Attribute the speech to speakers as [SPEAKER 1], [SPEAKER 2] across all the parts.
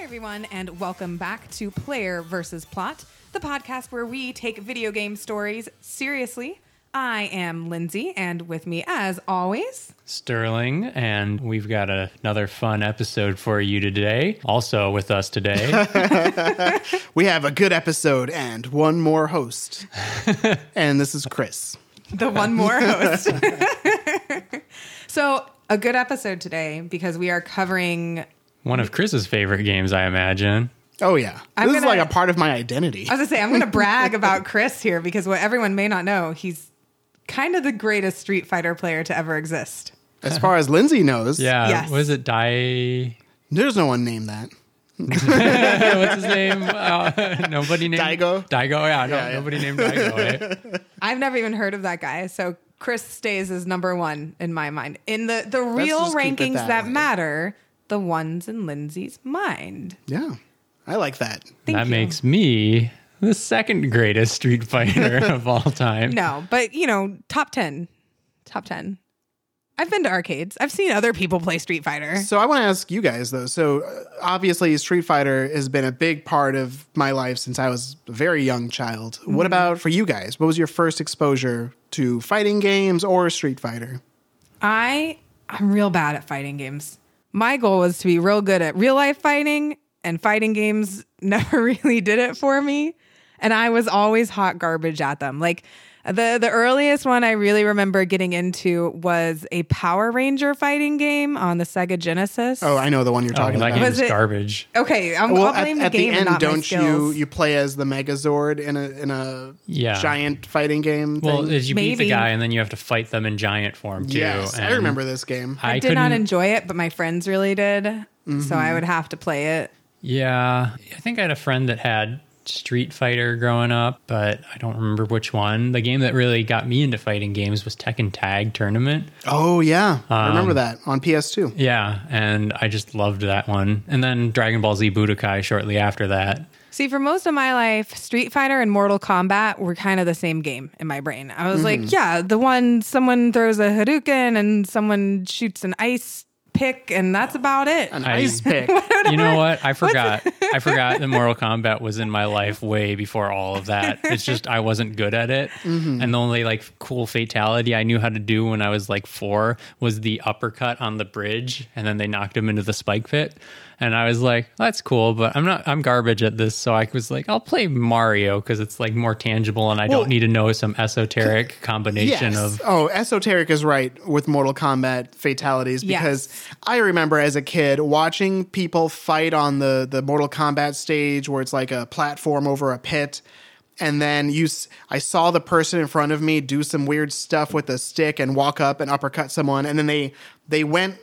[SPEAKER 1] everyone, and welcome back to Player versus Plot, the podcast where we take video game stories seriously. I am Lindsay, and with me, as always,
[SPEAKER 2] Sterling, and we've got a- another fun episode for you today. Also with us today,
[SPEAKER 3] We have a good episode and one more host. and this is Chris.
[SPEAKER 1] the one more host. so, a good episode today because we are covering.
[SPEAKER 2] one of Chris's favorite games, I imagine.
[SPEAKER 3] Oh, yeah.
[SPEAKER 1] I'm
[SPEAKER 3] this is
[SPEAKER 1] gonna-
[SPEAKER 3] like a part of my identity.
[SPEAKER 1] I was gonna say, I'm gonna brag about Chris here because what everyone may not know, he's kind of the greatest Street Fighter player to ever exist.
[SPEAKER 3] As far as Lindsay knows,
[SPEAKER 2] Yeah,
[SPEAKER 1] Yes.
[SPEAKER 2] was it Di?
[SPEAKER 3] there's no one named that.
[SPEAKER 2] What's his name? Uh, nobody named
[SPEAKER 3] Daigo?
[SPEAKER 2] Daigo, yeah, no,
[SPEAKER 3] Yeah, yeah.
[SPEAKER 2] nobody named Daigo. eh?
[SPEAKER 1] I've never even heard of that guy. So Chris stays as number one in my mind. In the, the real
[SPEAKER 3] just keep it
[SPEAKER 1] rankings that,
[SPEAKER 3] that way.
[SPEAKER 1] matter, the ones in Lindsay's mind.
[SPEAKER 3] Yeah. I like that.
[SPEAKER 1] Thank
[SPEAKER 2] that
[SPEAKER 1] you.
[SPEAKER 2] makes me the second greatest Street Fighter of all time.
[SPEAKER 1] No, but you know, top 10. Top 10. I've been to arcades. I've seen other people play Street Fighter.
[SPEAKER 3] So I want to ask you guys, though. So uh, obviously, Street Fighter has been a big part of my life since I was a very young child.
[SPEAKER 1] Mm-hmm.
[SPEAKER 3] What about for you guys? What was your first exposure to fighting games or Street Fighter?
[SPEAKER 1] I I'm real bad at fighting games. My goal was to be real good at real life fighting, and fighting games never really did it for me. And I was always hot garbage at them. Like the the earliest one I really remember getting into was a Power Ranger fighting game on the Sega Genesis.
[SPEAKER 3] Oh, I know the one you're
[SPEAKER 2] Oh,
[SPEAKER 3] talking
[SPEAKER 2] that
[SPEAKER 3] about.
[SPEAKER 1] Was
[SPEAKER 2] game's
[SPEAKER 1] it-
[SPEAKER 2] garbage.
[SPEAKER 1] okay. I'm
[SPEAKER 3] well,
[SPEAKER 1] I'll
[SPEAKER 3] at,
[SPEAKER 1] blame
[SPEAKER 3] at
[SPEAKER 1] the
[SPEAKER 3] the
[SPEAKER 1] game and
[SPEAKER 3] end,
[SPEAKER 1] not my
[SPEAKER 3] don't you
[SPEAKER 1] skills.
[SPEAKER 3] you play as the Megazord in a in a
[SPEAKER 2] Yeah.
[SPEAKER 3] giant fighting game?
[SPEAKER 2] Well,
[SPEAKER 3] thing?
[SPEAKER 2] is you beat
[SPEAKER 1] Maybe.
[SPEAKER 2] the guy and then you have to fight them in giant form too.
[SPEAKER 3] yes, I
[SPEAKER 2] and
[SPEAKER 3] remember this game.
[SPEAKER 1] I,
[SPEAKER 2] I
[SPEAKER 1] did not
[SPEAKER 2] couldn't-
[SPEAKER 1] enjoy it, but my friends really did. So
[SPEAKER 3] Mm-hmm.
[SPEAKER 1] I would have to play it.
[SPEAKER 2] Yeah, I think I had a friend that had Street Fighter growing up, but I don't remember which one. The game that really got me into fighting games was Tekken Tag Tournament.
[SPEAKER 3] Oh yeah, I
[SPEAKER 2] Um,
[SPEAKER 3] remember that on PS2.
[SPEAKER 2] Yeah, and I just loved that one. And then Dragon Ball Z Budokai shortly after that.
[SPEAKER 1] See, for most of my life, Street Fighter and Mortal Kombat were kind of the same game in my brain. I was like, yeah, the one someone throws a Hadouken and someone shoots an ice pick, and that's about it.
[SPEAKER 3] An
[SPEAKER 2] I-
[SPEAKER 3] ice pick.
[SPEAKER 2] You know what? I forgot. I forgot that Mortal Kombat was in my life way before all of that. It's just I wasn't good at it.
[SPEAKER 3] Mm-hmm.
[SPEAKER 2] And the only like cool fatality I knew how to do when I was like 4 was the uppercut on the bridge and then they knocked him into the spike pit. And I was like, that's cool, but I'm not I'm garbage at this, so I was like, I'll play Mario cuz it's like more tangible and I
[SPEAKER 3] Well-
[SPEAKER 2] don't need to know some esoteric combination
[SPEAKER 3] Yes.
[SPEAKER 2] of
[SPEAKER 3] oh, esoteric is right with Mortal Kombat fatalities
[SPEAKER 1] Yes.
[SPEAKER 3] because I remember as a kid watching people fight on the the Mortal Kombat stage where it's like a platform over a pit. And then you, s- I saw the person in front of me do some weird stuff with a stick and walk up and uppercut someone, and then they they went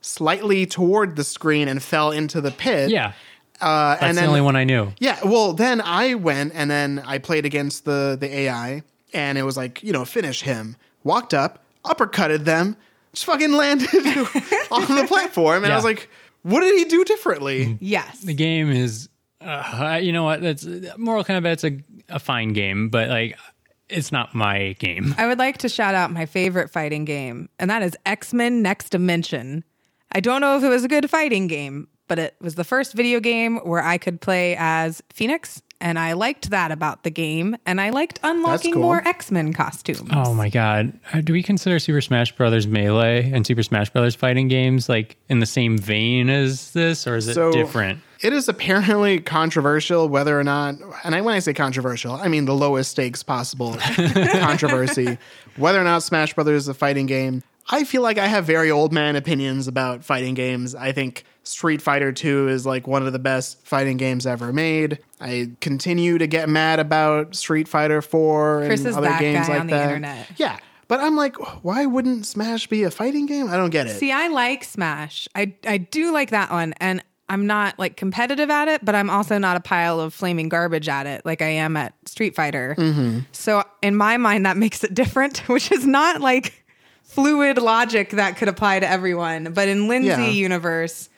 [SPEAKER 3] slightly toward the screen and fell into the pit.
[SPEAKER 2] Yeah.
[SPEAKER 3] uh,
[SPEAKER 2] That's
[SPEAKER 3] and then
[SPEAKER 2] the only one I knew.
[SPEAKER 3] Yeah, well, then I went and then I played against the the AI, and it was like you know finish him. Walked up, uppercutted them, just fucking landed on the platform, and I was
[SPEAKER 2] Yeah.
[SPEAKER 3] like, what did he do differently?
[SPEAKER 1] yes.
[SPEAKER 2] the game is uh, you know what that's Mortal Kombat's a, a fine game but like it's not my game
[SPEAKER 1] I would like to shout out my favorite fighting game, and that is X Men Next Dimension. I don't know if it was a good fighting game, but it was the first video game where I could play as Phoenix, and I liked that about the game, and I liked unlocking
[SPEAKER 3] cool.
[SPEAKER 1] more X Men costumes.
[SPEAKER 2] oh my god Uh, do we consider Super Smash Brothers Melee and Super Smash Brothers fighting games like in the same vein as this or is it different
[SPEAKER 3] It is apparently controversial whether or not, and I, when I say controversial, I mean the lowest stakes possible controversy, whether or not Smash Brothers is a fighting game. I feel like I have very old man opinions about fighting games. I think Street Fighter 2 is like one of the best fighting games ever made. I continue to get mad about Street Fighter 4
[SPEAKER 1] Chris
[SPEAKER 3] and
[SPEAKER 1] is
[SPEAKER 3] other
[SPEAKER 1] that
[SPEAKER 3] games
[SPEAKER 1] guy
[SPEAKER 3] like
[SPEAKER 1] on the
[SPEAKER 3] that.
[SPEAKER 1] internet.
[SPEAKER 3] Yeah, but I'm like, why wouldn't Smash be a fighting game? I don't get it.
[SPEAKER 1] See, I like Smash. I I do like that one, and I'm not like competitive at it, but I'm also not a pile of flaming garbage at it, like I am at Street Fighter.
[SPEAKER 3] Mm-hmm.
[SPEAKER 1] So in my mind, that makes it different, which is not like fluid logic that could apply to everyone. But in Lindsay
[SPEAKER 3] Yeah.
[SPEAKER 1] universe,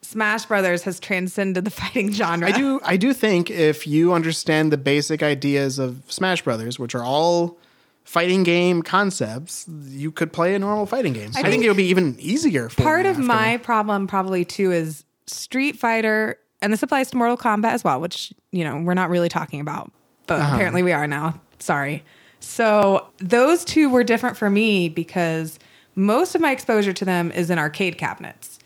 [SPEAKER 1] Smash Brothers has transcended the fighting genre.
[SPEAKER 3] I do I do think if you understand the basic ideas of Smash Brothers, which are all fighting game concepts, you could play a normal fighting game. So I, think,
[SPEAKER 1] think
[SPEAKER 3] it would be even easier for
[SPEAKER 1] Part
[SPEAKER 3] you
[SPEAKER 1] of
[SPEAKER 3] after.
[SPEAKER 1] my problem, probably too, is Street Fighter and this applies to Mortal Kombat as well, which, you know, we're not really talking about, but apparently we are now. Sorry. So those two were different for me because most of my exposure to them is in arcade cabinets.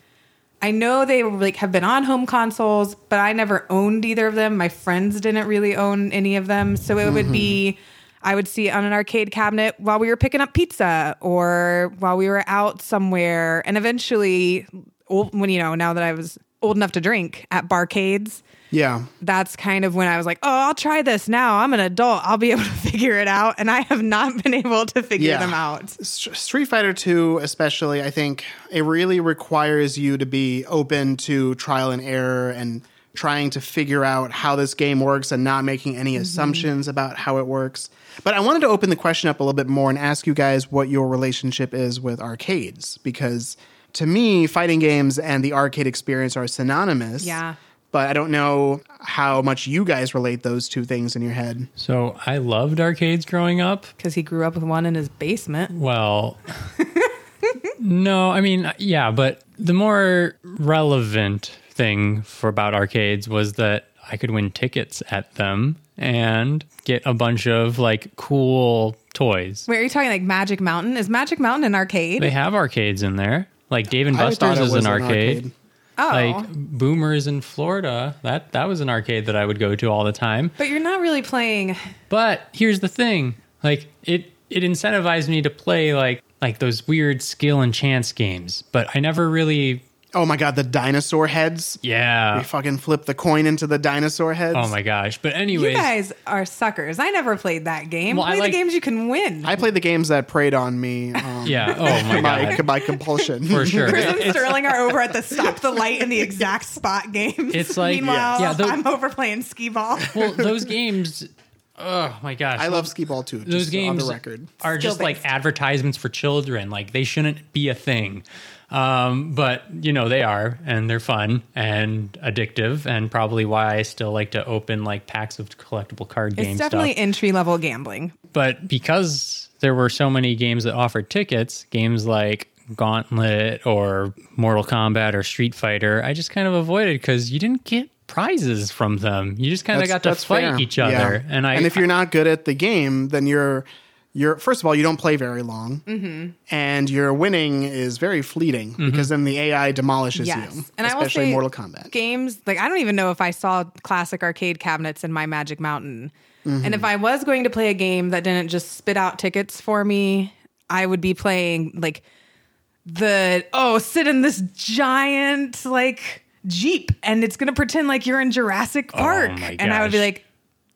[SPEAKER 1] I know they like have been on home consoles, but I never owned either of them. My friends didn't really own any of them, so it would be I would see it on an arcade cabinet while we were picking up pizza or while we were out somewhere. And eventually, old, when you know, now that I was old enough to drink at barcades,
[SPEAKER 3] Yeah.
[SPEAKER 1] that's kind of when I was like, oh, I'll try this now. I'm an adult. I'll be able to figure it out. And I have not been able to figure
[SPEAKER 3] Yeah.
[SPEAKER 1] them out.
[SPEAKER 3] S- Street Fighter 2 especially I think it really requires you to be open to trial and error and trying to figure out how this game works and not making any assumptions about how it works. But I wanted to open the question up a little bit more and ask you guys what your relationship is with arcades because to me fighting games and the arcade experience are synonymous.
[SPEAKER 1] Yeah.
[SPEAKER 3] But I don't know how much you guys relate those two things in your head.
[SPEAKER 2] So I loved arcades growing up.
[SPEAKER 1] Because he grew up with one in his basement.
[SPEAKER 2] Well, no, I mean, yeah, but the more relevant thing for about arcades was that I could win tickets at them and get a bunch of like cool toys.
[SPEAKER 1] Wait, are you talking like Magic Mountain? Is Magic Mountain an arcade?
[SPEAKER 2] They have arcades in there. Like Dave and
[SPEAKER 3] I thought
[SPEAKER 2] Buster's
[SPEAKER 3] it
[SPEAKER 2] is
[SPEAKER 3] was
[SPEAKER 2] an arcade.
[SPEAKER 1] oh.
[SPEAKER 2] Like Boomers in Florida, that that was an arcade that I would go to all the time.
[SPEAKER 1] but you're not really playing.
[SPEAKER 2] But here's the thing: like it it incentivized me to play like like those weird skill and chance games. But I never really
[SPEAKER 3] Oh my god, the dinosaur heads.
[SPEAKER 2] yeah.
[SPEAKER 3] They fucking flip the coin into the dinosaur heads.
[SPEAKER 2] Oh my gosh! But
[SPEAKER 1] You
[SPEAKER 2] anyways,
[SPEAKER 1] guys are suckers. I never played that game.
[SPEAKER 2] Well, I
[SPEAKER 1] Play
[SPEAKER 2] like-
[SPEAKER 1] the games you can win.
[SPEAKER 3] I played the games that preyed on me. Um,
[SPEAKER 2] yeah. Oh my
[SPEAKER 3] By,
[SPEAKER 2] god.
[SPEAKER 3] by compulsion.
[SPEAKER 2] For sure.
[SPEAKER 1] Chris and
[SPEAKER 2] It's-
[SPEAKER 1] Sterling are over at the stop the light in the exact spot games.
[SPEAKER 2] It's like-
[SPEAKER 1] meanwhile,
[SPEAKER 2] Yeah, the-
[SPEAKER 1] I'm over playing skee ball.
[SPEAKER 2] well, those games. Oh my gosh!
[SPEAKER 3] I love skee ball too. Just
[SPEAKER 2] those games.
[SPEAKER 3] on the record.
[SPEAKER 2] are just like
[SPEAKER 1] based.
[SPEAKER 2] advertisements for children. Like they shouldn't be a thing. Um, but you know they are, and they're fun and addictive, and probably why I still like to open like packs of collectible card games.
[SPEAKER 1] It's definitely entry level gambling.
[SPEAKER 2] but because there were so many games that offered tickets, games like Gauntlet or Mortal Kombat or Street Fighter, I just kind of avoided because you didn't get prizes from them. You just kind of got to fight
[SPEAKER 3] fair.
[SPEAKER 2] each
[SPEAKER 3] Yeah.
[SPEAKER 2] other. And I,
[SPEAKER 3] and if you're not good at the game, then you're you're first of all you don't play very long, mm-hmm. and your winning is very fleeting
[SPEAKER 2] Mm-hmm.
[SPEAKER 3] because then the AI demolishes
[SPEAKER 1] Yes.
[SPEAKER 3] you,
[SPEAKER 1] And I will
[SPEAKER 3] especially
[SPEAKER 1] say-
[SPEAKER 3] in Mortal Kombat.
[SPEAKER 1] Games like I don't even know if I saw classic arcade cabinets in my Magic Mountain. And if I was going to play a game that didn't just spit out tickets for me, I would be playing like the oh, sit in this giant like Jeep and it's gonna pretend like you're in Jurassic Park.
[SPEAKER 2] my
[SPEAKER 1] and I would be
[SPEAKER 2] gosh.
[SPEAKER 1] like,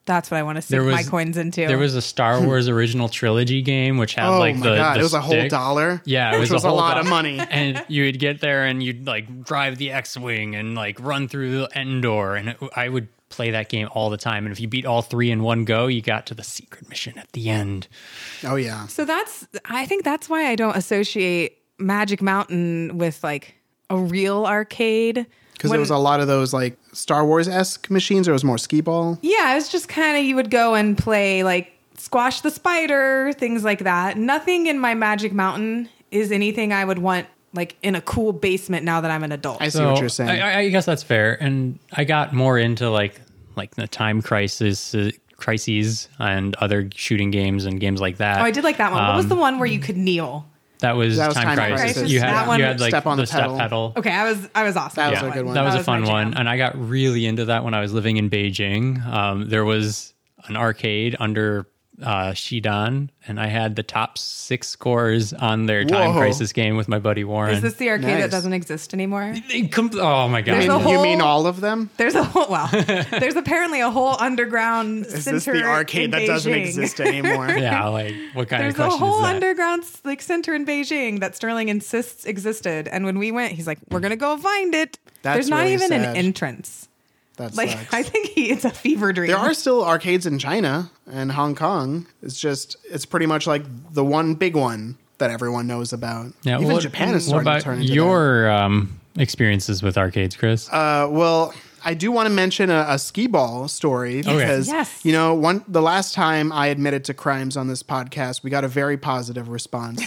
[SPEAKER 1] that's what I want to stick
[SPEAKER 2] There was-
[SPEAKER 1] my coins into.
[SPEAKER 2] there was a Star Wars original trilogy game which had
[SPEAKER 3] Hmm. oh
[SPEAKER 2] like
[SPEAKER 3] my
[SPEAKER 2] the,
[SPEAKER 3] god,
[SPEAKER 2] the
[SPEAKER 3] it was a whole
[SPEAKER 2] stick.
[SPEAKER 3] dollar.
[SPEAKER 2] Yeah, it was,
[SPEAKER 3] which was a
[SPEAKER 2] whole
[SPEAKER 3] lot of
[SPEAKER 2] dollar.
[SPEAKER 3] money.
[SPEAKER 2] and you would get there and you'd like drive the X-wing and like run through Endor, and it, I would play that game all the time. And if you beat all three in one go, you got to the secret mission at the end.
[SPEAKER 3] Oh yeah,
[SPEAKER 1] So that's I think that's why I don't associate Magic Mountain with like a real arcade.
[SPEAKER 3] because
[SPEAKER 1] When-
[SPEAKER 3] there was a lot of those like Star Wars esque machines. There was more skee ball.
[SPEAKER 1] Yeah, it was just kind of you would go and play like squash the spider, things like that. Nothing in my Magic Mountain is anything I would want like in a cool basement now that I'm an adult.
[SPEAKER 3] I see what you're saying.
[SPEAKER 2] I, I guess that's fair. And I got more into like like the time crisis uh, crises and other shooting games and games like that.
[SPEAKER 1] oh, I did like that one. what was
[SPEAKER 2] Um,
[SPEAKER 1] the one where you could kneel?
[SPEAKER 2] That was,
[SPEAKER 3] That was
[SPEAKER 2] time,
[SPEAKER 3] Time
[SPEAKER 2] crisis.
[SPEAKER 1] Crisis.
[SPEAKER 2] You had
[SPEAKER 1] That one-
[SPEAKER 2] you had like
[SPEAKER 3] Step on
[SPEAKER 2] the,
[SPEAKER 3] the
[SPEAKER 2] step
[SPEAKER 3] pedal.
[SPEAKER 2] pedal.
[SPEAKER 1] Okay, I was I was awesome.
[SPEAKER 3] That was
[SPEAKER 1] at
[SPEAKER 3] a good one.
[SPEAKER 2] That was, a
[SPEAKER 1] my
[SPEAKER 2] fun one,
[SPEAKER 1] jam.
[SPEAKER 2] and I got really into that when I was living in Beijing. Um, there was an arcade under uh, Shidan, and I had the top six scores on their time
[SPEAKER 3] Whoa.
[SPEAKER 2] crisis game with my buddy Warren.
[SPEAKER 1] Is this the arcade that
[SPEAKER 3] Nice.
[SPEAKER 1] doesn't exist anymore?
[SPEAKER 2] They com- oh my
[SPEAKER 3] I
[SPEAKER 2] god!
[SPEAKER 1] There's
[SPEAKER 3] mean,
[SPEAKER 1] a
[SPEAKER 3] you
[SPEAKER 1] whole-
[SPEAKER 3] mean all of them?
[SPEAKER 1] There's a whole well. there's apparently a whole underground
[SPEAKER 3] Is
[SPEAKER 1] center
[SPEAKER 3] this the
[SPEAKER 1] in
[SPEAKER 3] arcade that doesn't
[SPEAKER 1] Beijing.
[SPEAKER 3] exist anymore?
[SPEAKER 2] yeah, like what kind
[SPEAKER 1] There's
[SPEAKER 2] of
[SPEAKER 1] a
[SPEAKER 2] question
[SPEAKER 1] whole
[SPEAKER 2] is that?
[SPEAKER 1] underground like center in Beijing that Sterling insists existed, and when we went, he's like, "We're gonna go find it."
[SPEAKER 3] That's
[SPEAKER 1] There's not
[SPEAKER 3] really
[SPEAKER 1] even an
[SPEAKER 3] sad.
[SPEAKER 1] entrance.
[SPEAKER 3] That
[SPEAKER 1] Like
[SPEAKER 3] sucks.
[SPEAKER 1] I think he, it's a fever dream.
[SPEAKER 3] there are still arcades in China and Hong Kong. It's just it's pretty much like the one big one that everyone knows about.
[SPEAKER 2] Yeah,
[SPEAKER 3] Even
[SPEAKER 2] what-
[SPEAKER 3] Japan is
[SPEAKER 2] what
[SPEAKER 3] starting
[SPEAKER 2] about
[SPEAKER 3] to turn into
[SPEAKER 2] your um, experiences with arcades, Chris?
[SPEAKER 3] that. Uh, well, I do want to mention a, a skee ball story because
[SPEAKER 1] yes.
[SPEAKER 3] you know one the last time I admitted to crimes on this podcast, we got a very positive response.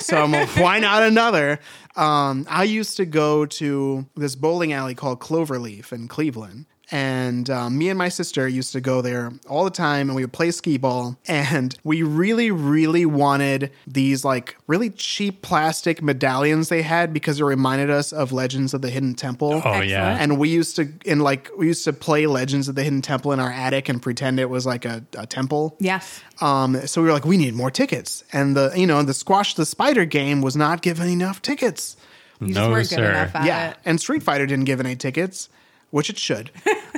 [SPEAKER 3] so I'm like, why not another? Um, I used to go to this bowling alley called Cloverleaf in Cleveland. And um, me and my sister used to go there all the time, and we would play skee ball. And we really, really wanted these like really cheap plastic medallions they had because it reminded us of Legends of the Hidden Temple.
[SPEAKER 2] Oh yeah.
[SPEAKER 1] Excellent.
[SPEAKER 3] And we used to in like we used to play Legends of the Hidden Temple in our attic and pretend it was like a, a temple.
[SPEAKER 1] Yes.
[SPEAKER 3] Um, so we were like, we need more tickets. And the you know the squash the spider game was not given enough tickets.
[SPEAKER 1] You just
[SPEAKER 2] No,
[SPEAKER 1] weren't good
[SPEAKER 2] sir.
[SPEAKER 1] enough at
[SPEAKER 3] yeah,
[SPEAKER 1] it.
[SPEAKER 3] and Street Fighter didn't give any tickets, which it should.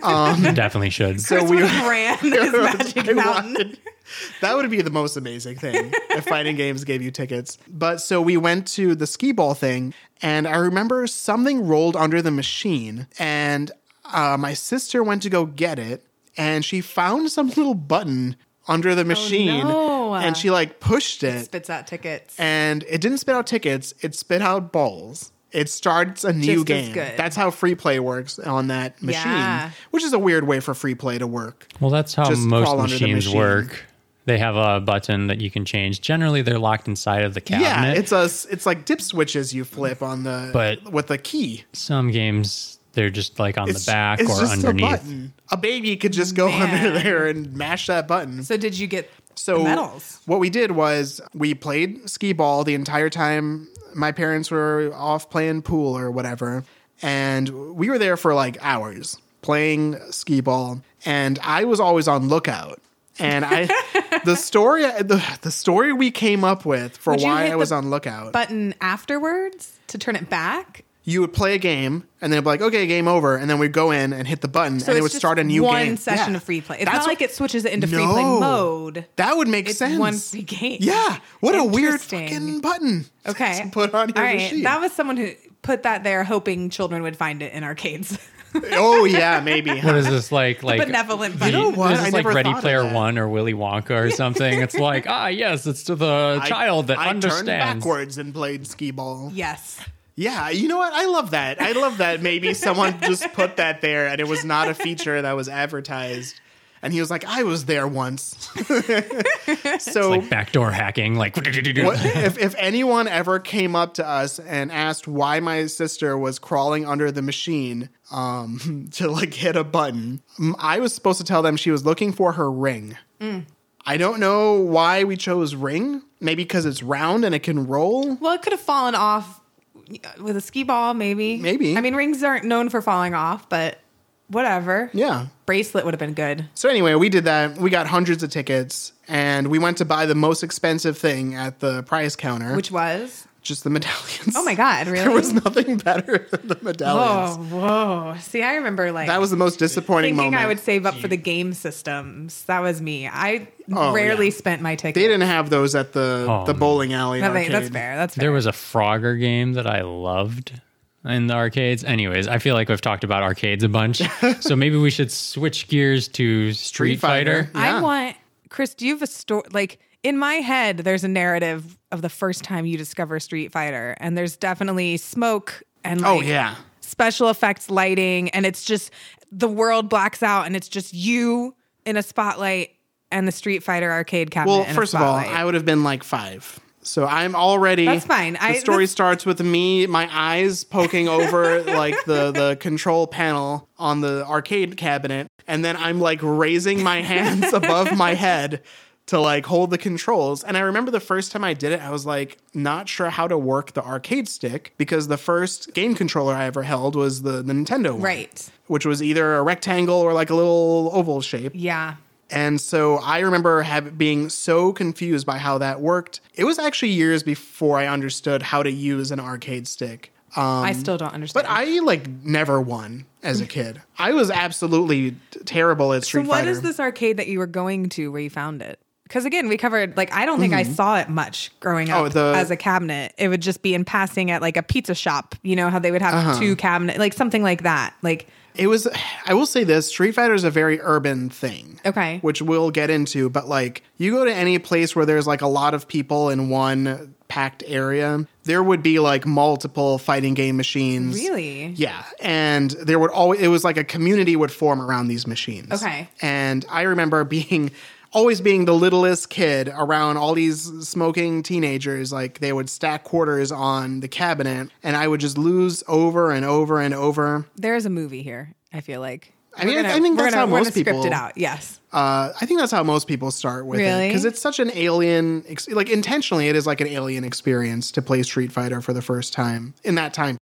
[SPEAKER 2] Definitely should.
[SPEAKER 3] So
[SPEAKER 1] Chris
[SPEAKER 3] we
[SPEAKER 1] would have ran his
[SPEAKER 3] I
[SPEAKER 1] magic mountain.
[SPEAKER 3] wanted- That would be the most amazing thing if fighting games gave you tickets. But so we went to the skee ball thing, and I remember something rolled under the machine, and uh, my sister went to go get it, and she found some little button under the machine,
[SPEAKER 1] Oh, no.
[SPEAKER 3] and she like pushed it,
[SPEAKER 1] Spits out tickets.
[SPEAKER 3] and it didn't spit out tickets; it spit out balls. It starts a new
[SPEAKER 1] Just as
[SPEAKER 3] game.
[SPEAKER 1] good.
[SPEAKER 3] That's how free play works on that machine,
[SPEAKER 1] Yeah.
[SPEAKER 3] which is a weird way for free play to work.
[SPEAKER 2] Well, that's how
[SPEAKER 3] Just
[SPEAKER 2] most
[SPEAKER 3] crawl under the
[SPEAKER 2] machines
[SPEAKER 3] machine.
[SPEAKER 2] work. They have a button that you can change. Generally, they're locked inside of the
[SPEAKER 3] Yeah,
[SPEAKER 2] cabinet.
[SPEAKER 3] it's a it's like dip switches you flip on the
[SPEAKER 2] But-
[SPEAKER 3] with a key.
[SPEAKER 2] Some games they're just like on
[SPEAKER 3] It's-
[SPEAKER 2] the back
[SPEAKER 3] it's
[SPEAKER 2] or
[SPEAKER 3] just A,
[SPEAKER 2] underneath.
[SPEAKER 3] button. a baby could just go
[SPEAKER 1] Man.
[SPEAKER 3] under there and mash that button.
[SPEAKER 1] so did you get
[SPEAKER 3] So
[SPEAKER 1] the medals?
[SPEAKER 3] what we did was we played skee ball the entire time my parents were off playing pool or whatever, and we were there for like hours playing skee ball, and I was always on lookout. And I, the story, the, the story we came up with for
[SPEAKER 1] Would you
[SPEAKER 3] why
[SPEAKER 1] hit
[SPEAKER 3] I was
[SPEAKER 1] the
[SPEAKER 3] on lookout.
[SPEAKER 1] Button afterwards to turn it back.
[SPEAKER 3] you would play a game and then it'd be like, okay, game over. And then we'd go in and hit the button
[SPEAKER 1] So
[SPEAKER 3] and it
[SPEAKER 1] it's
[SPEAKER 3] would
[SPEAKER 1] just
[SPEAKER 3] start a new
[SPEAKER 1] one
[SPEAKER 3] game.
[SPEAKER 1] session
[SPEAKER 3] Yeah.
[SPEAKER 1] of free play. It's
[SPEAKER 3] That's
[SPEAKER 1] not like
[SPEAKER 3] what-
[SPEAKER 1] it switches it into free play
[SPEAKER 3] No.
[SPEAKER 1] mode.
[SPEAKER 3] That would make
[SPEAKER 1] It's
[SPEAKER 3] sense.
[SPEAKER 1] one free game.
[SPEAKER 3] Yeah. What a weird
[SPEAKER 1] Interesting.
[SPEAKER 3] fucking button. to
[SPEAKER 1] Okay.
[SPEAKER 3] put on your
[SPEAKER 1] All right.
[SPEAKER 3] machine.
[SPEAKER 1] That was someone who put that there hoping children would find it in arcades.
[SPEAKER 3] oh, yeah, maybe. huh?
[SPEAKER 2] What is this like? Like
[SPEAKER 1] benevolent
[SPEAKER 2] the-
[SPEAKER 1] You know
[SPEAKER 3] what?
[SPEAKER 2] This
[SPEAKER 3] I
[SPEAKER 2] is like
[SPEAKER 3] never
[SPEAKER 2] Ready
[SPEAKER 3] thought of
[SPEAKER 2] Player
[SPEAKER 3] that.
[SPEAKER 2] One or Willy Wonka or something. it's like ah yes, it's to the
[SPEAKER 3] I-
[SPEAKER 2] child that
[SPEAKER 3] I turned
[SPEAKER 2] understands.
[SPEAKER 3] backwards and played skee ball.
[SPEAKER 1] yes.
[SPEAKER 3] Yeah, you know what? I love that. I love that. Maybe someone just put that there and it was not a feature that was advertised. And he was like, I was there once. so
[SPEAKER 2] Like backdoor hacking. Like
[SPEAKER 3] What- if, if anyone ever came up to us and asked why my sister was crawling under the machine um, to like hit a button, m- I was supposed to tell them she was looking for her ring.
[SPEAKER 1] Mm.
[SPEAKER 3] I don't know why we chose ring. Maybe because it's round and it can roll.
[SPEAKER 1] Well, it could have fallen off with a ski ball, maybe.
[SPEAKER 3] Maybe.
[SPEAKER 1] I mean, rings aren't known for falling off, but whatever.
[SPEAKER 3] Yeah.
[SPEAKER 1] Bracelet would have been good.
[SPEAKER 3] So anyway, we did that. We got hundreds of tickets, and we went to buy the most expensive thing at the price counter,
[SPEAKER 1] Which was?
[SPEAKER 3] just the medallions.
[SPEAKER 1] Oh my God, really?
[SPEAKER 3] There was nothing better than the
[SPEAKER 1] oh,
[SPEAKER 3] medallions.
[SPEAKER 1] whoa. See, I remember like
[SPEAKER 3] That was the most disappointing
[SPEAKER 1] thinking
[SPEAKER 3] moment.
[SPEAKER 1] I would save up for the game systems. That was me. I
[SPEAKER 3] Oh,
[SPEAKER 1] rarely
[SPEAKER 3] yeah.
[SPEAKER 1] spent my ticket.
[SPEAKER 3] They didn't have those at the
[SPEAKER 2] Oh,
[SPEAKER 3] the
[SPEAKER 2] no.
[SPEAKER 3] bowling alley.
[SPEAKER 1] That ma-
[SPEAKER 3] arcade.
[SPEAKER 1] that's fair. That's fair.
[SPEAKER 2] There was a Frogger game that I loved in the arcades. Anyways, I feel like we've talked about arcades a bunch. so maybe we should switch gears to Street,
[SPEAKER 3] Street Fighter.
[SPEAKER 2] Fighter.
[SPEAKER 1] I
[SPEAKER 3] Yeah.
[SPEAKER 1] want Chris. Do you have a story? Like in my head, there's a narrative of the first time you discover Street Fighter, and there's definitely smoke and
[SPEAKER 3] Oh
[SPEAKER 1] like,
[SPEAKER 3] yeah,
[SPEAKER 1] special effects lighting, and it's just the world blacks out, and it's just you in a spotlight and the Street Fighter arcade cabinet.
[SPEAKER 3] Well,
[SPEAKER 1] in a
[SPEAKER 3] first of all,
[SPEAKER 1] spotlight.
[SPEAKER 3] I would have been like five. So I'm already.
[SPEAKER 1] That's fine.
[SPEAKER 3] The
[SPEAKER 1] I-
[SPEAKER 3] story
[SPEAKER 1] that's-
[SPEAKER 3] starts with me, my eyes poking over like the the control panel on the arcade cabinet, and then I'm like raising my hands above my head to like hold the controls. And I remember the first time I did it, I was like not sure how to work the arcade stick because the first game controller I ever held was the, the Nintendo one,
[SPEAKER 1] Right.
[SPEAKER 3] Which was either a rectangle or like a little oval shape.
[SPEAKER 1] yeah.
[SPEAKER 3] And so I remember have, being so confused by how that worked. It was actually years before I understood how to use an arcade stick. Um,
[SPEAKER 1] I still don't understand.
[SPEAKER 3] but I like never won as a kid. I was absolutely t- terrible at
[SPEAKER 1] so
[SPEAKER 3] Street
[SPEAKER 1] what
[SPEAKER 3] Fighter.
[SPEAKER 1] is this arcade that you were going to where you found it? Because again, we covered like I don't think I saw it much growing up
[SPEAKER 3] Mm-hmm. Oh, the-
[SPEAKER 1] as a cabinet. It would just be in passing at like a pizza shop. You know how they would have
[SPEAKER 3] Uh-huh.
[SPEAKER 1] two cabinet, like something like that. Like
[SPEAKER 3] It was. I will say this: Street Fighter is a very urban thing.
[SPEAKER 1] Okay.
[SPEAKER 3] Which we'll get into, but like you go to any place where there's like a lot of people in one packed area, there would be like multiple fighting game machines.
[SPEAKER 1] Really?
[SPEAKER 3] Yeah, and there would always it was like a community would form around these machines.
[SPEAKER 1] Okay.
[SPEAKER 3] And I remember being always being the littlest kid around all these smoking teenagers, like they would stack quarters on the cabinet, and I would just lose over and over and over.
[SPEAKER 1] There is a movie here. I feel like.
[SPEAKER 3] I mean, I- I think
[SPEAKER 1] we're
[SPEAKER 3] that's
[SPEAKER 1] gonna,
[SPEAKER 3] how
[SPEAKER 1] we're gonna
[SPEAKER 3] most people-
[SPEAKER 1] script it out. Yes,
[SPEAKER 3] Uh, I think that's how most people start with it
[SPEAKER 1] Really?
[SPEAKER 3] because it's such an alien, ex- like intentionally, it is like an alien experience to play Street Fighter for the first time in that time.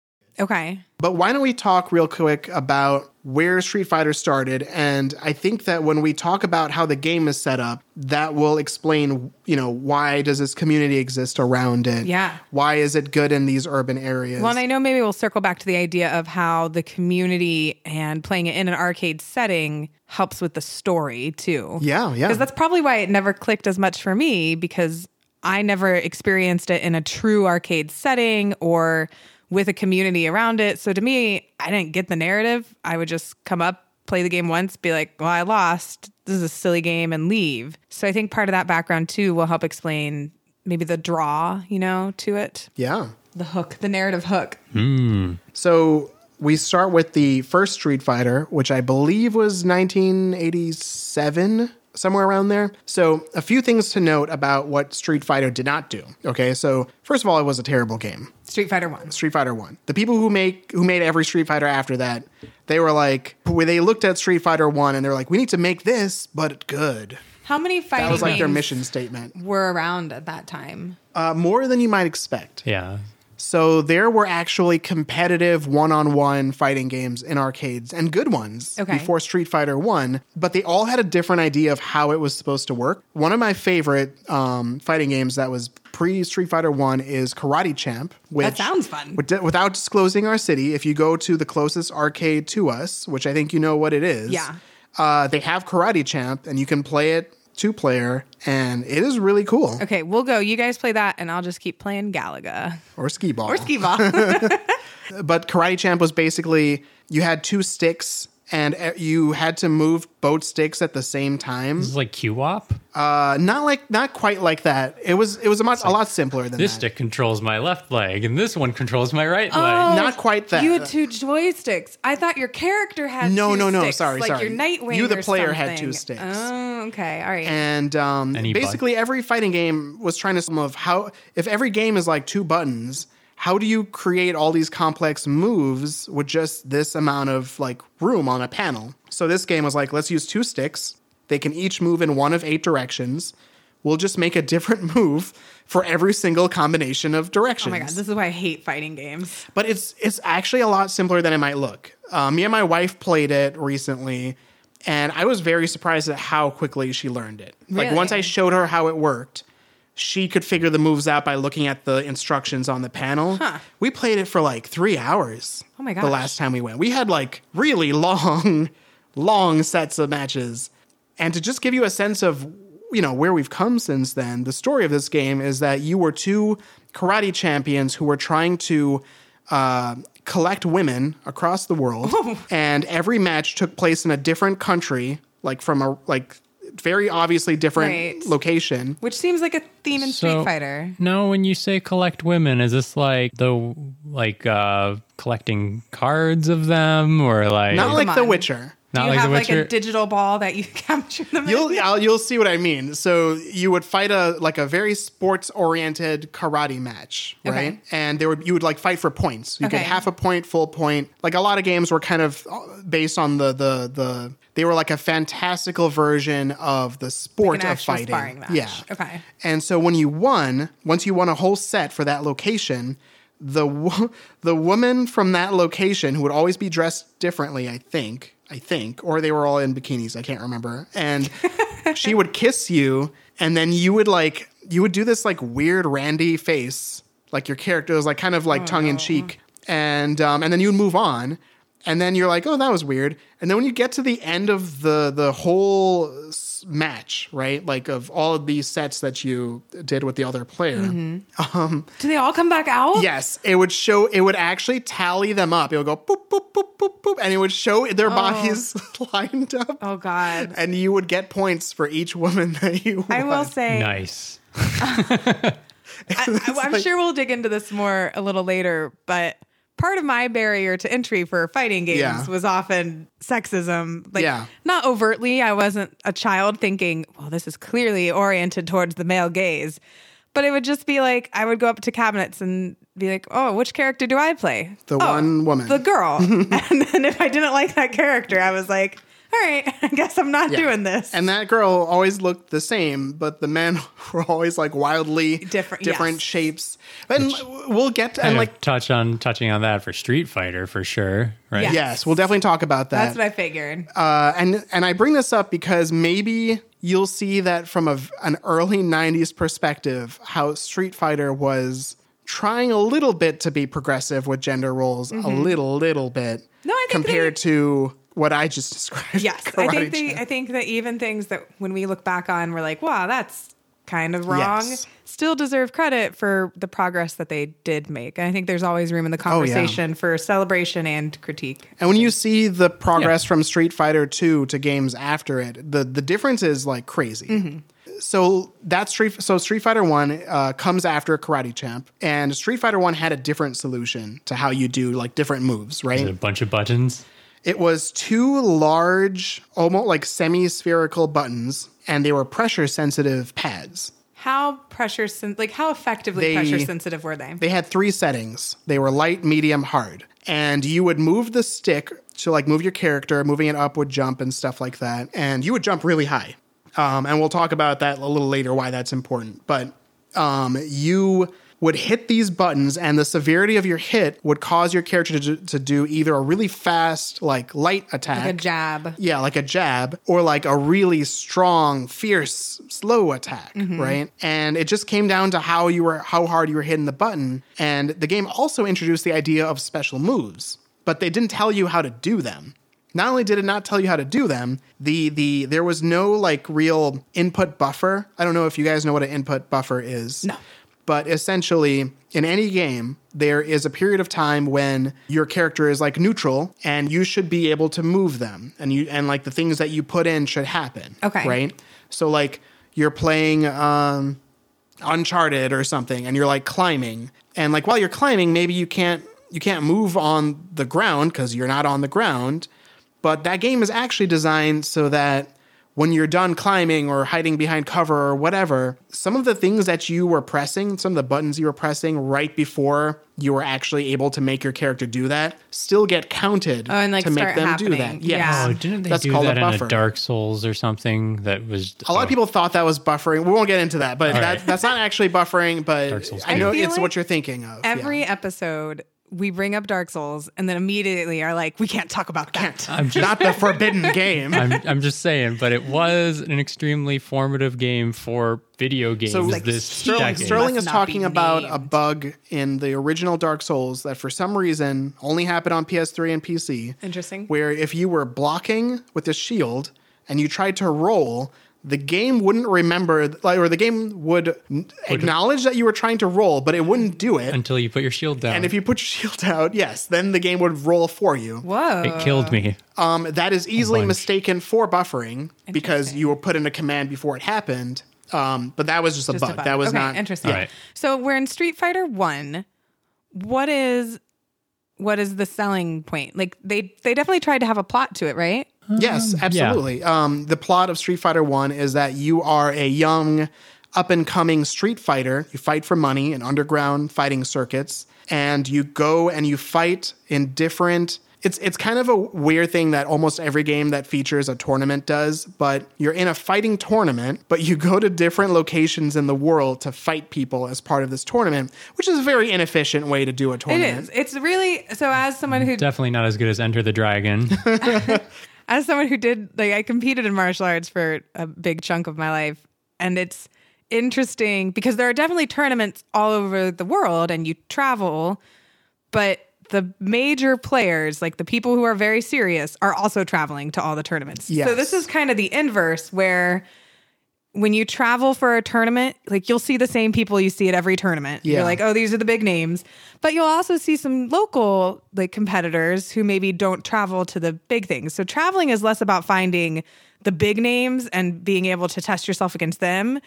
[SPEAKER 1] okay.
[SPEAKER 3] But why don't we talk real quick about where Street Fighter started? And I think that when we talk about how the game is set up, that will explain, you know, why does this community exist around it?
[SPEAKER 1] Yeah.
[SPEAKER 3] Why is it good in these urban areas?
[SPEAKER 1] Well, and I know maybe we'll circle back to the idea of how the community and playing it in an arcade setting helps with the story too.
[SPEAKER 3] yeah, yeah.
[SPEAKER 1] Because that's probably why it never clicked as much for me because I never experienced it in a true arcade setting or with a community around it. So to me, I didn't get the narrative. I would just come up, play the game once, be like, well, I lost. This is a silly game and leave. So I think part of that background too will help explain maybe the draw, you know, to it.
[SPEAKER 3] yeah.
[SPEAKER 1] The hook, the narrative hook.
[SPEAKER 3] So we start with the first Street Fighter, which I believe was 1987, somewhere around there. So a few things to note about what Street Fighter did not do. Okay, so first of all, it was a terrible game.
[SPEAKER 1] Street Fighter 1.
[SPEAKER 3] Street Fighter One. The people who make who made every Street Fighter after that, they were like, when they looked at Street Fighter One and they're like, we need to make this, but good.
[SPEAKER 1] How many fighting
[SPEAKER 3] That was like their
[SPEAKER 1] games
[SPEAKER 3] mission statement.
[SPEAKER 1] were around at that time?
[SPEAKER 3] Uh, more than you might expect.
[SPEAKER 2] Yeah.
[SPEAKER 3] So there were actually competitive one-on-one fighting games in arcades and good ones
[SPEAKER 1] Okay.
[SPEAKER 3] before Street Fighter One, but they all had a different idea of how it was supposed to work. One of my favorite um, fighting games that was pre Street Fighter One is Karate Champ. Which,
[SPEAKER 1] sounds fun.
[SPEAKER 3] wit- Without disclosing our city, if you go to the closest arcade to us, which I think you know what it is,
[SPEAKER 1] Yeah.
[SPEAKER 3] uh, they have Karate Champ, and you can play it two-player, and it is really cool.
[SPEAKER 1] Okay, we'll go. You guys play that, and I'll just keep playing Galaga
[SPEAKER 3] Or skee ball.
[SPEAKER 1] or Skee Ball.
[SPEAKER 3] but Karate Champ was basically you had two sticks and uh, you had to move both sticks at the same time.
[SPEAKER 2] This is like QWOP.
[SPEAKER 1] Uh-huh.
[SPEAKER 3] Uh, not like not quite like that. It was it was a much a lot simpler than
[SPEAKER 2] This
[SPEAKER 3] that.
[SPEAKER 2] stick controls my left leg and this one controls my right
[SPEAKER 1] Oh,
[SPEAKER 2] leg.
[SPEAKER 3] Not quite that. uh,
[SPEAKER 1] You had two joysticks. I thought your character had
[SPEAKER 3] No,
[SPEAKER 1] two
[SPEAKER 3] no, no,
[SPEAKER 1] sticks,
[SPEAKER 3] sorry,
[SPEAKER 1] like
[SPEAKER 3] sorry.
[SPEAKER 1] your Nightwing.
[SPEAKER 3] You, the
[SPEAKER 1] or
[SPEAKER 3] player, had two
[SPEAKER 1] something.
[SPEAKER 3] sticks.
[SPEAKER 1] Oh, okay, all right.
[SPEAKER 3] And um,
[SPEAKER 2] Any button.
[SPEAKER 3] basically, every fighting game was trying to sum of how if every game is like two buttons, how do you create all these complex moves with just this amount of like room on a panel? So this game was like, let's use two sticks. They can each move in one of eight directions. We'll just make a different move for every single combination of
[SPEAKER 1] oh
[SPEAKER 3] directions.
[SPEAKER 1] my god, this is why I hate fighting games.
[SPEAKER 3] but it's it's actually a lot simpler than it might look. Uh, me and my wife played it recently, and I was very surprised at how quickly she learned it. Like
[SPEAKER 1] Really?
[SPEAKER 3] once I showed her how it worked, she could figure the moves out by looking at the instructions on the panel. We played it for like three hours.
[SPEAKER 1] Oh my
[SPEAKER 3] god! The
[SPEAKER 1] gosh.
[SPEAKER 3] last time we went, we had like really long, long sets of matches. And to just give you a sense of you know where we've come since then, the story of this game is that you were two karate champions who were trying to uh, collect women across the world, and every match took place in a different country, like from a like very obviously different
[SPEAKER 1] Right.
[SPEAKER 3] location.
[SPEAKER 1] Which seems like a theme in
[SPEAKER 2] So-
[SPEAKER 1] Street Fighter.
[SPEAKER 2] No, when you say collect women, is this like the like uh collecting cards of them or like
[SPEAKER 3] Not like The
[SPEAKER 1] on.
[SPEAKER 3] Witcher.
[SPEAKER 2] Not
[SPEAKER 1] Do you
[SPEAKER 2] like The
[SPEAKER 1] have like
[SPEAKER 2] Witcher?
[SPEAKER 1] a digital ball that you capture them in?
[SPEAKER 3] You'll I'll, you'll see what I mean. So you would fight a like a very sports oriented karate match,
[SPEAKER 1] Okay.
[SPEAKER 3] right? And there would you would like fight for points. You could
[SPEAKER 1] Okay.
[SPEAKER 3] half a point, full point. Like a lot of games were kind of uh, based on the the the they were like a fantastical version of the sport
[SPEAKER 1] An
[SPEAKER 3] of
[SPEAKER 1] actual
[SPEAKER 3] fighting.
[SPEAKER 1] sparring match.
[SPEAKER 3] Yeah.
[SPEAKER 1] Okay.
[SPEAKER 3] And so when you won, once you won a whole set for that location, the wo- the woman from that location who would always be dressed differently, I think, I think, or they were all in bikinis, I can't remember. And she would kiss you and then you would like you would do this like weird randy face, like your character was like kind of
[SPEAKER 1] Oh,
[SPEAKER 3] like tongue in cheek. And um, and then you'd move on and then you're like, oh, that was weird. And then when you get to the end of the the whole s- match, right? Like of all of these sets that you did with the other player,
[SPEAKER 1] Mm-hmm. Do they all come back out?
[SPEAKER 3] yes, it would show. It would actually tally them up. It would go boop boop boop boop boop, and it would show their bodies lined up,
[SPEAKER 1] Oh god.
[SPEAKER 3] and you would get points for each woman that you.
[SPEAKER 1] I will
[SPEAKER 3] won.
[SPEAKER 1] say
[SPEAKER 2] nice.
[SPEAKER 1] I, am sure we'll dig into this more a little later, but part of my barrier to entry for fighting games
[SPEAKER 3] Yeah.
[SPEAKER 1] was often sexism. Like,
[SPEAKER 3] Yeah.
[SPEAKER 1] not overtly. I wasn't a child thinking, well, this is clearly oriented towards the male gaze. But it would just be like, I would go up to cabinets and be like, oh, which character do I play?
[SPEAKER 3] The
[SPEAKER 1] "Oh,
[SPEAKER 3] one woman."
[SPEAKER 1] The girl. and then if I didn't like that character, I was like, all right, I guess I'm not doing this.
[SPEAKER 3] And that girl always looked the same, but the men were always like wildly
[SPEAKER 1] Different,
[SPEAKER 3] different
[SPEAKER 1] yes.
[SPEAKER 3] shapes. And we'll get to,
[SPEAKER 2] Kind
[SPEAKER 3] and
[SPEAKER 2] of
[SPEAKER 3] like
[SPEAKER 2] touch on touching on that for Street Fighter for sure, right?
[SPEAKER 1] Yeah.
[SPEAKER 3] yes, we'll definitely talk about that.
[SPEAKER 1] That's what I figured.
[SPEAKER 3] uh, and and I bring this up because maybe you'll see that from a, v- an early '90s perspective, how Street Fighter was trying a little bit to be progressive with gender roles, a little little bit.
[SPEAKER 1] Mm-hmm. No, I think they-
[SPEAKER 3] compared to what I just described.
[SPEAKER 1] Yes, I think
[SPEAKER 3] Karate
[SPEAKER 1] they,
[SPEAKER 3] Chop.
[SPEAKER 1] I think that even things that when we look back on, we're like, wow, that's kind of wrong.
[SPEAKER 3] Yes.
[SPEAKER 1] Still deserve credit for the progress that they did make. And I think there's always room in the
[SPEAKER 3] Oh,
[SPEAKER 1] conversation for celebration and critique.
[SPEAKER 3] And when you see the progress from Street Fighter 2 to games after it, the the difference is like crazy. So that Street so Street Fighter 1 uh, comes after Karate Champ and Street Fighter 1 had a different solution to how you do like different moves, right?
[SPEAKER 2] There's a bunch of buttons.
[SPEAKER 3] It was two large almost like semi-spherical buttons and they were pressure sensitive pads.
[SPEAKER 1] How pressure sen- like how effectively
[SPEAKER 3] They-
[SPEAKER 1] pressure sensitive were they?
[SPEAKER 3] They had three settings. They were light, medium, hard. And you would move the stick to like move your character, moving it up would jump and stuff like that. And you would jump really high. Um, and we'll talk about that a little later, why that's important. But um, you would hit these buttons, and the severity of your hit would cause your character to, to do either a really fast, like light attack,
[SPEAKER 1] Like a jab.
[SPEAKER 3] yeah, like a jab or like a really strong, fierce, slow attack, right? And it just came down to how you were how hard you were hitting the button. And the game also introduced the idea of special moves, but they didn't tell you how to do them. Not only did it not tell you how to do them, the the there was no like real input buffer. I don't know if you guys know what an input buffer is. No. But essentially, in any game, there is a period of time when your character is like neutral and you should be able to move them and you and like the things that you put in should happen.
[SPEAKER 1] Okay.
[SPEAKER 3] Right? So like you're playing um Uncharted or something and you're like climbing and like while you're climbing maybe you can't you can't move on the ground cuz you're not on the ground but that game is actually designed so that when you're done climbing or hiding behind cover or whatever some of the things that you were pressing some of the buttons you were pressing right before you were actually able to make your character do that still get counted
[SPEAKER 1] Oh, and, like,
[SPEAKER 3] to make
[SPEAKER 1] start
[SPEAKER 3] them do
[SPEAKER 1] happening.
[SPEAKER 3] that yes
[SPEAKER 1] Yeah.
[SPEAKER 2] Oh, didn't they
[SPEAKER 3] That's
[SPEAKER 2] do
[SPEAKER 3] called a
[SPEAKER 2] that in a
[SPEAKER 3] buffer.
[SPEAKER 2] Dark Souls or something that was um,
[SPEAKER 3] a lot of people thought that was buffering. We won't get into that, but
[SPEAKER 2] Oh. All
[SPEAKER 3] that,
[SPEAKER 2] right.
[SPEAKER 3] that's not actually buffering. But
[SPEAKER 2] Dark Souls
[SPEAKER 3] I know
[SPEAKER 1] I feel
[SPEAKER 3] it's
[SPEAKER 1] like
[SPEAKER 3] what you're thinking of. yeah.
[SPEAKER 1] Every episode we bring up Dark Souls and then immediately are like, we can't talk about that.
[SPEAKER 2] I'm just,
[SPEAKER 3] not the forbidden game.
[SPEAKER 2] I'm, I'm just saying, but it was an extremely formative game for video games
[SPEAKER 3] So
[SPEAKER 2] this
[SPEAKER 3] Sterling,
[SPEAKER 2] decade.
[SPEAKER 3] Sterling
[SPEAKER 1] Must
[SPEAKER 3] is
[SPEAKER 1] not
[SPEAKER 3] talking
[SPEAKER 1] be
[SPEAKER 3] about a
[SPEAKER 1] named.
[SPEAKER 3] bug in the original Dark Souls that for some reason only happened on PS3 and PC.
[SPEAKER 1] Interesting.
[SPEAKER 3] Where if you were blocking with a shield and you tried to roll, the game wouldn't remember, like, or the game would acknowledge that you were trying to roll, but it wouldn't do it.
[SPEAKER 2] until you put your shield down.
[SPEAKER 3] And if you put your shield out, yes, then the game would roll for you. uh,
[SPEAKER 1] Whoa.
[SPEAKER 2] it killed me.
[SPEAKER 3] Um, that is easily
[SPEAKER 2] bunch.
[SPEAKER 3] mistaken for buffering because you were put in a command before it happened. Um, but that was just a,
[SPEAKER 1] Just
[SPEAKER 3] bug.
[SPEAKER 1] a bug.
[SPEAKER 3] That was
[SPEAKER 1] okay,
[SPEAKER 3] not
[SPEAKER 1] interesting.
[SPEAKER 2] All right.
[SPEAKER 1] So we're in Street Fighter One. What is what is the selling point? Like they they definitely tried to have a plot to it, right?
[SPEAKER 3] Yes, absolutely. Um, the plot of Street Fighter One is that you are a young, up and coming street fighter. You fight for money in underground fighting circuits, and you go and you fight in different. It's it's kind of a weird thing that almost every game that features a tournament does, but you're in a fighting tournament, but you go to different locations in the world to fight people as part of this tournament, which is a very inefficient way to do a
[SPEAKER 1] It
[SPEAKER 3] tournament.
[SPEAKER 1] is. It's really so as someone who
[SPEAKER 2] Definitely not as good as Enter the Dragon.
[SPEAKER 1] as someone who did like I competed in martial arts for a big chunk of my life and it's interesting because there are definitely tournaments all over the world and you travel but the major players like the people who are very serious are also traveling to all the tournaments.
[SPEAKER 3] Yes.
[SPEAKER 1] So this is kind of the inverse where when you travel for a tournament, like you'll see the same people you see at every tournament.
[SPEAKER 3] Yeah.
[SPEAKER 1] You're like, oh, these are the big names. But you'll also see some local like competitors who maybe don't travel to the big things. So traveling is less about finding the big names and being able to test yourself against them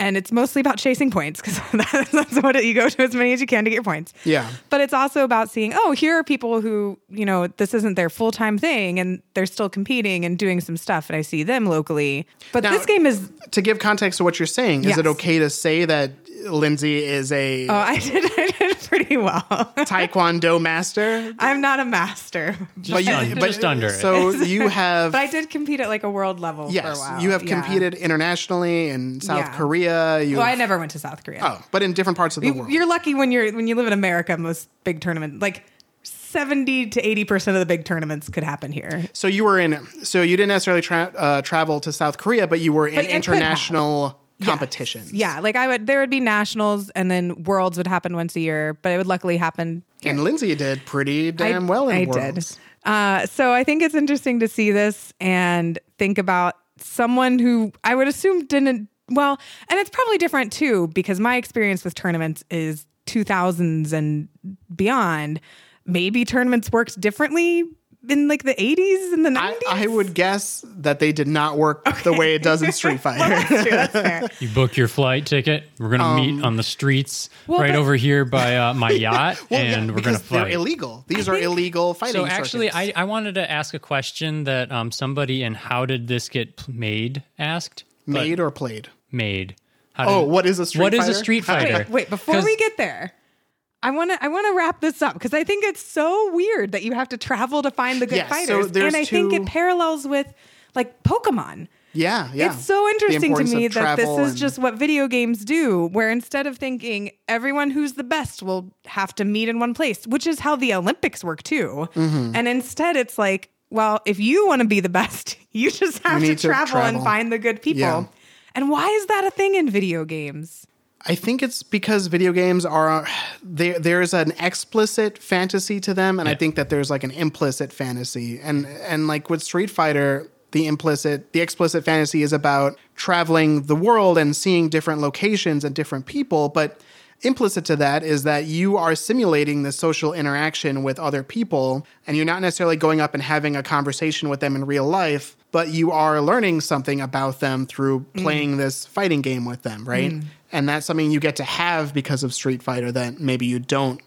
[SPEAKER 1] and it's mostly about chasing points because that's, that's what it, you go to as many as you can to get your points.
[SPEAKER 3] Yeah.
[SPEAKER 1] But it's also about seeing, oh, here are people who, you know, this isn't their full time thing and they're still competing and doing some stuff. And I see them locally. But
[SPEAKER 3] Now-
[SPEAKER 1] this game is,
[SPEAKER 3] To give context to what you're saying, is it
[SPEAKER 1] Yes.
[SPEAKER 3] okay to say that Lindsay is a
[SPEAKER 1] oh, I did, I did pretty well.
[SPEAKER 3] Taekwondo master?
[SPEAKER 1] I'm not a master,
[SPEAKER 2] Just, un- just under it.
[SPEAKER 3] So you have
[SPEAKER 1] but I did compete at like a world level for
[SPEAKER 3] yes,
[SPEAKER 1] a while.
[SPEAKER 3] you have
[SPEAKER 1] Yeah.
[SPEAKER 3] competed internationally in South
[SPEAKER 1] Yeah.
[SPEAKER 3] Korea. You
[SPEAKER 1] Well, I never went to South Korea.
[SPEAKER 3] oh, but in different parts of the world.
[SPEAKER 1] You're lucky when you're when you live in America. Most big tournaments, like seventy to eighty percent of the big tournaments, could happen here.
[SPEAKER 3] So you were in. So you didn't necessarily tra- uh, travel to South Korea, but you were in
[SPEAKER 1] But it could
[SPEAKER 3] international competitions.
[SPEAKER 1] Yeah, like I would. There would be nationals, and then worlds would happen once a year. But it would luckily happen.
[SPEAKER 3] And Lindsay did pretty damn
[SPEAKER 1] I,
[SPEAKER 3] well in
[SPEAKER 1] I
[SPEAKER 3] Worlds.
[SPEAKER 1] did. Uh, so I think it's interesting to see this and think about someone who I would assume didn't. Well, and it's probably different too because my experience with tournaments is 2000s and beyond. Maybe tournaments worked differently in like the 80s and the 90s.
[SPEAKER 3] I, I would guess that they did not work the way it does in Street Fighter.
[SPEAKER 1] True, that's fair.
[SPEAKER 2] you book your flight ticket. We're gonna meet
[SPEAKER 3] Um,
[SPEAKER 2] on the streets
[SPEAKER 1] well,
[SPEAKER 2] right
[SPEAKER 1] but-
[SPEAKER 2] over here by uh, my yacht,
[SPEAKER 3] Well, yeah,
[SPEAKER 2] and we're gonna
[SPEAKER 3] because
[SPEAKER 2] fight.
[SPEAKER 3] They're illegal. These are illegal fighting.
[SPEAKER 2] So actually,
[SPEAKER 3] circuits.
[SPEAKER 2] I, I wanted to ask a question that um, somebody in "How did this get p- made?" asked but
[SPEAKER 3] made or played.
[SPEAKER 2] made. How
[SPEAKER 3] Oh,
[SPEAKER 2] did-
[SPEAKER 3] what is a Street
[SPEAKER 2] what is
[SPEAKER 3] Fighter?
[SPEAKER 2] a Street Fighter?
[SPEAKER 1] Wait, wait, before
[SPEAKER 2] 'Cause-
[SPEAKER 1] we get there, I want to I want to wrap this up because I think it's so weird that you have to travel to find the good
[SPEAKER 3] Yes, so
[SPEAKER 1] fighters,
[SPEAKER 3] there's
[SPEAKER 1] and I think
[SPEAKER 3] two-
[SPEAKER 1] it parallels with like Pokemon.
[SPEAKER 3] Yeah, yeah.
[SPEAKER 1] It's so
[SPEAKER 3] The
[SPEAKER 1] interesting to
[SPEAKER 3] importance
[SPEAKER 1] me
[SPEAKER 3] of
[SPEAKER 1] that this
[SPEAKER 3] travel
[SPEAKER 1] is
[SPEAKER 3] and-
[SPEAKER 1] just what video games do, where instead of thinking everyone who's the best will have to meet in one place, which is how the Olympics work too.
[SPEAKER 3] Mm-hmm.
[SPEAKER 1] And instead, it's like, well, if you want to be the best, you just have to,
[SPEAKER 3] need to
[SPEAKER 1] travel, and
[SPEAKER 3] travel.
[SPEAKER 1] find the good people.
[SPEAKER 3] Yeah.
[SPEAKER 1] And why is that a thing in video games?
[SPEAKER 3] I think it's because video games are there. There's an explicit fantasy to them, and I
[SPEAKER 2] Yeah.
[SPEAKER 3] think that there's like an implicit fantasy, and and like with Street Fighter, the implicit, the explicit fantasy is about traveling the world and seeing different locations and different people, but. Implicit to that is that you are simulating the social interaction with other people, and you're not necessarily going up and having a conversation with them in real life, but you are learning something about them through playing this fighting game with them, right? And that's something you get to have because of Street Fighter that maybe you don't.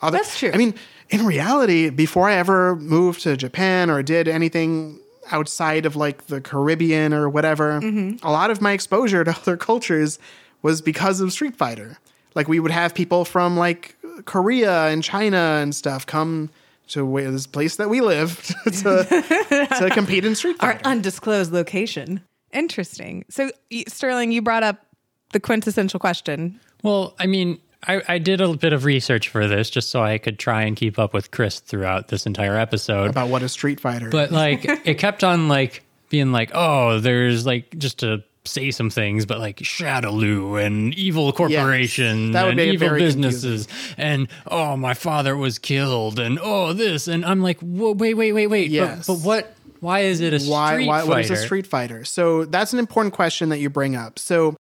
[SPEAKER 3] Other-
[SPEAKER 1] That's true.
[SPEAKER 3] I mean, in reality, before I ever moved to Japan or did anything outside of like the Caribbean or whatever,
[SPEAKER 1] Mm-hmm.
[SPEAKER 3] a lot of my exposure to other cultures was because of Street Fighter. Like we would have people from like Korea and China and stuff come to where this place that we live to, to compete in Street
[SPEAKER 1] our
[SPEAKER 3] Fighter.
[SPEAKER 1] undisclosed location. Interesting. So, y- Sterling, you brought up the quintessential question.
[SPEAKER 2] Well, I mean, I, I did a bit of research for this just so I could try and keep up with Chris throughout this entire episode.
[SPEAKER 3] about what a Street Fighter. is.
[SPEAKER 2] But like, it kept on like being like, oh, there's like just to say some things, but like Shadowloo and evil corporations
[SPEAKER 3] That would
[SPEAKER 2] and
[SPEAKER 3] make it
[SPEAKER 2] evil
[SPEAKER 3] very
[SPEAKER 2] businesses and oh, my father was killed and oh this and I'm like, whoa, wait, wait, wait, wait. But-
[SPEAKER 3] Yes.
[SPEAKER 2] But, what? Why is it a
[SPEAKER 3] why
[SPEAKER 2] street
[SPEAKER 3] why what is a
[SPEAKER 2] fighter?
[SPEAKER 3] street fighter so that's an important question that you bring up so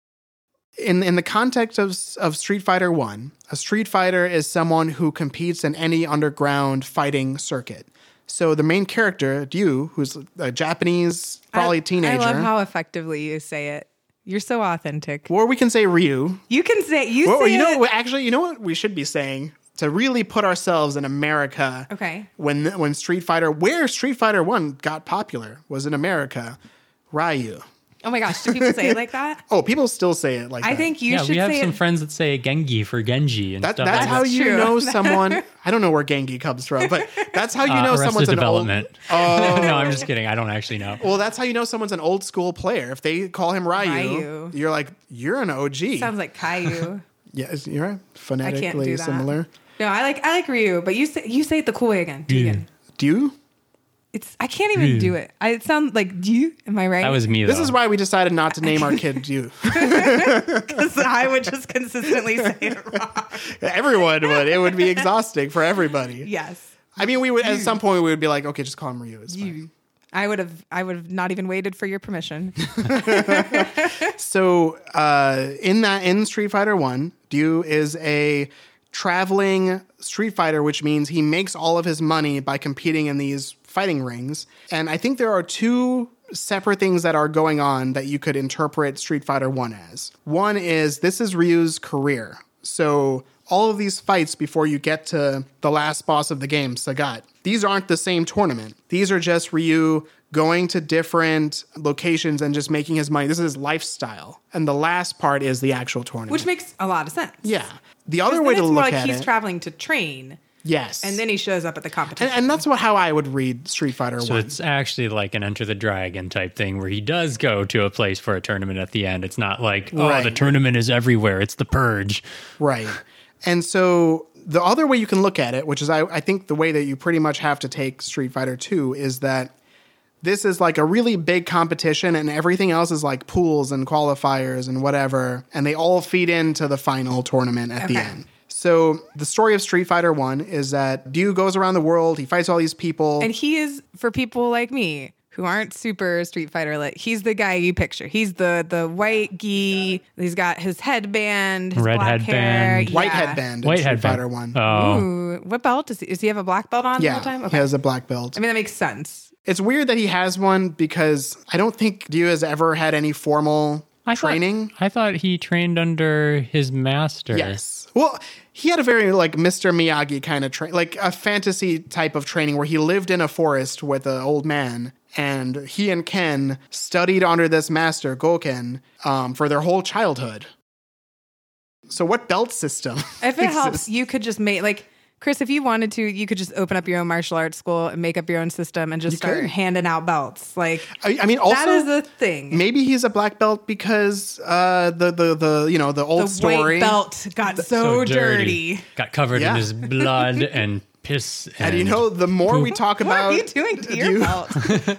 [SPEAKER 3] in in the context of of street fighter 1 a street fighter is someone who competes in any underground fighting circuit so the main character Ryu who's a Japanese probably
[SPEAKER 1] I-
[SPEAKER 3] teenager
[SPEAKER 1] I love how effectively you say it. You're so authentic.
[SPEAKER 3] or we can say Ryu
[SPEAKER 1] You can say you
[SPEAKER 3] or
[SPEAKER 1] say
[SPEAKER 3] you know
[SPEAKER 1] it-
[SPEAKER 3] actually you know what we should be saying to really put ourselves in America
[SPEAKER 1] Okay.
[SPEAKER 3] when when Street Fighter where Street Fighter 1 got popular was in America Ryu
[SPEAKER 1] Oh my gosh, do people say it like that?
[SPEAKER 3] Oh, people still say it like
[SPEAKER 1] I
[SPEAKER 3] that.
[SPEAKER 1] think you
[SPEAKER 2] yeah,
[SPEAKER 1] should
[SPEAKER 2] we have
[SPEAKER 1] say
[SPEAKER 2] some
[SPEAKER 1] it.
[SPEAKER 2] friends that say Gengi for Genji and
[SPEAKER 3] that,
[SPEAKER 2] stuff.
[SPEAKER 3] that's
[SPEAKER 2] like
[SPEAKER 3] how
[SPEAKER 2] that.
[SPEAKER 3] you
[SPEAKER 1] true.
[SPEAKER 3] know someone. I don't know where Gengi comes from, but that's how you
[SPEAKER 2] Uh,
[SPEAKER 3] know
[SPEAKER 2] Arrested
[SPEAKER 3] someone's an old. Oh.
[SPEAKER 2] development. no, I'm just kidding. I don't actually know.
[SPEAKER 3] Well, that's how you know someone's an old school player. If they call him Ryu,
[SPEAKER 1] Ryu.
[SPEAKER 3] you're like you're an OG.
[SPEAKER 1] Sounds like Caillou.
[SPEAKER 3] yes, you're right.
[SPEAKER 1] I can't
[SPEAKER 3] phonetically
[SPEAKER 1] do that.
[SPEAKER 3] similar.
[SPEAKER 1] No, I like I like Ryu, but you say you say it the cool way again. Tegan.
[SPEAKER 3] Do you?
[SPEAKER 1] It's I can't even do it. I it sounds like do you? Am I right?
[SPEAKER 2] That was me. Though.
[SPEAKER 3] This is why we decided not to name our kid you.
[SPEAKER 1] because I would just consistently say it wrong.
[SPEAKER 3] Everyone would. It would be exhausting for everybody.
[SPEAKER 1] Yes.
[SPEAKER 3] I mean, we would at some point we would be like, okay, just call him Ryu. It's fine.
[SPEAKER 1] I would have I would have not even waited for your permission.
[SPEAKER 3] So uh, in that in Street Fighter One, Ryu is a traveling Street Fighter, which means he makes all of his money by competing in these fighting rings. And I think there are two separate things that are going on that you could interpret Street Fighter 1 as. One is this is Ryu's career. So all of these fights before you get to the last boss of the game, Sagat, these aren't the same tournament. These are just Ryu going to different locations and just making his money. This is his lifestyle. And the last part is the actual tournament.
[SPEAKER 1] which makes a lot of sense.
[SPEAKER 3] yeah. The other
[SPEAKER 1] Then
[SPEAKER 3] way
[SPEAKER 1] it's
[SPEAKER 3] to
[SPEAKER 1] more
[SPEAKER 3] look
[SPEAKER 1] like
[SPEAKER 3] at
[SPEAKER 1] he's
[SPEAKER 3] it,
[SPEAKER 1] traveling to train,
[SPEAKER 3] yes,
[SPEAKER 1] and then he shows up at the competition.
[SPEAKER 3] and, and that's what how I would read Street Fighter
[SPEAKER 2] So
[SPEAKER 3] One.
[SPEAKER 2] it's actually like an Enter the Dragon type thing where he does go to a place for a tournament at the end. It's not like, oh,
[SPEAKER 3] Right.
[SPEAKER 2] the tournament is everywhere. It's the purge.
[SPEAKER 3] Right. And so the other way you can look at it, which is I, I think the way that you pretty much have to take Street Fighter 2 is that this is like a really big competition and everything else is like pools and qualifiers and whatever and they all feed into the final tournament at the
[SPEAKER 1] Okay.
[SPEAKER 3] end. So the story of Street Fighter 1 is that Ryu goes around the world, he fights all these people.
[SPEAKER 1] And he is for people like me who aren't super Street Fighter lit. He's the guy you picture. He's the the white gi. He's got his headband, his
[SPEAKER 2] Red
[SPEAKER 1] black hair.
[SPEAKER 2] headband.
[SPEAKER 3] White
[SPEAKER 1] Yeah.
[SPEAKER 3] headband in
[SPEAKER 2] White
[SPEAKER 3] Street
[SPEAKER 2] headband.
[SPEAKER 3] Fighter 1.
[SPEAKER 2] Oh,
[SPEAKER 1] Ooh, what belt does he? Does he have a black belt on
[SPEAKER 3] yeah.
[SPEAKER 1] the whole time?
[SPEAKER 3] He
[SPEAKER 1] Okay.
[SPEAKER 3] has a black belt.
[SPEAKER 1] I mean that makes sense.
[SPEAKER 3] It's weird that he has one because I don't think Ryu has ever had any formal
[SPEAKER 2] thought-
[SPEAKER 3] training.
[SPEAKER 2] I thought he trained under his master.
[SPEAKER 3] Yes. Well, he had a very like Mr. Miyagi kind of train, like a fantasy type of training where he lived in a forest with an old man, and he and Ken studied under this master Goken um, for their whole childhood. So, what belt system?
[SPEAKER 1] If it helps,
[SPEAKER 3] exists?
[SPEAKER 1] you could just make like Chris, if you wanted to, you could just open up your own martial arts school and make up your own system and just
[SPEAKER 3] You
[SPEAKER 1] start
[SPEAKER 3] could.
[SPEAKER 1] handing out belts. Like
[SPEAKER 3] I, I mean, also
[SPEAKER 1] that is a thing.
[SPEAKER 3] maybe he's a black belt because uh, the the the you know the old
[SPEAKER 1] the
[SPEAKER 3] story.
[SPEAKER 1] white belt got so, dirty.
[SPEAKER 2] Got covered
[SPEAKER 3] Yeah.
[SPEAKER 2] in his blood and piss. And,
[SPEAKER 3] And you know, the more we talk
[SPEAKER 1] What are
[SPEAKER 3] about
[SPEAKER 1] you doing to your
[SPEAKER 3] you-
[SPEAKER 1] belt?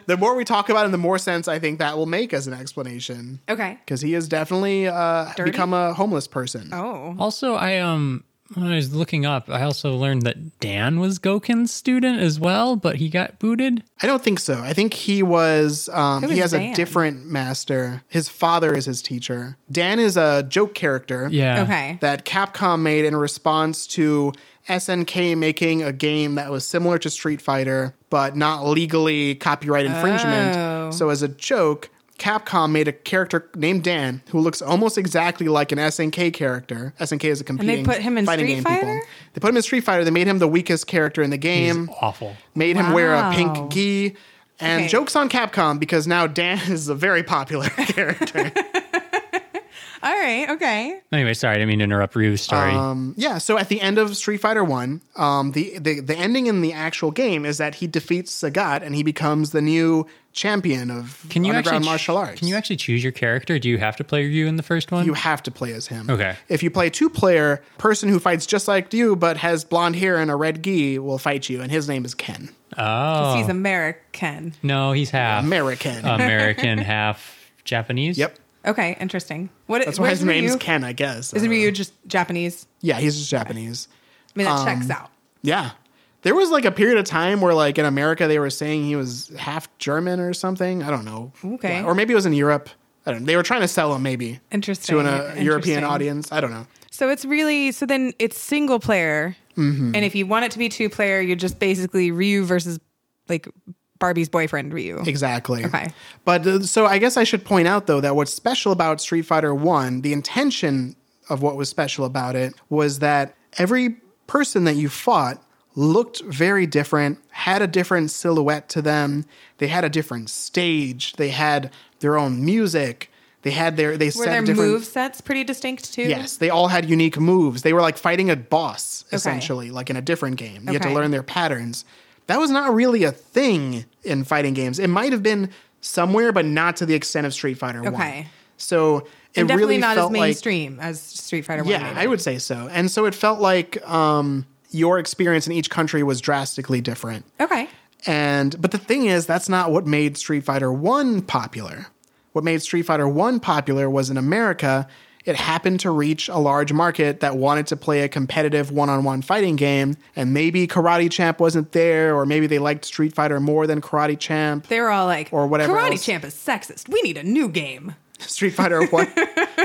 [SPEAKER 3] the more we talk about it, the more sense I think that will make as an explanation.
[SPEAKER 1] Okay.
[SPEAKER 3] because he has definitely uh,
[SPEAKER 1] Dirty?
[SPEAKER 3] become a homeless person.
[SPEAKER 1] Oh.
[SPEAKER 2] Also, I um when I was looking up, I also learned that Dan was Goken's student as well, but he got booted.
[SPEAKER 3] I don't think so. I think he was. Um,
[SPEAKER 1] Who
[SPEAKER 3] he
[SPEAKER 1] is
[SPEAKER 3] has
[SPEAKER 1] Dan?
[SPEAKER 3] a different master. His father is his teacher. Dan is a joke character.
[SPEAKER 2] Yeah.
[SPEAKER 1] Okay.
[SPEAKER 3] That Capcom made in response to SNK making a game that was similar to Street Fighter, but not legally copyright infringement.
[SPEAKER 1] Oh.
[SPEAKER 3] So, as a joke, Capcom made a character named Dan who looks almost exactly like an SNK character. SNK is a competing
[SPEAKER 1] put him in
[SPEAKER 3] fighting
[SPEAKER 1] Street
[SPEAKER 3] game
[SPEAKER 1] Fighter?
[SPEAKER 3] people. They put him in Street Fighter. They made him the weakest character in the
[SPEAKER 2] He's
[SPEAKER 3] game
[SPEAKER 2] awful.
[SPEAKER 3] made him wear a
[SPEAKER 1] Wow.
[SPEAKER 3] pink gi. And
[SPEAKER 1] Okay.
[SPEAKER 3] jokes on Capcom because now Dan is a very popular character.
[SPEAKER 1] All right. Okay.
[SPEAKER 2] Anyway, sorry, I didn't mean to interrupt Ryu's story.
[SPEAKER 3] um, yeah, so at the end of Street Fighter One, um, the, the the ending in the actual game is that he defeats Sagat and he becomes the new champion of
[SPEAKER 2] can you
[SPEAKER 3] underground
[SPEAKER 2] actually ch-
[SPEAKER 3] martial arts.
[SPEAKER 2] Can you actually choose your character? Do you have to play Ryu in the first one?
[SPEAKER 3] you have to play as him.
[SPEAKER 2] Okay.
[SPEAKER 3] If you play two player, person who fights just like you but has blonde hair and a red gi will fight you, and his name is Ken.
[SPEAKER 2] oh
[SPEAKER 1] He's American.
[SPEAKER 2] no, he's half
[SPEAKER 3] American.
[SPEAKER 2] Uh, American, half Japanese.
[SPEAKER 3] yep.
[SPEAKER 1] Okay. Interesting. What?
[SPEAKER 3] That's why his name's
[SPEAKER 1] Ryu?
[SPEAKER 3] Ken, I guess.
[SPEAKER 1] Is
[SPEAKER 3] I don't know.
[SPEAKER 1] Ryu just Japanese?
[SPEAKER 3] Yeah, he's just Japanese.
[SPEAKER 1] I mean, that
[SPEAKER 3] Um,
[SPEAKER 1] checks out.
[SPEAKER 3] Yeah. There was like a period of time where like in America they were saying he was half German or something. I don't know.
[SPEAKER 1] Okay.
[SPEAKER 3] Why. Or maybe it was in Europe. I don't know. They were trying to sell him maybe
[SPEAKER 1] Interesting.
[SPEAKER 3] to an uh, European
[SPEAKER 1] Interesting.
[SPEAKER 3] audience. I don't know.
[SPEAKER 1] So it's really so then it's single player,
[SPEAKER 3] Mm-hmm.
[SPEAKER 1] and if you want it to be two player, you're just basically Ryu versus like Barbie's boyfriend Ryu.
[SPEAKER 3] Exactly.
[SPEAKER 1] Okay.
[SPEAKER 3] But uh, so I guess I should point out though that what's special about Street Fighter 1, the intention of what was special about it was that every person that you fought looked very different, had a different silhouette to them. They had a different stage, they had their own music, they had their they
[SPEAKER 1] Were
[SPEAKER 3] set
[SPEAKER 1] their
[SPEAKER 3] different
[SPEAKER 1] move sets pretty distinct too?
[SPEAKER 3] Yes, they all had unique moves. They were like fighting a boss essentially, like in a different game. You had to
[SPEAKER 1] Okay.
[SPEAKER 3] learn their patterns. That was not really a thing in fighting games. It might have been somewhere, but not to the extent of Street Fighter One.
[SPEAKER 1] Okay.
[SPEAKER 3] So it
[SPEAKER 1] and definitely
[SPEAKER 3] really
[SPEAKER 1] not as
[SPEAKER 3] felt like
[SPEAKER 1] mainstream as Street Fighter. One
[SPEAKER 3] yeah,
[SPEAKER 1] maybe.
[SPEAKER 3] I would say so. And so it felt like um, your experience in each country was drastically different.
[SPEAKER 1] Okay.
[SPEAKER 3] And but the thing is, that's not what made Street Fighter One popular. What made Street Fighter One popular was in America, it happened to reach a large market that wanted to play a competitive one-on-one fighting game, and maybe Karate Champ wasn't there, or maybe they liked Street Fighter more than Karate Champ.
[SPEAKER 1] They were all like,
[SPEAKER 3] Or whatever
[SPEAKER 1] Karate
[SPEAKER 3] else.
[SPEAKER 1] Champ is sexist. We need a new game.
[SPEAKER 3] Street Fighter One.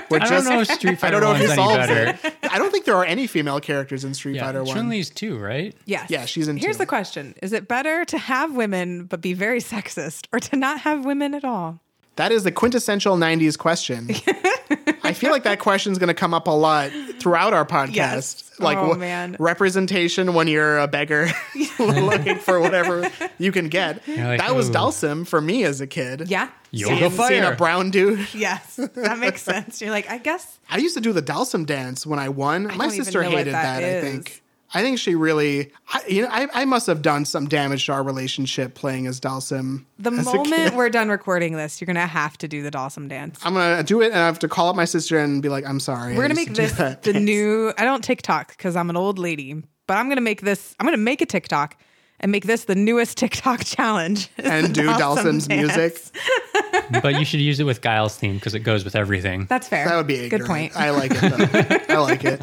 [SPEAKER 3] Which
[SPEAKER 2] I don't know if Street
[SPEAKER 3] I
[SPEAKER 2] Fighter
[SPEAKER 3] don't know if
[SPEAKER 2] one's
[SPEAKER 3] it
[SPEAKER 2] any
[SPEAKER 3] solves
[SPEAKER 2] better.
[SPEAKER 3] it. I don't think there are any female characters in Street Fighter
[SPEAKER 2] Yeah,
[SPEAKER 3] One.
[SPEAKER 2] Chun Li's too, right?
[SPEAKER 1] Yes.
[SPEAKER 3] Yeah, she's in
[SPEAKER 1] Here's
[SPEAKER 3] two.
[SPEAKER 1] the question Is it better to have women but be very sexist or to not have women at all?
[SPEAKER 3] That is the quintessential 90s question. I feel like that question's going to come up a lot throughout our podcast.
[SPEAKER 1] Yes.
[SPEAKER 3] Like
[SPEAKER 1] Oh,
[SPEAKER 3] wh-
[SPEAKER 1] man.
[SPEAKER 3] representation when you're a beggar looking for whatever you can get.
[SPEAKER 2] You're like,
[SPEAKER 3] that was
[SPEAKER 2] ooh.
[SPEAKER 3] Dalsim for me as a kid.
[SPEAKER 1] Yeah.
[SPEAKER 2] Yoga
[SPEAKER 3] Seeing, seeing a
[SPEAKER 2] fire.
[SPEAKER 3] brown dude.
[SPEAKER 1] Yes. That makes sense. You're like, I guess
[SPEAKER 3] I used to do the Dalsim dance when I won. My
[SPEAKER 1] don't even
[SPEAKER 3] sister
[SPEAKER 1] know what
[SPEAKER 3] hated
[SPEAKER 1] that
[SPEAKER 3] that, I
[SPEAKER 1] is.
[SPEAKER 3] think. I think she really, I, you know, I, I must have done some damage to our relationship playing as Dalsim.
[SPEAKER 1] the
[SPEAKER 3] as a kid.
[SPEAKER 1] moment we're done recording this, you're going to have to do the Dawson dance.
[SPEAKER 3] I'm gonna do it, and I have to call up my sister and be like, "I'm sorry."
[SPEAKER 1] We're
[SPEAKER 3] I
[SPEAKER 1] gonna
[SPEAKER 3] used
[SPEAKER 1] make
[SPEAKER 3] to do
[SPEAKER 1] this
[SPEAKER 3] that
[SPEAKER 1] the
[SPEAKER 3] dance."
[SPEAKER 1] new. I don't TikTok because I'm an old lady, but I'm gonna make this. I'm gonna make a TikTok and make this the newest TikTok challenge.
[SPEAKER 3] and do
[SPEAKER 1] Dawson
[SPEAKER 3] Dalsim's music.
[SPEAKER 1] dance.
[SPEAKER 2] But you should use it with Guile's theme because it goes with everything.
[SPEAKER 1] That's fair.
[SPEAKER 3] That would be
[SPEAKER 1] good
[SPEAKER 3] ignorant.
[SPEAKER 1] point.
[SPEAKER 3] I like it. Though. I like it.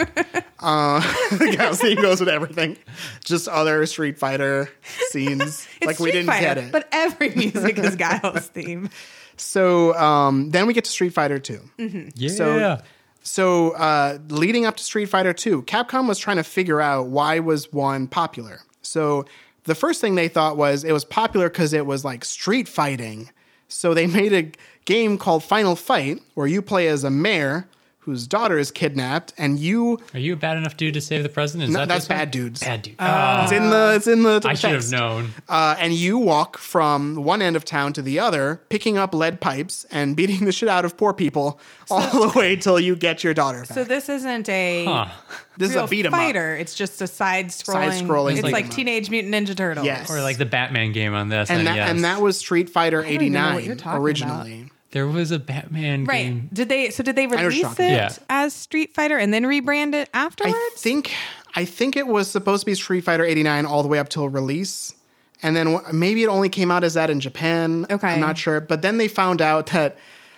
[SPEAKER 3] Uh, the Gal scene goes with everything. Just other Street Fighter scenes.
[SPEAKER 1] It's
[SPEAKER 3] like we
[SPEAKER 1] Street
[SPEAKER 3] didn't
[SPEAKER 1] Fighter,
[SPEAKER 3] get it.
[SPEAKER 1] but every music is Guile's theme.
[SPEAKER 3] so um, then we get to Street Fighter Two.
[SPEAKER 1] Mm-hmm.
[SPEAKER 2] Yeah.
[SPEAKER 3] So, so uh, leading up to Street Fighter Two, Capcom was trying to figure out why was one popular. So the first thing they thought was it was popular because it was like street fighting. So they made a game called Final Fight where you play as a mayor whose daughter is kidnapped, and you
[SPEAKER 2] Are you a bad enough dude to save the president? Is
[SPEAKER 3] No,
[SPEAKER 2] that
[SPEAKER 3] that's
[SPEAKER 2] this one?
[SPEAKER 3] Bad Dudes.
[SPEAKER 2] Bad Ah. dude.
[SPEAKER 3] it's in the it's in the
[SPEAKER 2] I should have
[SPEAKER 3] text.
[SPEAKER 2] known.
[SPEAKER 3] Uh, and you walk from one end of town to the other, picking up lead pipes and beating the shit out of poor people all the way till you get your daughter. Back.
[SPEAKER 1] So this isn't a
[SPEAKER 2] Huh.
[SPEAKER 3] this is
[SPEAKER 1] real
[SPEAKER 3] a beat 'em up.
[SPEAKER 1] fighter. It's just a side scrolling.
[SPEAKER 3] Side-scrolling
[SPEAKER 1] It's
[SPEAKER 3] beat 'em
[SPEAKER 1] like
[SPEAKER 3] up.
[SPEAKER 1] Teenage Mutant Ninja Turtles.
[SPEAKER 3] Yes.
[SPEAKER 2] Or like the Batman game on this.
[SPEAKER 3] and
[SPEAKER 2] uh,
[SPEAKER 3] that,
[SPEAKER 2] yes.
[SPEAKER 3] and that was Street Fighter
[SPEAKER 1] don't even know what you're
[SPEAKER 3] '89
[SPEAKER 1] talking
[SPEAKER 3] originally.
[SPEAKER 2] there was a Batman
[SPEAKER 1] Right.
[SPEAKER 2] game.
[SPEAKER 1] Did they? So did they
[SPEAKER 3] know what you're
[SPEAKER 1] release it
[SPEAKER 3] talking
[SPEAKER 2] about. Mm-hmm. Yeah.
[SPEAKER 1] as Street Fighter and then rebrand it afterwards?
[SPEAKER 3] I think I think it was supposed to be Street Fighter '89 all the way up till release, and then wh- maybe it only came out as that in Japan.
[SPEAKER 1] Okay.
[SPEAKER 3] I'm not sure. But then they found out that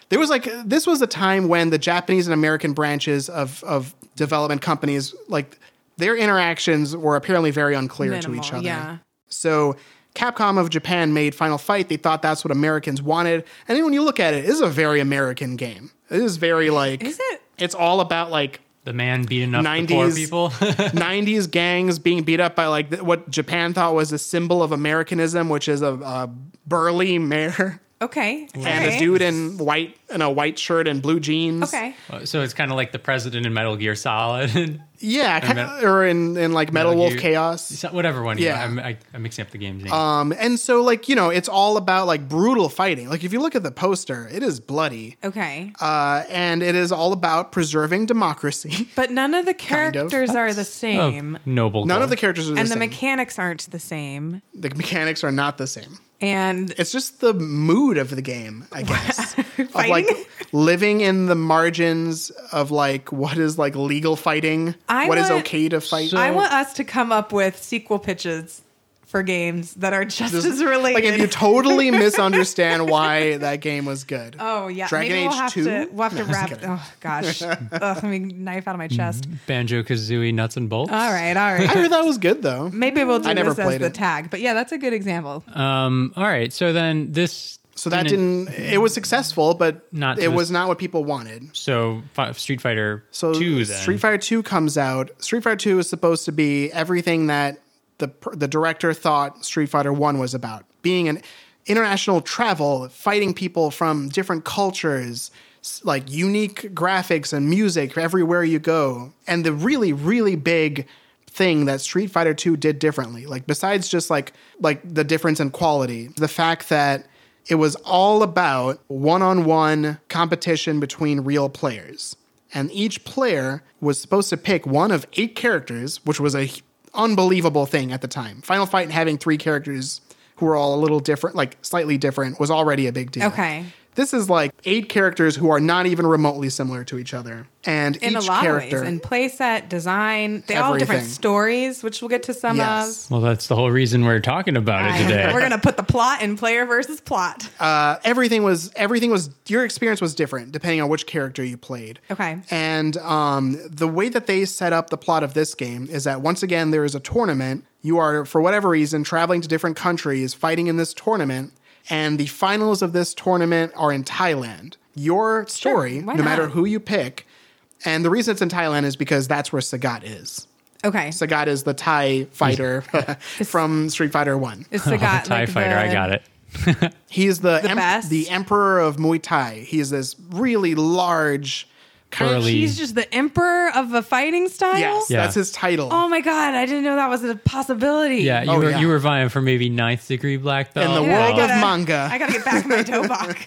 [SPEAKER 3] there was like this was a time when the Japanese and American branches of of development companies like their interactions were apparently very unclear to
[SPEAKER 1] Minimal,
[SPEAKER 3] each other.
[SPEAKER 1] yeah.
[SPEAKER 3] So. Capcom of Japan made Final Fight. They thought that's what Americans wanted. And then when you look at it, it is a very American game. It is very like.
[SPEAKER 1] Is it?
[SPEAKER 3] It's all about like
[SPEAKER 2] The man beating up the poor
[SPEAKER 3] 90s.
[SPEAKER 2] people.
[SPEAKER 3] 90s gangs being beat up by like th- what Japan thought was a symbol of Americanism, which is a, a burly mayor
[SPEAKER 1] Okay.
[SPEAKER 3] and
[SPEAKER 1] okay.
[SPEAKER 3] a dude in white in a white shirt and blue jeans.
[SPEAKER 1] Okay.
[SPEAKER 2] so it's kind of like the president in Metal Gear Solid.
[SPEAKER 3] yeah, kinda- or in in like Metal,
[SPEAKER 2] Metal
[SPEAKER 3] Wolf
[SPEAKER 2] Gear-
[SPEAKER 3] Chaos.
[SPEAKER 2] So- Whatever one.
[SPEAKER 3] Yeah.
[SPEAKER 2] Yeah. I'm, I, I'm mixing up the game's name.
[SPEAKER 3] Um, and so like you know, it's all about like brutal fighting. Like if you look at the poster, it is bloody,
[SPEAKER 1] Okay.
[SPEAKER 3] uh, and it is all about preserving democracy.
[SPEAKER 1] But none of the
[SPEAKER 3] Kind of.
[SPEAKER 1] characters are the
[SPEAKER 2] Oh,
[SPEAKER 1] same.
[SPEAKER 2] noble.
[SPEAKER 3] None
[SPEAKER 2] goal.
[SPEAKER 3] of the characters are the
[SPEAKER 1] and the
[SPEAKER 3] same.
[SPEAKER 1] mechanics aren't the same.
[SPEAKER 3] the mechanics are not the same.
[SPEAKER 1] And
[SPEAKER 3] it's just the mood of the game, I guess. of like
[SPEAKER 1] Fighting?
[SPEAKER 3] living in the margins of like what is like legal fighting,
[SPEAKER 1] I
[SPEAKER 3] what is
[SPEAKER 1] want-
[SPEAKER 3] okay to fight.
[SPEAKER 2] So-
[SPEAKER 1] I want us to come up with sequel pitches for games that are just
[SPEAKER 3] Just-
[SPEAKER 1] as related.
[SPEAKER 3] Like if you totally misunderstand why that game was good.
[SPEAKER 1] oh yeah,
[SPEAKER 3] Dragon
[SPEAKER 1] maybe
[SPEAKER 3] Age
[SPEAKER 1] we'll have
[SPEAKER 3] 2?
[SPEAKER 1] to we'll have to
[SPEAKER 3] No, just
[SPEAKER 1] wrap.
[SPEAKER 3] kidding. Mm-hmm.
[SPEAKER 1] Oh gosh, Ugh, let me knife out of my chest.
[SPEAKER 2] Banjo Kazooie Nuts and Bolts.
[SPEAKER 1] All right, all
[SPEAKER 3] I
[SPEAKER 1] right.
[SPEAKER 3] heard that was good though.
[SPEAKER 1] Maybe we'll do
[SPEAKER 3] I never
[SPEAKER 1] this as
[SPEAKER 3] played
[SPEAKER 1] the
[SPEAKER 3] it. Uh,
[SPEAKER 1] tag. But yeah, that's a good example.
[SPEAKER 2] Um, all right. So then this.
[SPEAKER 3] So that didn't it was successful, but
[SPEAKER 2] Not
[SPEAKER 3] it
[SPEAKER 2] to-
[SPEAKER 3] was not what people wanted.
[SPEAKER 2] So fi- Street Fighter
[SPEAKER 3] So
[SPEAKER 2] 2 then.
[SPEAKER 3] Street Fighter 2 comes out. Street Fighter 2 is supposed to be everything that the pr- the director thought Street Fighter 1 was about. Being an international travel, fighting people from different cultures, s- like unique graphics and music everywhere you go. And the really really big thing that Street Fighter 2 did differently, like besides just like like the difference in quality, the fact that it was all about one-on-one competition between real players and each player was supposed to pick one of eight characters, which was a h- unbelievable thing at the time. Final Fight and having three characters who were all a little different, like slightly different, was already a big deal.
[SPEAKER 1] Okay.
[SPEAKER 3] This is like eight characters who are not even remotely similar to each other, and
[SPEAKER 1] In
[SPEAKER 3] each
[SPEAKER 1] a lot
[SPEAKER 3] character.
[SPEAKER 1] of ways, in playset, design, they all have different
[SPEAKER 3] Everything.
[SPEAKER 1] stories, which we'll get to some
[SPEAKER 3] Yes.
[SPEAKER 1] of.
[SPEAKER 2] Well, that's the whole reason we're talking about it
[SPEAKER 1] We're
[SPEAKER 2] today.
[SPEAKER 1] gonna put the plot in player versus plot.
[SPEAKER 3] uh, everything was everything was your experience was different depending on which character you played.
[SPEAKER 1] Okay.
[SPEAKER 3] And um, the way that they set up the plot of this game is that once again there is a tournament. You are for whatever reason traveling to different countries, fighting in this tournament, And the finals of this tournament are in Thailand. Your story,
[SPEAKER 1] why
[SPEAKER 3] no matter
[SPEAKER 1] not?
[SPEAKER 3] who you pick, and the reason it's in Thailand is because that's where Sagat is.
[SPEAKER 1] Okay.
[SPEAKER 3] Sagat is the Thai fighter from Street Fighter One.
[SPEAKER 1] It's the guy.
[SPEAKER 2] Tie
[SPEAKER 1] like
[SPEAKER 2] fighter,
[SPEAKER 1] the-
[SPEAKER 2] I got it.
[SPEAKER 3] He's the the,
[SPEAKER 1] best?
[SPEAKER 3] the emperor of Muay Thai. He is this really large, kind of,
[SPEAKER 2] Burly.
[SPEAKER 1] He's Oh, just the emperor of a fighting style.
[SPEAKER 3] yes, Um,
[SPEAKER 2] Yeah.
[SPEAKER 3] that's his title.
[SPEAKER 1] Oh my god! I didn't know that was a possibility.
[SPEAKER 2] Yeah, you
[SPEAKER 3] Oh,
[SPEAKER 2] were
[SPEAKER 3] yeah.
[SPEAKER 2] you were vying for maybe ninth degree black belt.
[SPEAKER 3] the
[SPEAKER 1] Yeah, I
[SPEAKER 3] world of
[SPEAKER 1] gotta-
[SPEAKER 3] manga.
[SPEAKER 1] I gotta get back my tobak.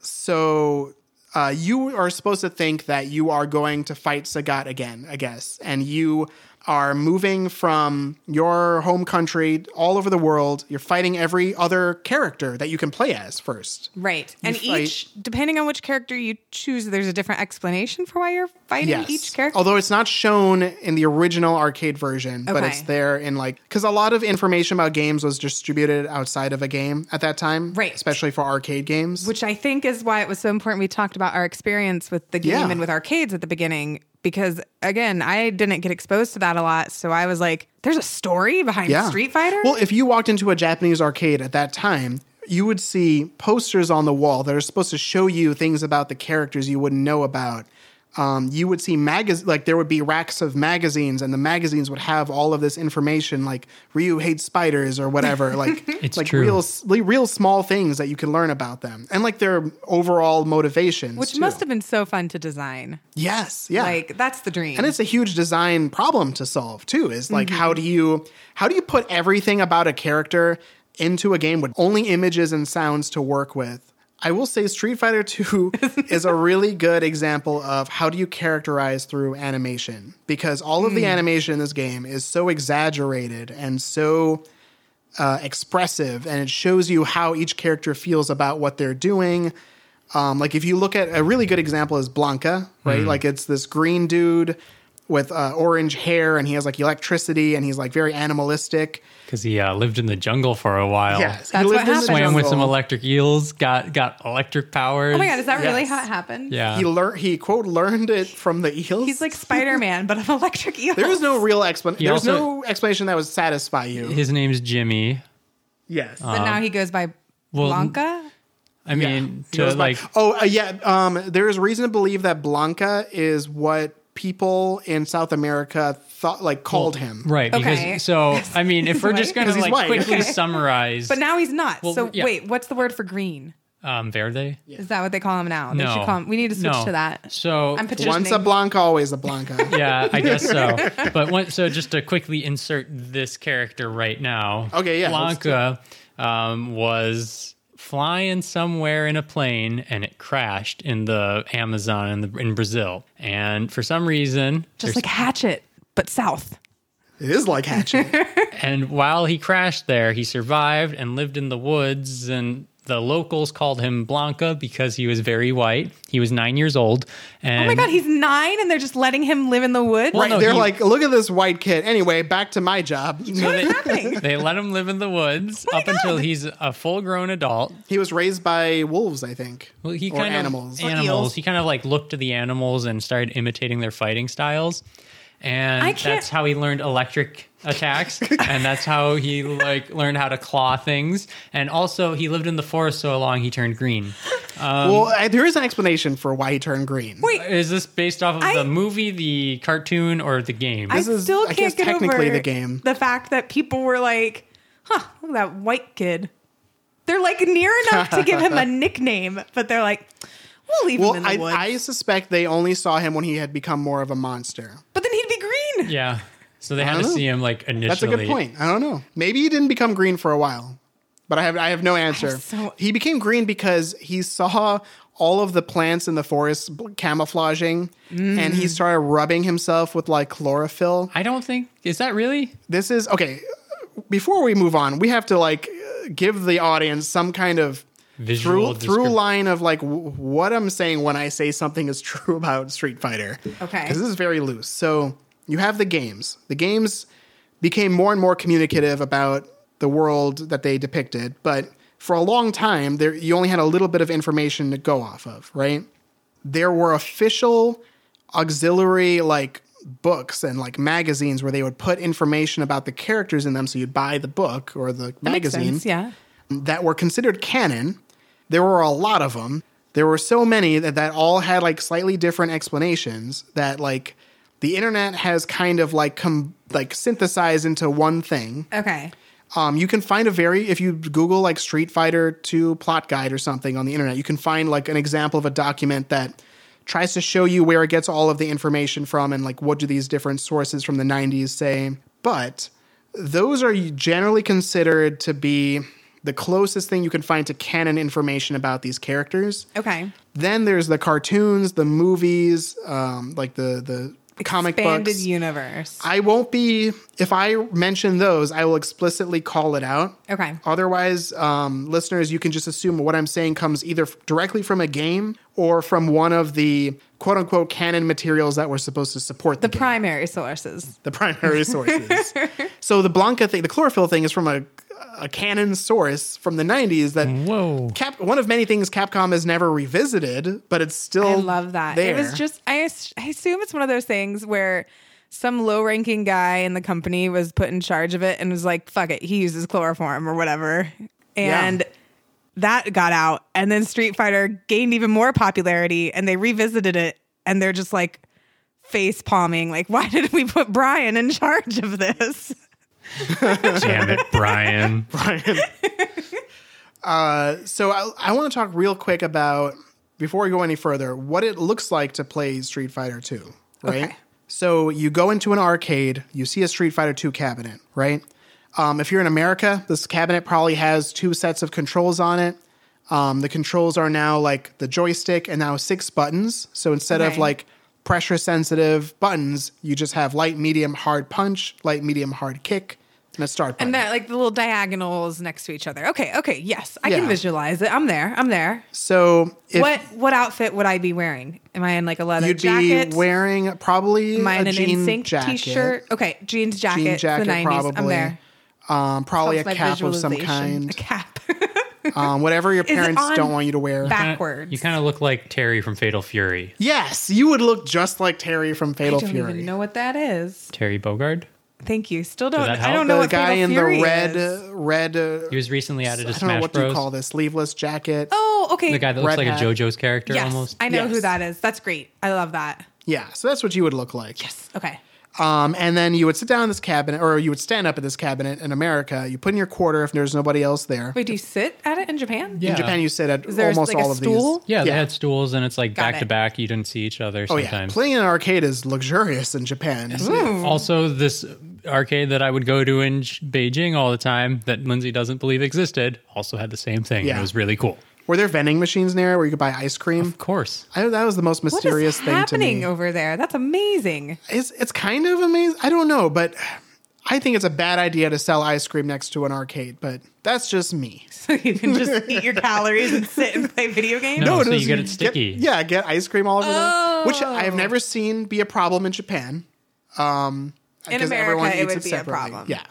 [SPEAKER 3] so uh, you are supposed to think that you are going to fight Sagat again, I guess, and you are moving from your home country all over the world. You're fighting every other character that you can play as first.
[SPEAKER 1] right. And
[SPEAKER 3] fight-
[SPEAKER 1] each, depending on which character you choose, there's a different explanation for why you're fighting
[SPEAKER 3] Yes.
[SPEAKER 1] each character.
[SPEAKER 3] Although it's not shown in the original arcade version, but
[SPEAKER 1] Okay.
[SPEAKER 3] it's there in like because a lot of information about games was distributed outside of a game at that time,
[SPEAKER 1] Right.
[SPEAKER 3] Especially for arcade games.
[SPEAKER 1] which I think is why it was so important. We talked about our experience with the game
[SPEAKER 3] Yeah.
[SPEAKER 1] and with arcades at the beginning because, again, I didn't get exposed to that a lot. So I was like, "There's a story behind Street Fighter."
[SPEAKER 3] Well, if you walked into a Japanese arcade at that time, you would see posters on the wall that are supposed to show you things about the characters you wouldn't know about. Um, you would see magazines, like there would be racks of magazines, and the magazines would have all of this information, like Ryu hates spiders or whatever, like
[SPEAKER 2] It's
[SPEAKER 3] like
[SPEAKER 2] true.
[SPEAKER 3] real, s- like, real small things that you can learn about them, and like their overall motivations.
[SPEAKER 1] which
[SPEAKER 3] too.
[SPEAKER 1] must have been so fun to design.
[SPEAKER 3] yes, yeah,
[SPEAKER 1] Like that's the dream.
[SPEAKER 3] and it's a huge design problem to solve too is like how do you how do you put everything about a character into a game with only images and sounds to work with i will say street fighter 2 is a really good example of how do you characterize through animation because all of the animation in this game is so exaggerated and so uh, expressive and it shows you how each character feels about what they're doing um, like if you look at a really good example is Blanca,
[SPEAKER 2] Hmm.
[SPEAKER 3] right? Like it's this green dude with uh, orange hair, and he has like electricity, and he's like very animalistic.
[SPEAKER 2] because he uh, lived in the jungle for a while.
[SPEAKER 1] That's what
[SPEAKER 3] in the
[SPEAKER 1] happened.
[SPEAKER 2] swam with some
[SPEAKER 3] jungle.
[SPEAKER 2] electric eels, got got electric powers.
[SPEAKER 1] oh my god, is that really
[SPEAKER 3] Yes.
[SPEAKER 1] how it happened?
[SPEAKER 2] yeah,
[SPEAKER 3] He learned he quote learned it from the eels.
[SPEAKER 1] He's like Spider Man, but an electric eel.
[SPEAKER 3] there is no real explanation.
[SPEAKER 2] He
[SPEAKER 3] There's
[SPEAKER 2] also-
[SPEAKER 3] no explanation that would satisfy you.
[SPEAKER 2] his name's Jimmy.
[SPEAKER 3] yes.
[SPEAKER 2] Uh,
[SPEAKER 1] But now he goes by
[SPEAKER 2] Um, well,
[SPEAKER 1] Blanca.
[SPEAKER 2] I mean,
[SPEAKER 3] It
[SPEAKER 2] to
[SPEAKER 3] was my-
[SPEAKER 2] like
[SPEAKER 3] oh uh, yeah, um, there is reason to believe that Blanca is what people in South America thought like called him.
[SPEAKER 2] right
[SPEAKER 1] Okay.
[SPEAKER 2] because so I mean, if we're just gonna
[SPEAKER 3] Because he's
[SPEAKER 2] like
[SPEAKER 3] white.
[SPEAKER 2] quickly summarize,
[SPEAKER 1] But now he's not. so
[SPEAKER 2] yeah.
[SPEAKER 1] wait, what's the word for green?
[SPEAKER 2] um, Verde.
[SPEAKER 1] Is that what they call him now? They
[SPEAKER 2] No,
[SPEAKER 1] should call him. We need to switch
[SPEAKER 2] No.
[SPEAKER 1] to that.
[SPEAKER 2] So
[SPEAKER 1] I'm petitioning.
[SPEAKER 3] Once a Blanca, always a Blanca.
[SPEAKER 2] yeah, I guess so. But one, so just to quickly insert this character right now.
[SPEAKER 3] Okay, yeah, let's do
[SPEAKER 2] Blanca um, was flying somewhere in a plane and it crashed in the Amazon in, the, in Brazil. And for some reason,
[SPEAKER 1] Just
[SPEAKER 2] there's-
[SPEAKER 1] like Hatchet, but south.
[SPEAKER 3] It is like Hatchet.
[SPEAKER 2] and while he crashed there, he survived and lived in the woods. And the locals called him Blanca because he was very white. He was nine years old. And
[SPEAKER 1] Oh my god, he's nine and they're just letting him live in the woods?
[SPEAKER 2] Well,
[SPEAKER 3] Right.
[SPEAKER 2] no,
[SPEAKER 3] they're
[SPEAKER 2] he-
[SPEAKER 3] like, look at this white kid. Anyway, back to my job.
[SPEAKER 1] What is happening?
[SPEAKER 2] they let him live in the woods
[SPEAKER 3] Oh
[SPEAKER 2] up until he's a full grown adult.
[SPEAKER 3] he was raised by wolves, I think.
[SPEAKER 2] Well, he
[SPEAKER 3] or
[SPEAKER 2] kind
[SPEAKER 3] animals.
[SPEAKER 2] of animals. He kind of like looked to the animals and started imitating their fighting styles, and
[SPEAKER 1] I can't-
[SPEAKER 2] that's how he learned electric attacks, and that's how he like learned how to claw things. And also, he lived in the forest so long he turned green. um,
[SPEAKER 3] well, I, there is an explanation for why he turned green.
[SPEAKER 1] Wait,
[SPEAKER 2] Is this based off of
[SPEAKER 1] I-
[SPEAKER 2] the movie, the cartoon, or the game?
[SPEAKER 1] I
[SPEAKER 3] This is,
[SPEAKER 1] still
[SPEAKER 3] I
[SPEAKER 1] can't
[SPEAKER 3] guess,
[SPEAKER 1] get
[SPEAKER 3] technically
[SPEAKER 1] over
[SPEAKER 3] the game.
[SPEAKER 1] the fact that people were like, huh, look at that white kid. They're like near enough to give him a nickname, but they're like, we'll leave
[SPEAKER 3] Well,
[SPEAKER 1] him in the
[SPEAKER 3] I,
[SPEAKER 1] woods.
[SPEAKER 3] I suspect they only saw him when he had become more of a monster.
[SPEAKER 1] but then he'd be green.
[SPEAKER 2] yeah. So they had to
[SPEAKER 3] don't know.
[SPEAKER 2] see him like initially.
[SPEAKER 3] That's a good point. I don't know. Maybe he didn't become green for a while, but I have I have no answer.
[SPEAKER 1] so-
[SPEAKER 3] He became green because he saw all of the plants in the forest bl- camouflaging, and
[SPEAKER 2] Mm.
[SPEAKER 3] he started rubbing himself with like chlorophyll.
[SPEAKER 2] I don't think is that really.
[SPEAKER 3] this is okay before we move on we have to like uh, give the audience some kind of
[SPEAKER 2] Visual
[SPEAKER 3] through through
[SPEAKER 2] descrip-
[SPEAKER 3] line of like w- what i'm saying when i say something is true about street fighter
[SPEAKER 1] Okay.
[SPEAKER 3] because this is very loose so you have the games the games became more and more communicative about the world that they depicted but for a long time there you only had a little bit of information to go off of right there were official auxiliary like books and like magazines where they would put information about the characters in them so you'd buy the book or the
[SPEAKER 1] Makes
[SPEAKER 3] magazine
[SPEAKER 1] sense, yeah.
[SPEAKER 3] that were considered canon. There were a lot of them. There were so many that, that all had like slightly different explanations that like the internet has kind of like com- like synthesized into one thing.
[SPEAKER 1] Okay.
[SPEAKER 3] Um, you can find a very if you Google like Street Fighter Two plot guide or something on the internet, you can find like an example of a document that tries to show you where it gets all of the information from and like what do these different sources from the '90s say. But those are generally considered to be the closest thing you can find to canon information about these characters.
[SPEAKER 1] Okay.
[SPEAKER 3] Then there's the cartoons, the movies, um, like the the comic
[SPEAKER 1] Expanded
[SPEAKER 3] books.
[SPEAKER 1] universe.
[SPEAKER 3] I won't be if I mention those, I will explicitly call it out.
[SPEAKER 1] Okay.
[SPEAKER 3] Otherwise, um, listeners, you can just assume what I'm saying comes either f- directly from a game or from one of the quote unquote canon materials that were supposed to support the,
[SPEAKER 1] The
[SPEAKER 3] game,
[SPEAKER 1] primary sources.
[SPEAKER 3] the primary sources. so the Blanca thing, the chlorophyll thing, is from a a canon source from the 90s that
[SPEAKER 2] Whoa.
[SPEAKER 3] Cap one of many things Capcom has never revisited, but it's still
[SPEAKER 1] I love that.
[SPEAKER 3] There.
[SPEAKER 1] It was just I, as- I assume it's one of those things where some low-ranking guy in the company was put in charge of it and was like, "Fuck it, he uses chloroform or whatever," and that got out. And then Street Fighter gained even more popularity, and they revisited it, and they're just like face palming, like, "Why did we put Brian in charge of this?"
[SPEAKER 2] Damn it, Brian.
[SPEAKER 3] Brian. uh, so I, I want to talk real quick about before we go any further what it looks like to play Street Fighter Two, right?
[SPEAKER 1] Okay.
[SPEAKER 3] So you go into an arcade, you see a Street Fighter Two cabinet, right? Um, if you're in America, this cabinet probably has two sets of controls on it. Um, the controls are now like the joystick and now six buttons. So instead of
[SPEAKER 1] Okay.
[SPEAKER 3] like pressure sensitive buttons, you just have light, medium, hard punch, light, medium, hard kick, and a start button.
[SPEAKER 1] And that, like, the little diagonals next to each other. Okay, okay, yes, I
[SPEAKER 3] Yeah.
[SPEAKER 1] can visualize it. I'm there. I'm there.
[SPEAKER 3] so if,
[SPEAKER 1] what what outfit would I be wearing? Am I in like a leather
[SPEAKER 3] You'd
[SPEAKER 1] jacket?
[SPEAKER 3] be wearing probably
[SPEAKER 1] Am I in
[SPEAKER 3] a
[SPEAKER 1] an
[SPEAKER 3] jean
[SPEAKER 1] NSYNC
[SPEAKER 3] jacket,
[SPEAKER 1] t-shirt? Okay, jeans jacket,
[SPEAKER 3] jean jacket
[SPEAKER 1] the 90s.
[SPEAKER 3] probably.
[SPEAKER 1] I'm there.
[SPEAKER 3] Um, probably
[SPEAKER 1] Helps
[SPEAKER 3] a
[SPEAKER 1] my
[SPEAKER 3] cap of some
[SPEAKER 1] visualization. A
[SPEAKER 3] kind.
[SPEAKER 1] cap.
[SPEAKER 3] Um, whatever your
[SPEAKER 1] it
[SPEAKER 3] parents
[SPEAKER 1] on
[SPEAKER 3] don't want you to wear.
[SPEAKER 1] back-
[SPEAKER 2] Kinda-
[SPEAKER 1] Backwards.
[SPEAKER 2] You kind of look like Terry from Fatal Fury.
[SPEAKER 3] yes, you would look just like Terry from
[SPEAKER 1] I
[SPEAKER 3] Fatal
[SPEAKER 1] don't
[SPEAKER 3] Fury.
[SPEAKER 1] even know what that is.
[SPEAKER 2] Terry Bogard.
[SPEAKER 1] Thank you. Still don't.
[SPEAKER 2] that
[SPEAKER 1] I
[SPEAKER 2] help?
[SPEAKER 1] don't know
[SPEAKER 3] The
[SPEAKER 1] what
[SPEAKER 3] guy
[SPEAKER 1] Fatal
[SPEAKER 3] in the
[SPEAKER 1] Fury
[SPEAKER 3] red,
[SPEAKER 1] is.
[SPEAKER 3] uh, red. Uh,
[SPEAKER 2] He was recently added to
[SPEAKER 3] I don't know
[SPEAKER 2] Smash
[SPEAKER 3] what
[SPEAKER 2] Bros.
[SPEAKER 3] you call this sleeveless jacket.
[SPEAKER 1] Oh, okay.
[SPEAKER 2] The guy that looks
[SPEAKER 3] Red
[SPEAKER 2] like
[SPEAKER 3] hat.
[SPEAKER 2] a JoJo's character
[SPEAKER 1] yes,
[SPEAKER 2] almost.
[SPEAKER 1] I know who
[SPEAKER 3] Yes.
[SPEAKER 1] that is. That's great. I love that.
[SPEAKER 3] Yeah, so that's what you would look like.
[SPEAKER 1] Yes. Okay.
[SPEAKER 3] Um, and then you would sit down in this cabinet, or you would stand up at this cabinet in America. You put in your quarter if there's nobody else there.
[SPEAKER 1] Wait, do you sit at it in Japan?
[SPEAKER 2] Yeah.
[SPEAKER 3] In Japan, you sit at
[SPEAKER 1] Is there,
[SPEAKER 3] almost
[SPEAKER 1] like, a
[SPEAKER 3] all of
[SPEAKER 1] stool?
[SPEAKER 3] these.
[SPEAKER 2] yeah, they had stools and it's like
[SPEAKER 1] Got
[SPEAKER 2] back
[SPEAKER 1] it.
[SPEAKER 2] to back. You didn't see each other
[SPEAKER 3] Oh yeah,
[SPEAKER 2] sometimes.
[SPEAKER 3] playing in an arcade is luxurious in Japan.
[SPEAKER 2] Also, this arcade that I would go to in J- Beijing all the time that Lindsay doesn't believe existed also had the same thing.
[SPEAKER 3] Yeah.
[SPEAKER 2] It was really cool.
[SPEAKER 3] Were there vending machines near where you could buy ice cream?
[SPEAKER 2] Of course.
[SPEAKER 3] I, that was the most
[SPEAKER 1] What
[SPEAKER 3] mysterious
[SPEAKER 1] is
[SPEAKER 3] thing to
[SPEAKER 1] happening
[SPEAKER 3] me.
[SPEAKER 1] over there? That's amazing.
[SPEAKER 3] It's it's kind of amazing. I don't know, but I think it's a bad idea to sell ice cream next to an arcade. But that's just me.
[SPEAKER 1] So you can just eat your calories and sit and play video games.
[SPEAKER 2] No,
[SPEAKER 3] it
[SPEAKER 2] so
[SPEAKER 3] was-
[SPEAKER 2] you get it sticky.
[SPEAKER 3] yeah, get ice cream all over
[SPEAKER 1] Oh.
[SPEAKER 3] them, which I have never seen be a problem in Japan. Um,
[SPEAKER 1] In
[SPEAKER 3] 'cause
[SPEAKER 1] America,
[SPEAKER 3] everyone
[SPEAKER 1] it
[SPEAKER 3] eats
[SPEAKER 1] would be a
[SPEAKER 3] separately.
[SPEAKER 1] problem.
[SPEAKER 3] Yeah,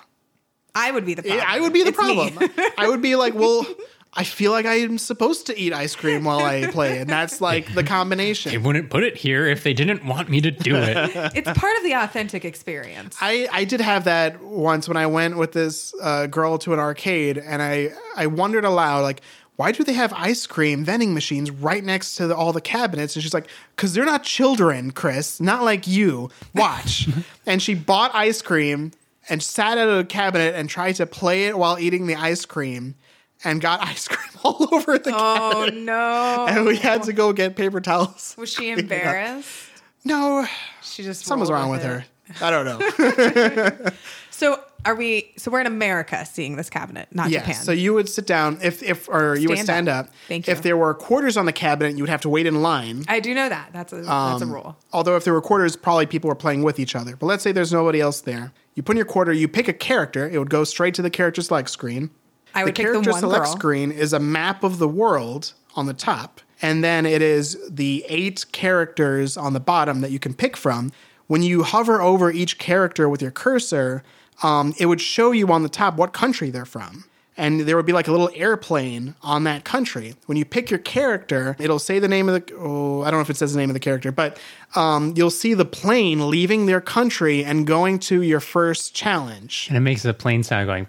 [SPEAKER 1] I would be the problem.
[SPEAKER 3] I would be the
[SPEAKER 1] It's me.
[SPEAKER 3] problem. I would be like, well, I feel like I am supposed to eat ice cream while I play, and that's like the combination.
[SPEAKER 2] They wouldn't put it here if they didn't want me to do it.
[SPEAKER 1] it's part of the authentic experience.
[SPEAKER 3] I, I did have that once when I went with this uh, girl to an arcade, and I I wondered aloud like. Why do they have ice cream vending machines right next to the, all the cabinets? And she's like, "Cause they're not children, Chris. Not like you. Watch." and she bought ice cream and sat at a cabinet and tried to play it while eating the ice cream, and got ice cream all over the cabinet.
[SPEAKER 1] oh no!
[SPEAKER 3] And we had to go get paper towels.
[SPEAKER 1] Was she embarrassed?
[SPEAKER 3] No,
[SPEAKER 1] She just
[SPEAKER 3] something's
[SPEAKER 1] rolled
[SPEAKER 3] wrong with
[SPEAKER 1] it.
[SPEAKER 3] her. Oh, I don't know.
[SPEAKER 1] So are we? So we're in America seeing this cabinet, not
[SPEAKER 3] Yeah.
[SPEAKER 1] Japan.
[SPEAKER 3] So you would sit down if if or you would
[SPEAKER 1] Stand
[SPEAKER 3] stand
[SPEAKER 1] up.
[SPEAKER 3] up.
[SPEAKER 1] Thank you.
[SPEAKER 3] If there were quarters on the cabinet, you would have to wait in line.
[SPEAKER 1] I do know that. That's a that's a
[SPEAKER 3] Um,
[SPEAKER 1] rule.
[SPEAKER 3] Although if there were quarters, probably people were playing with each other. But let's say there's nobody else there. You put in your quarter, you pick a character, it would go straight to the character select screen.
[SPEAKER 1] I would
[SPEAKER 3] the
[SPEAKER 1] pick the
[SPEAKER 3] character
[SPEAKER 1] one
[SPEAKER 3] select
[SPEAKER 1] girl.
[SPEAKER 3] screen is a map of the world on the top, and then it is the eight characters on the bottom that you can pick from. When you hover over each character with your cursor, um, it would show you on the top what country they're from. and there would be like a little airplane on that country. When you pick your character, it'll say the name of the. Oh, I don't know if it says the name of the character, but um, you'll see the plane leaving their country and going to your first challenge.
[SPEAKER 2] and it makes the plane sound going.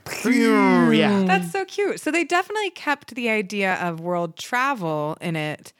[SPEAKER 3] Yeah.
[SPEAKER 1] That's so cute. So they definitely kept the idea of world travel in it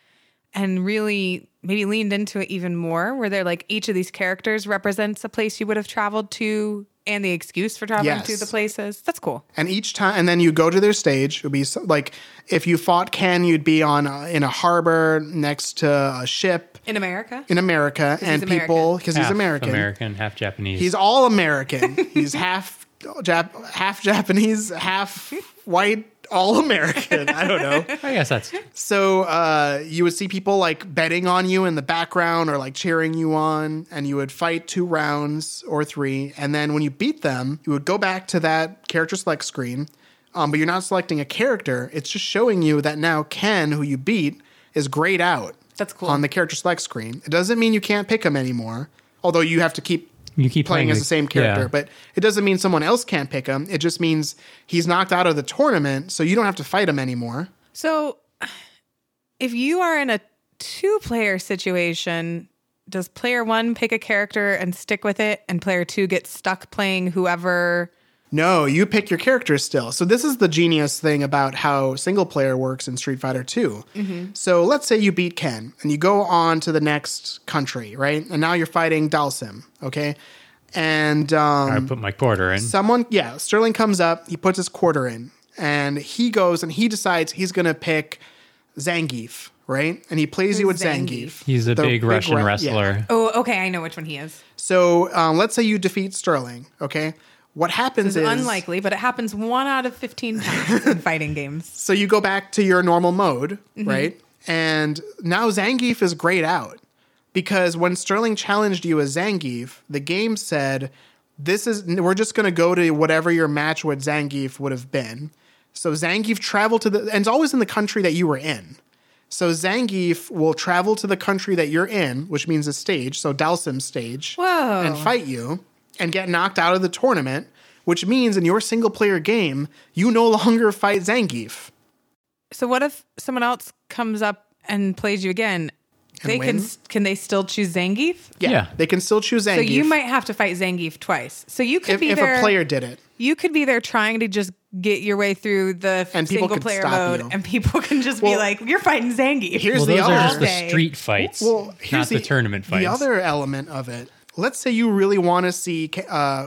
[SPEAKER 1] and really maybe leaned into it even more, where they're like each of these characters represents a place you would have traveled to and the excuse for traveling to
[SPEAKER 3] Yes.
[SPEAKER 1] the places. That's cool.
[SPEAKER 3] And each time, and then you go to their stage. It'll be so, like if you fought Ken, you'd be on a, in a harbor next to a ship
[SPEAKER 1] In America?
[SPEAKER 3] in America, and
[SPEAKER 1] American.
[SPEAKER 3] people because he's
[SPEAKER 2] half
[SPEAKER 3] American.
[SPEAKER 2] American, half Japanese.
[SPEAKER 3] He's all American. he's half Jap- half Japanese, half white, all American. I don't know.
[SPEAKER 2] I guess that's
[SPEAKER 3] So uh, you would see people like betting on you in the background or like cheering you on, and you would fight two rounds or three. And then when you beat them, you would go back to that character select screen, um, but you're not selecting a character. It's just showing you that now Ken, who you beat, is grayed out.
[SPEAKER 1] That's cool.
[SPEAKER 3] On the character select screen, it doesn't mean you can't pick him anymore. Although you have to keep
[SPEAKER 2] you keep
[SPEAKER 3] playing as the same character,
[SPEAKER 2] yeah.
[SPEAKER 3] but it doesn't mean someone else can't pick him. It just means he's knocked out of the tournament, so you don't have to fight him anymore.
[SPEAKER 1] So if you are in a two player situation, does player one pick a character and stick with it, and player two gets stuck playing whoever?
[SPEAKER 3] No, you pick your character still. So this is the genius thing about how single player works in Street Fighter 2.
[SPEAKER 1] Mm-hmm.
[SPEAKER 3] So let's say you beat Ken and you go on to the next country, right? And now you're fighting Dalsim, okay? And um,
[SPEAKER 2] I put my quarter in.
[SPEAKER 3] Someone, yeah, Sterling comes up, he puts his quarter in, and he goes and he decides he's going to pick Zangief, right? And he plays you with
[SPEAKER 1] Zangief.
[SPEAKER 3] Zangief.
[SPEAKER 2] He's a
[SPEAKER 3] The
[SPEAKER 2] big, Russian
[SPEAKER 3] Ru- yeah.
[SPEAKER 2] wrestler.
[SPEAKER 1] Oh, okay. I know which one he is.
[SPEAKER 3] So um, let's say you defeat Sterling, okay? What happens
[SPEAKER 1] It's
[SPEAKER 3] is
[SPEAKER 1] unlikely, but it happens one out of 15 times in fighting games.
[SPEAKER 3] So you go back to your normal mode, right? And now Zangief is grayed out because when Sterling challenged you as Zangief, the game said, "This is we're just going to go to whatever your match with Zangief would have been." So Zangief traveled to the and it's always in the country that you were in. So Zangief will travel to the country that you're in, which means a stage, so Dalsim's stage,
[SPEAKER 1] Whoa.
[SPEAKER 3] and fight you and get knocked out of the tournament, which means in your single player game, you no longer fight Zangief.
[SPEAKER 1] So what if someone else comes up and plays you again? they
[SPEAKER 3] wins?
[SPEAKER 1] can can they still choose Zangief?
[SPEAKER 3] Yeah.
[SPEAKER 2] Yeah.
[SPEAKER 3] They can still choose Zangief.
[SPEAKER 1] So you might have to fight Zangief twice. So you could
[SPEAKER 3] if,
[SPEAKER 1] be
[SPEAKER 3] if
[SPEAKER 1] there.
[SPEAKER 3] a player did it.
[SPEAKER 1] you could be there trying to just get your way through the
[SPEAKER 3] And people
[SPEAKER 1] single
[SPEAKER 3] could
[SPEAKER 1] player
[SPEAKER 3] stop
[SPEAKER 1] mode,
[SPEAKER 3] you.
[SPEAKER 1] and people can just be
[SPEAKER 3] Well,
[SPEAKER 1] like, "You're fighting Zangief."
[SPEAKER 3] here's
[SPEAKER 2] Well,
[SPEAKER 3] the
[SPEAKER 2] those are
[SPEAKER 3] other-
[SPEAKER 2] just the
[SPEAKER 1] All day.
[SPEAKER 2] street fights,
[SPEAKER 3] Well,
[SPEAKER 2] not
[SPEAKER 3] here's
[SPEAKER 2] the, tournament fights.
[SPEAKER 3] The other element of it. Let's say you really want to see. Ca- Uh,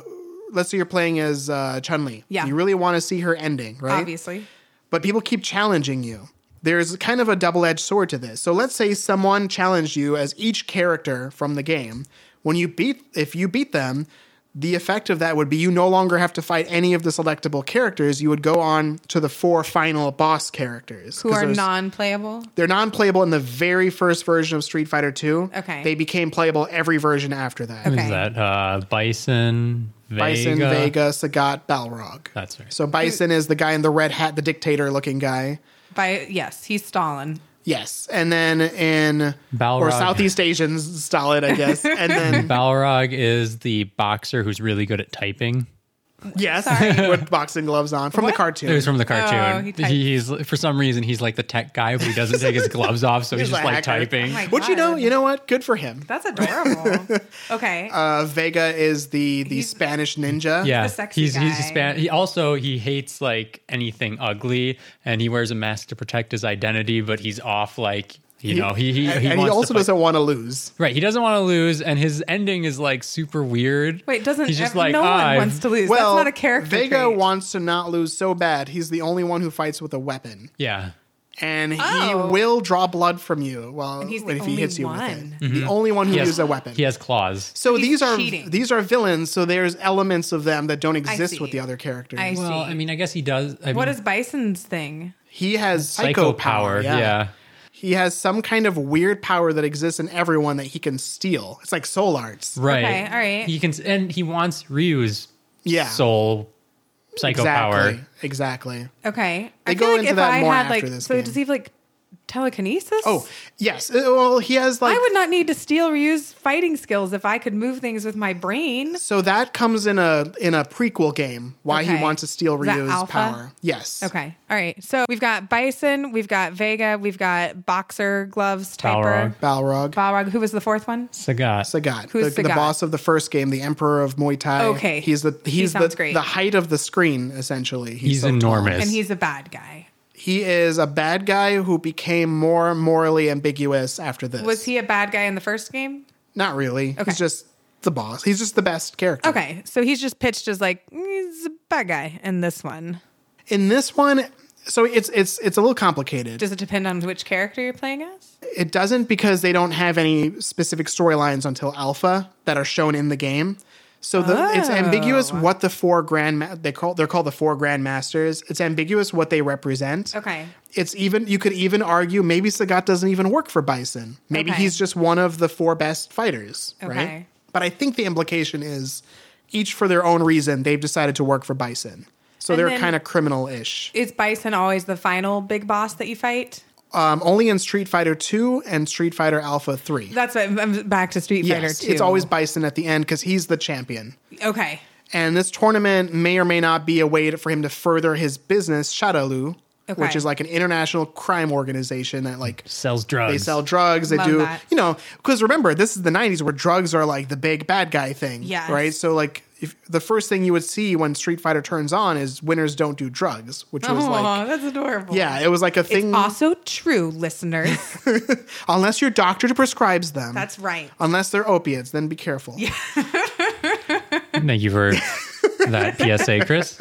[SPEAKER 3] let's say you're playing as uh, Chun Li.
[SPEAKER 1] Yeah.
[SPEAKER 3] You really want to see her ending, right?
[SPEAKER 1] obviously.
[SPEAKER 3] But people keep challenging you. There's kind of a double edged sword to this. So let's say someone challenged you as each character from the game. When you beat, if you beat them, the effect of that would be you no longer have to fight any of the selectable characters. You would go on to the four final boss characters
[SPEAKER 1] Who
[SPEAKER 3] 'Cause
[SPEAKER 1] are
[SPEAKER 3] there's-
[SPEAKER 1] non-playable?
[SPEAKER 3] They're non-playable in the very first version of Street Fighter 2.
[SPEAKER 1] Okay.
[SPEAKER 3] They became playable every version after that.
[SPEAKER 1] Okay.
[SPEAKER 2] Who's that? Uh, Bison, Vega.
[SPEAKER 3] Bison, Vega, Sagat, Balrog.
[SPEAKER 2] That's right.
[SPEAKER 3] So Bison is the guy in the red hat, the dictator looking guy.
[SPEAKER 1] By yes, he's Stalin.
[SPEAKER 3] Yes. And then in or
[SPEAKER 2] Balrog.
[SPEAKER 3] Southeast Asians Stalin, I guess. And then
[SPEAKER 2] Balrog is the boxer who's really good at typing.
[SPEAKER 3] yes, with boxing gloves on from the cartoon.
[SPEAKER 2] It was from the
[SPEAKER 1] Oh, he
[SPEAKER 2] cartoon.
[SPEAKER 1] types.
[SPEAKER 2] He- he's for some reason he's like the tech guy, but he doesn't take his gloves off, so he's,
[SPEAKER 3] He's
[SPEAKER 2] just
[SPEAKER 3] a
[SPEAKER 2] like
[SPEAKER 3] hacker.
[SPEAKER 2] typing.
[SPEAKER 1] Oh my
[SPEAKER 3] Which you know,
[SPEAKER 1] God.
[SPEAKER 3] you know what? Good for him.
[SPEAKER 1] That's adorable. okay.
[SPEAKER 3] Uh, Vega is the the
[SPEAKER 1] He's-
[SPEAKER 3] Spanish ninja.
[SPEAKER 2] yeah,
[SPEAKER 1] the sexy
[SPEAKER 2] he's he's
[SPEAKER 1] guy.
[SPEAKER 2] Hispanic. He also he hates like anything ugly, and he wears a mask to protect his identity. But he's off like you know he he,
[SPEAKER 3] and
[SPEAKER 2] he
[SPEAKER 3] and he
[SPEAKER 2] wants
[SPEAKER 3] also
[SPEAKER 2] to fight-
[SPEAKER 3] doesn't want to lose.
[SPEAKER 2] Right, he doesn't want to lose, and his ending is like super weird.
[SPEAKER 1] Wait, doesn't
[SPEAKER 2] he's just
[SPEAKER 1] ev-
[SPEAKER 2] like
[SPEAKER 1] no
[SPEAKER 2] "Ah,
[SPEAKER 1] one
[SPEAKER 2] I've-
[SPEAKER 1] wants to lose?
[SPEAKER 3] Well,
[SPEAKER 1] That's not a character.
[SPEAKER 3] Vega
[SPEAKER 1] trait.
[SPEAKER 3] wants to not lose so bad. He's the only one who fights with a weapon,
[SPEAKER 2] Yeah,
[SPEAKER 3] and he
[SPEAKER 1] Oh.
[SPEAKER 3] will draw blood from you. Well,
[SPEAKER 1] he's the
[SPEAKER 3] if he
[SPEAKER 1] only
[SPEAKER 3] hits you with
[SPEAKER 1] one.
[SPEAKER 3] it,
[SPEAKER 2] Mm-hmm.
[SPEAKER 3] the only one who
[SPEAKER 2] He has-
[SPEAKER 3] uses a weapon.
[SPEAKER 2] he has claws.
[SPEAKER 3] So
[SPEAKER 1] He's
[SPEAKER 3] these are
[SPEAKER 1] cheating.
[SPEAKER 3] these are villains. So there's elements of them that don't exist
[SPEAKER 1] see.
[SPEAKER 3] with the other characters.
[SPEAKER 1] I
[SPEAKER 2] Well,
[SPEAKER 1] see.
[SPEAKER 2] I mean, I guess he does. I
[SPEAKER 1] What
[SPEAKER 2] mean,
[SPEAKER 1] is Bison's thing?
[SPEAKER 3] He has
[SPEAKER 2] psycho
[SPEAKER 3] psycho
[SPEAKER 2] power? Yeah.
[SPEAKER 3] he has some kind of weird power that exists in everyone that he can steal. It's like soul arts.
[SPEAKER 2] right.
[SPEAKER 1] Okay, all right.
[SPEAKER 2] He can, and he wants Ryu's
[SPEAKER 3] Yeah,
[SPEAKER 2] soul psycho
[SPEAKER 3] exactly,
[SPEAKER 2] power.
[SPEAKER 3] exactly.
[SPEAKER 1] Okay.
[SPEAKER 3] They go into that more after this
[SPEAKER 1] so
[SPEAKER 3] game.
[SPEAKER 1] does he have like telekinesis?
[SPEAKER 3] Oh, yes. Uh, Well, he has like
[SPEAKER 1] I would not need to steal or use fighting skills if I could move things with my brain.
[SPEAKER 3] so that comes in a in a prequel game. Why
[SPEAKER 1] Okay.
[SPEAKER 3] he wants to steal
[SPEAKER 1] Is that
[SPEAKER 3] Ryu's
[SPEAKER 1] Alpha?
[SPEAKER 3] power? Yes.
[SPEAKER 1] Okay. All right. So we've got Bison, we've got Vega, we've got Boxer Gloves, Typer,
[SPEAKER 2] Balrog.
[SPEAKER 3] Balrog.
[SPEAKER 1] Balrog. Who was the fourth one?
[SPEAKER 2] Sagat.
[SPEAKER 3] Sagat,
[SPEAKER 1] Who's
[SPEAKER 3] the, the
[SPEAKER 1] Sagat?
[SPEAKER 3] boss of the first game, the Emperor of Muay Thai.
[SPEAKER 1] Okay.
[SPEAKER 3] he's the he's
[SPEAKER 1] He
[SPEAKER 3] the,
[SPEAKER 1] sounds great.
[SPEAKER 3] the height of the screen essentially.
[SPEAKER 2] He's
[SPEAKER 3] so tall.
[SPEAKER 2] enormous.
[SPEAKER 1] And he's a bad guy.
[SPEAKER 3] He is a bad guy who became more morally ambiguous after this.
[SPEAKER 1] Was he a bad guy in the first game?
[SPEAKER 3] Not really.
[SPEAKER 1] Okay.
[SPEAKER 3] He's just the boss. He's just the best character.
[SPEAKER 1] Okay. So he's just pitched as like, "Mm, he's a bad guy in this one.
[SPEAKER 3] In this one, so it's it's it's a little complicated.
[SPEAKER 1] Does it depend on which character you're playing as?
[SPEAKER 3] It doesn't because they don't have any specific storylines until Alpha that are shown in the game. So the, it's
[SPEAKER 1] Oh.
[SPEAKER 3] ambiguous what the four grand ma- they call they're called the four grand masters. It's ambiguous what they represent.
[SPEAKER 1] Okay.
[SPEAKER 3] It's even you could even argue maybe Sagat doesn't even work for Bison. Maybe
[SPEAKER 1] Okay.
[SPEAKER 3] he's just one of the four best fighters,
[SPEAKER 1] Okay.
[SPEAKER 3] right? But I think the implication is each for their own reason they've decided to work for Bison. So
[SPEAKER 1] And
[SPEAKER 3] they're
[SPEAKER 1] then-
[SPEAKER 3] kind of criminal-ish.
[SPEAKER 1] Is Bison always the final big boss that you fight?
[SPEAKER 3] Um, only in Street Fighter 2 and Street Fighter Alpha 3.
[SPEAKER 1] That's what I'm back to Street Fighter
[SPEAKER 3] Yes,
[SPEAKER 1] 2.
[SPEAKER 3] it's always Bison at the end because he's the champion.
[SPEAKER 1] Okay.
[SPEAKER 3] And this tournament may or may not be a way to, for him to further his business, Shadaloo,
[SPEAKER 1] Okay.
[SPEAKER 3] which is like an international crime organization that like
[SPEAKER 2] sells drugs.
[SPEAKER 3] they sell drugs. They
[SPEAKER 1] Love
[SPEAKER 3] do,
[SPEAKER 1] that.
[SPEAKER 3] you know, because remember this is the '90s where drugs are like the big bad guy thing,
[SPEAKER 1] Yes.
[SPEAKER 3] right? So like, if the first thing you would see when Street Fighter turns on is winners don't do drugs, which was
[SPEAKER 1] Oh,
[SPEAKER 3] like.
[SPEAKER 1] that's adorable.
[SPEAKER 3] Yeah, it was like a
[SPEAKER 1] It's
[SPEAKER 3] thing.
[SPEAKER 1] also true, listeners.
[SPEAKER 3] Unless your doctor prescribes them,
[SPEAKER 1] That's right.
[SPEAKER 3] unless they're opiates, then be careful.
[SPEAKER 2] Thank you for that PSA, Chris.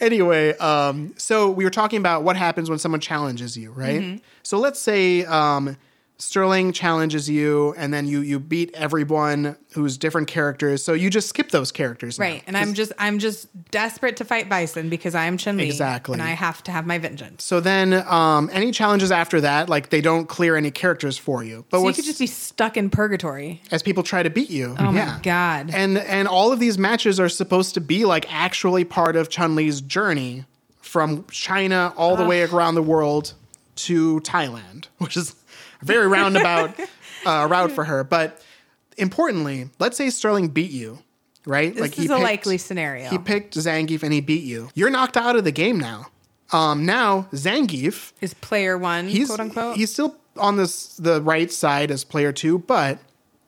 [SPEAKER 3] anyway, um, so we were talking about what happens when someone challenges you, right?
[SPEAKER 1] Mm-hmm.
[SPEAKER 3] So let's say um, Sterling challenges you, and then you you beat everyone who's different characters. So you just skip those characters, now.
[SPEAKER 1] Right. And I'm just I'm just desperate to fight Bison because I am Chun Li.
[SPEAKER 3] Exactly.
[SPEAKER 1] And I have to have my vengeance.
[SPEAKER 3] So then, um, any challenges after that, like they don't clear any characters for you. But
[SPEAKER 1] So you
[SPEAKER 3] what's,
[SPEAKER 1] could just be stuck in purgatory.
[SPEAKER 3] as people try to beat you,
[SPEAKER 1] Oh
[SPEAKER 3] yeah.
[SPEAKER 1] my god.
[SPEAKER 3] And and all of these matches are supposed to be like actually part of Chun Li's journey from China all the way around the world to Thailand, which is a very roundabout uh, route for her. But importantly, let's say Sterling beat you, right?
[SPEAKER 1] this is a likely scenario.
[SPEAKER 3] He picked Zangief and he beat you. You're knocked out of the game now. Um, now Zangief
[SPEAKER 1] is player one,
[SPEAKER 3] he's
[SPEAKER 1] quote unquote.
[SPEAKER 3] he's still on this the right side as player two, but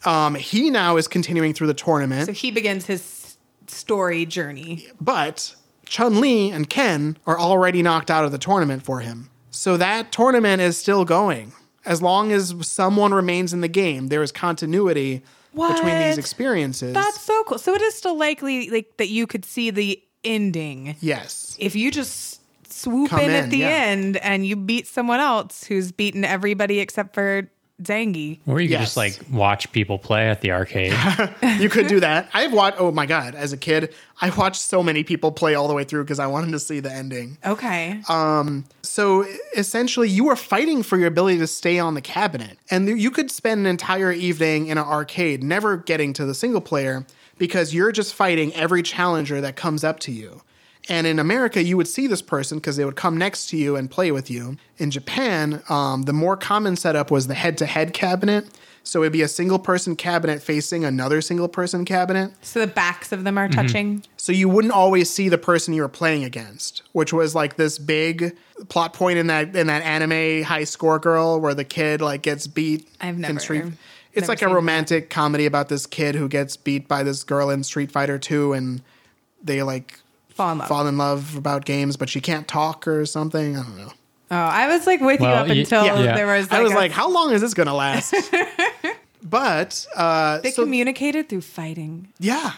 [SPEAKER 3] um, he now is continuing through the tournament.
[SPEAKER 1] so he begins his s- story journey.
[SPEAKER 3] but Chun Li and Ken are already knocked out of the tournament for him. So that tournament is still going. As long as someone remains in the game, there is continuity between
[SPEAKER 1] What?
[SPEAKER 3] these experiences.
[SPEAKER 1] That's so cool. So it is still likely like that you could see the ending.
[SPEAKER 3] yes.
[SPEAKER 1] If you just swoop
[SPEAKER 3] Come
[SPEAKER 1] in, at
[SPEAKER 3] in,
[SPEAKER 1] the
[SPEAKER 3] yeah.
[SPEAKER 1] end and you beat someone else who's beaten everybody except for Zangi.
[SPEAKER 2] Or you could
[SPEAKER 3] Yes.
[SPEAKER 2] just like watch people play at the arcade.
[SPEAKER 3] You could do that. I've watched, oh my God, as a kid, I watched so many people play all the way through because I wanted to see the ending.
[SPEAKER 1] Okay.
[SPEAKER 3] Uh, So essentially, you were fighting for your ability to stay on the cabinet. And th- you could spend an entire evening in an arcade, never getting to the single player, because you're just fighting every challenger that comes up to you. And in America, you would see this person because they would come next to you and play with you. In Japan, um, the more common setup was the head to head cabinet. So it'd be a single person cabinet facing another single person cabinet.
[SPEAKER 1] so the backs of them are
[SPEAKER 3] mm-hmm.
[SPEAKER 1] touching.
[SPEAKER 3] So you wouldn't always see the person you were playing against, which was like this big plot point in that in that anime High Score Girl where the kid like gets beat.
[SPEAKER 1] I've
[SPEAKER 3] in
[SPEAKER 1] never-
[SPEAKER 3] Street.
[SPEAKER 1] never
[SPEAKER 3] It's like a
[SPEAKER 1] seen that.
[SPEAKER 3] romantic comedy about this kid who gets beat by this girl in Street Fighter Two, and they like
[SPEAKER 1] Fall in love.
[SPEAKER 3] fall in love about games, but she can't talk or something. I don't know.
[SPEAKER 1] Oh, I was like with you
[SPEAKER 2] Well,
[SPEAKER 1] up
[SPEAKER 2] y-
[SPEAKER 1] until
[SPEAKER 2] yeah. Yeah.
[SPEAKER 1] there was. Like
[SPEAKER 3] I was
[SPEAKER 1] a-
[SPEAKER 3] like, how long is this gonna last? but uh,
[SPEAKER 1] they
[SPEAKER 3] so-
[SPEAKER 1] communicated through fighting.
[SPEAKER 3] Yeah.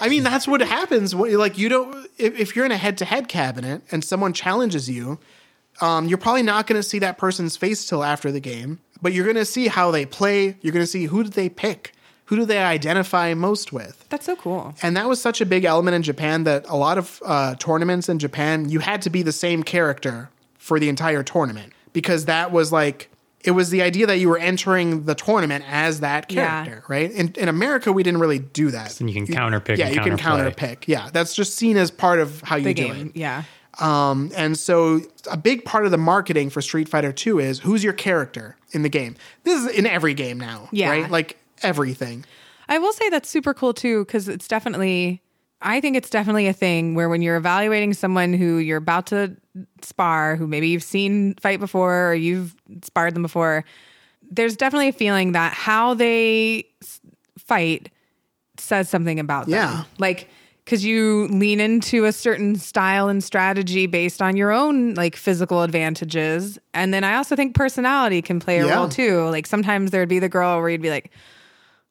[SPEAKER 3] I mean, that's what happens. What, like, you don't, if, if you're in a head to head cabinet and someone challenges you, um, you're probably not going to see that person's face till after the game, but you're going to see how they play. You're going to see who did they pick? Who do they identify most with?
[SPEAKER 1] That's so cool.
[SPEAKER 3] And that was such a big element in Japan that a lot of uh, tournaments in Japan, you had to be the same character for the entire tournament because that was like, it was the idea that you were entering the tournament as that
[SPEAKER 1] Yeah.
[SPEAKER 3] character, right? In, in America, we didn't really do that.
[SPEAKER 2] And you can counter pick
[SPEAKER 3] Yeah,
[SPEAKER 2] and
[SPEAKER 3] you can
[SPEAKER 2] counterplay.
[SPEAKER 3] counter pick. Yeah, that's just seen as part of how you
[SPEAKER 1] The
[SPEAKER 3] do
[SPEAKER 1] game,
[SPEAKER 3] it.
[SPEAKER 1] yeah.
[SPEAKER 3] Um, and so a big part of the marketing for Street Fighter 2 is who's your character in the game. This is in every game now,
[SPEAKER 1] Yeah.
[SPEAKER 3] right? Like everything.
[SPEAKER 1] I will say that's super cool too, because it's definitely, I think it's definitely a thing where when you're evaluating someone who you're about to spar, who maybe you've seen fight before or you've sparred them before, there's definitely a feeling that how they s- fight says something about them.
[SPEAKER 3] Yeah.
[SPEAKER 1] Like, because you lean into a certain style and strategy based on your own like physical advantages. And then I also think personality can play a
[SPEAKER 3] Yeah.
[SPEAKER 1] role too. Like sometimes there'd be the girl where you'd be like,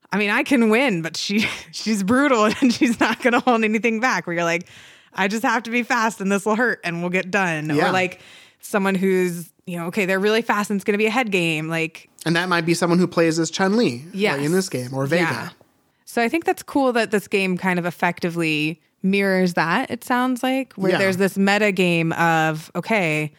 [SPEAKER 1] I mean, I can win, but she she's brutal and she's not going to hold anything back. Where you're like, I just have to be fast and this will hurt and we'll get done.
[SPEAKER 3] Yeah.
[SPEAKER 1] Or like someone who's you know, okay, they're really fast and it's going to be a head game. Like,
[SPEAKER 3] And that might be someone who plays as Chun Li
[SPEAKER 1] Yes.
[SPEAKER 3] in this game or Vega.
[SPEAKER 1] yeah. So I think that's cool that this game kind of effectively mirrors that. It sounds like where
[SPEAKER 3] Yeah.
[SPEAKER 1] there's this meta game of okay,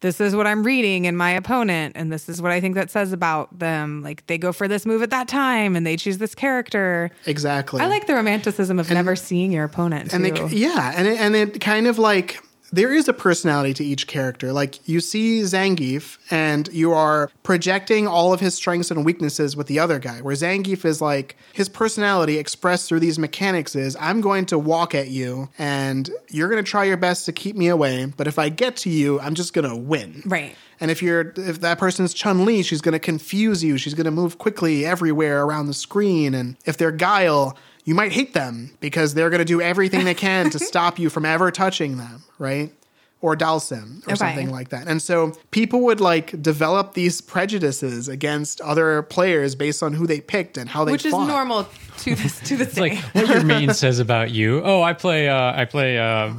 [SPEAKER 1] this is what I'm reading in my opponent, and this is what I think that says about them. Like they go for this move at that time, and they choose this character.
[SPEAKER 3] Exactly.
[SPEAKER 1] I like the romanticism of never seeing your opponent.
[SPEAKER 3] and
[SPEAKER 1] too.
[SPEAKER 3] they, yeah, and it, and it kind of like there is a personality to each character. Like you see Zangief, and you are projecting all of his strengths and weaknesses with the other guy. Where Zangief is like his personality expressed through these mechanics is I'm going to walk at you, and you're going to try your best to keep me away. But if I get to you, I'm just going to win.
[SPEAKER 1] Right.
[SPEAKER 3] And if you're if that person's Chun Li, she's going to confuse you. She's going to move quickly everywhere around the screen. And if they're Guile, you might hate them because they're going to do everything they can to stop you from ever touching them, right? Or Dalsim or
[SPEAKER 1] Okay.
[SPEAKER 3] something like that. And so people would like develop these prejudices against other players based on who they picked and how they
[SPEAKER 1] which is
[SPEAKER 3] fought.
[SPEAKER 1] normal to this to this
[SPEAKER 2] It's
[SPEAKER 1] day.
[SPEAKER 2] like what your main says about you. Oh, I play. Uh, I play. Uh,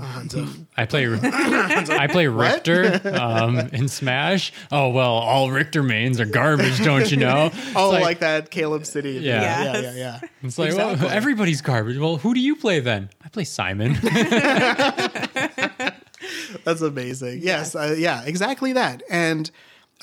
[SPEAKER 2] I play. I play Richter um, in Smash. Oh well, all Richter mains are garbage, don't you know?
[SPEAKER 3] Oh,
[SPEAKER 2] It's
[SPEAKER 3] like, that Caleb City.
[SPEAKER 2] Yeah.
[SPEAKER 3] yeah, yeah,
[SPEAKER 1] Yes.
[SPEAKER 3] yeah.
[SPEAKER 2] It's like
[SPEAKER 3] Exactly.
[SPEAKER 2] well, everybody's garbage. Well, who do you play then? I play Simon.
[SPEAKER 3] That's amazing. Yes, uh, yeah, exactly that. And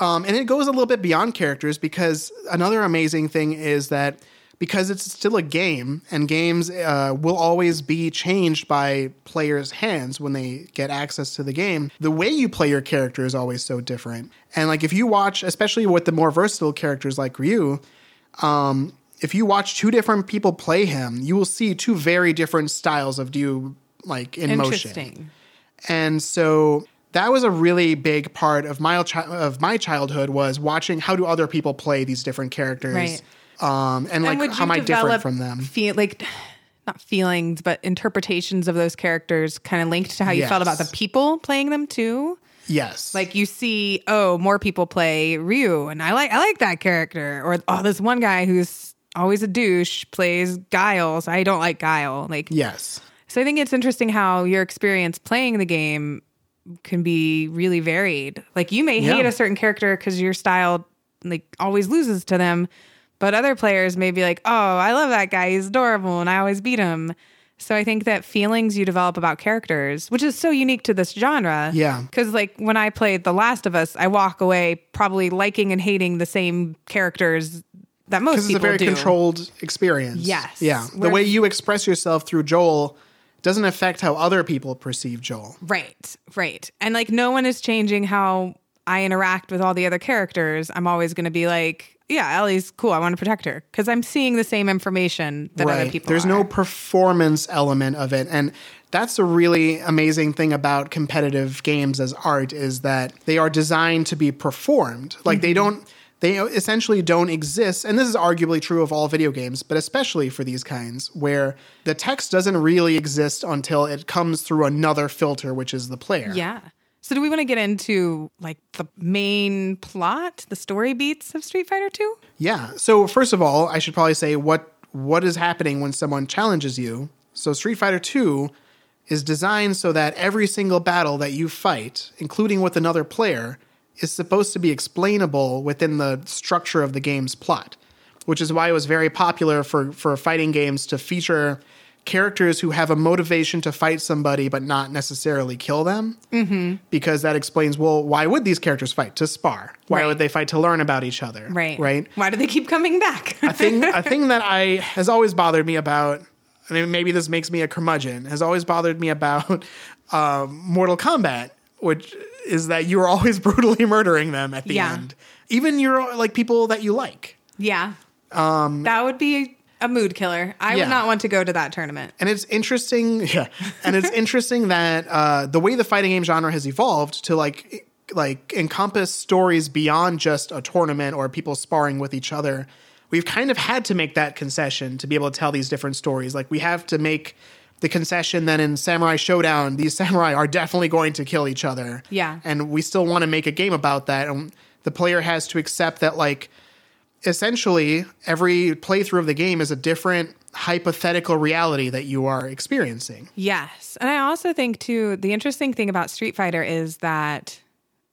[SPEAKER 3] um, and it goes a little bit beyond characters because another amazing thing is that because it's still a game and games uh, will always be changed by players' hands when they get access to the game. The way you play your character is always so different. And like if you watch, especially with the more versatile characters like Ryu, um, if you watch two different people play him, you will see two very different styles of Ryu like in motion.
[SPEAKER 1] Interesting.
[SPEAKER 3] And so that was a really big part of my chi- of my childhood was watching how do other people play these different characters,
[SPEAKER 1] Right.
[SPEAKER 3] um, and like
[SPEAKER 1] and would
[SPEAKER 3] how am
[SPEAKER 1] you
[SPEAKER 3] I different
[SPEAKER 1] develop
[SPEAKER 3] from them?
[SPEAKER 1] Feel like not feelings, but interpretations of those characters, kind of linked to how you felt about
[SPEAKER 3] Yes.
[SPEAKER 1] the people playing them too.
[SPEAKER 3] Yes,
[SPEAKER 1] Like you see, oh, more people play Ryu, and I like I like that character, or oh, this one guy who's always a douche plays Guile, so I don't like Guile. Like
[SPEAKER 3] yes,
[SPEAKER 1] So I think it's interesting how your experience playing the game can be really varied. Like you may
[SPEAKER 3] Yeah.
[SPEAKER 1] hate a certain character because your style like always loses to them, but other players may be like, "Oh, I love that guy. He's adorable, and I always beat him." So I think that feelings you develop about characters, which is so unique to this genre,
[SPEAKER 3] Yeah.
[SPEAKER 1] because like when I played The Last of Us, I walk away probably liking and hating the same characters that most
[SPEAKER 3] because
[SPEAKER 1] people
[SPEAKER 3] it's a very
[SPEAKER 1] do.
[SPEAKER 3] controlled experience.
[SPEAKER 1] Yes.
[SPEAKER 3] yeah. The
[SPEAKER 1] Where-
[SPEAKER 3] way you express yourself through Joel doesn't affect how other people perceive Joel.
[SPEAKER 1] Right, right. And like no one is changing how I interact with all the other characters. I'm always going to be like, yeah, Ellie's cool. I want to protect her because I'm seeing the same information that other people.
[SPEAKER 3] There's
[SPEAKER 1] are.
[SPEAKER 3] no performance element of it. And that's a really amazing thing about competitive games as art is that they are designed to be performed. Like
[SPEAKER 1] Mm-hmm.
[SPEAKER 3] they don't they essentially don't exist. And this is arguably true of all video games, but especially for these kinds where the text doesn't really exist until it comes through another filter, which is the player.
[SPEAKER 1] Yeah. So do we want to get into like the main plot, the story beats of Street Fighter 2?
[SPEAKER 3] Yeah. So first of all, I should probably say what what is happening when someone challenges you. So Street Fighter 2 is designed so that every single battle that you fight, including with another player, is supposed to be explainable within the structure of the game's plot, which is why it was very popular for for fighting games to feature characters who have a motivation to fight somebody but not necessarily kill them
[SPEAKER 1] Mm-hmm.
[SPEAKER 3] because that explains well why would these characters fight to spar why
[SPEAKER 1] Right.
[SPEAKER 3] would they fight to learn about each other
[SPEAKER 1] Right.
[SPEAKER 3] right
[SPEAKER 1] Why do they keep coming back?
[SPEAKER 3] thing a thing that I has always bothered me about I mean, maybe this makes me a curmudgeon, has always bothered me about um, Mortal Kombat, which is that you're always brutally murdering them at the
[SPEAKER 1] Yeah.
[SPEAKER 3] end, even your like people that you like.
[SPEAKER 1] Yeah. Um, that would be a mood killer. I
[SPEAKER 3] Yeah.
[SPEAKER 1] would not want to go to that tournament.
[SPEAKER 3] And it's interesting, yeah. And it's interesting that uh, the way the fighting game genre has evolved to like e, like encompass stories beyond just a tournament or people sparring with each other. We've kind of had to make that concession to be able to tell these different stories. Like we have to make the concession that in Samurai Showdown, these samurai are definitely going to kill each other.
[SPEAKER 1] Yeah.
[SPEAKER 3] And we still want to make a game about that. And the player has to accept that like essentially every playthrough of the game is a different hypothetical reality that you are experiencing.
[SPEAKER 1] Yes. And I also think, too, the interesting thing about Street Fighter is that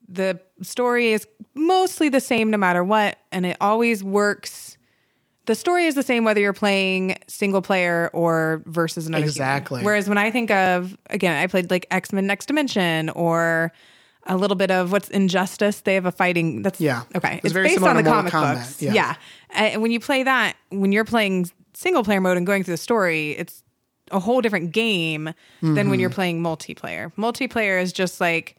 [SPEAKER 1] the story is mostly the same no matter what, and it always works. The story is the same whether you're playing single player or versus another. human.
[SPEAKER 3] Exactly.
[SPEAKER 1] Whereas when I think of, again, I played like X Men Next Dimension or a little bit of what's Injustice, they have a fighting that's
[SPEAKER 3] Yeah.
[SPEAKER 1] Okay.
[SPEAKER 3] It's
[SPEAKER 1] It's,
[SPEAKER 3] very
[SPEAKER 1] based
[SPEAKER 3] similar
[SPEAKER 1] on the
[SPEAKER 3] to Mortal
[SPEAKER 1] comic
[SPEAKER 3] Kombat,
[SPEAKER 1] books.
[SPEAKER 3] yeah.
[SPEAKER 1] Yeah. And when you play that, when you're playing single player mode and going through the story, it's a whole different game than
[SPEAKER 3] Mm-hmm.
[SPEAKER 1] when you're playing multiplayer. Multiplayer is just like,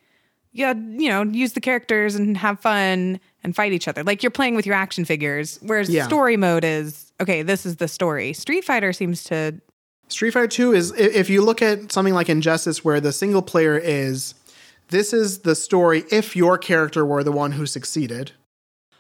[SPEAKER 1] yeah, you know, use the characters and have fun and fight each other. Like you're playing with your action figures, whereas
[SPEAKER 3] Yeah.
[SPEAKER 1] story mode is, okay, this is the story. Street Fighter seems to,
[SPEAKER 3] Street Fighter 2 is i- if you look at something like Injustice where the single player is this is the story if your character were the one who succeeded.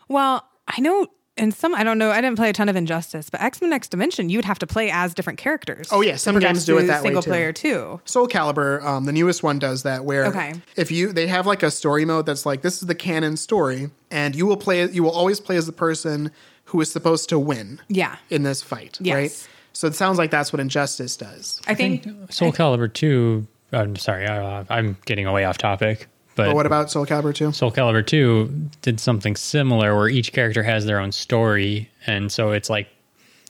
[SPEAKER 1] well, I know. And some, I don't know, I didn't play a ton of Injustice, but X Men Next Dimension, you'd have to play as different characters.
[SPEAKER 3] Oh, yeah,
[SPEAKER 1] to
[SPEAKER 3] some
[SPEAKER 1] progress
[SPEAKER 3] games do it
[SPEAKER 1] through
[SPEAKER 3] that way,
[SPEAKER 1] Single
[SPEAKER 3] too.
[SPEAKER 1] player, too.
[SPEAKER 3] Soul Calibur, um, the newest one does that where
[SPEAKER 1] Okay.
[SPEAKER 3] if you they have like a story mode that's like this is the canon story and you will play you will always play as the person who is supposed to win
[SPEAKER 1] Yeah.
[SPEAKER 3] in this fight,
[SPEAKER 1] Yes.
[SPEAKER 3] right? So it sounds like that's what Injustice does.
[SPEAKER 1] I think,
[SPEAKER 2] Soul Calibur 2, I'm sorry, I, I'm getting away off topic,
[SPEAKER 3] But what about Soul Calibur 2?
[SPEAKER 2] Soul Calibur 2 did something similar where each character has their own story. And so it's like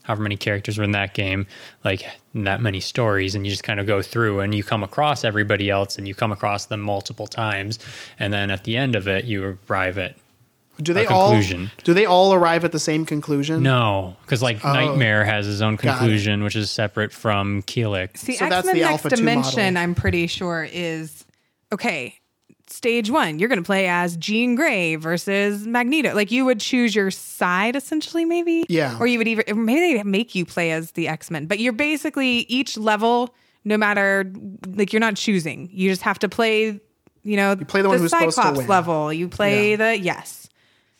[SPEAKER 2] however many characters were in that game, like that many stories. And you just kind of go through and you come across everybody else and you come across them multiple times. And then at the end of it, you arrive at
[SPEAKER 3] Do they
[SPEAKER 2] a
[SPEAKER 3] all
[SPEAKER 2] conclusion.
[SPEAKER 3] do they all arrive at the same conclusion?
[SPEAKER 2] no. Because like Nightmare has his own
[SPEAKER 3] Oh. it.
[SPEAKER 2] conclusion, which is separate from Keelix.
[SPEAKER 1] See,
[SPEAKER 3] So
[SPEAKER 1] X
[SPEAKER 3] that's
[SPEAKER 1] Men
[SPEAKER 3] the
[SPEAKER 1] Next
[SPEAKER 3] Alpha 2
[SPEAKER 1] Dimension,
[SPEAKER 3] model.
[SPEAKER 1] I'm pretty sure, is okay. Stage one, you're going to play as Jean Grey versus Magneto. Like you would choose your side, essentially, maybe.
[SPEAKER 3] Yeah.
[SPEAKER 1] Or you would even or maybe they make you play as the X Men, but you're basically each level, no matter like you're not choosing. You just have to play. You know, you
[SPEAKER 3] play the one who's supposed
[SPEAKER 1] Cyclops
[SPEAKER 3] to win.
[SPEAKER 1] level. You play the yes.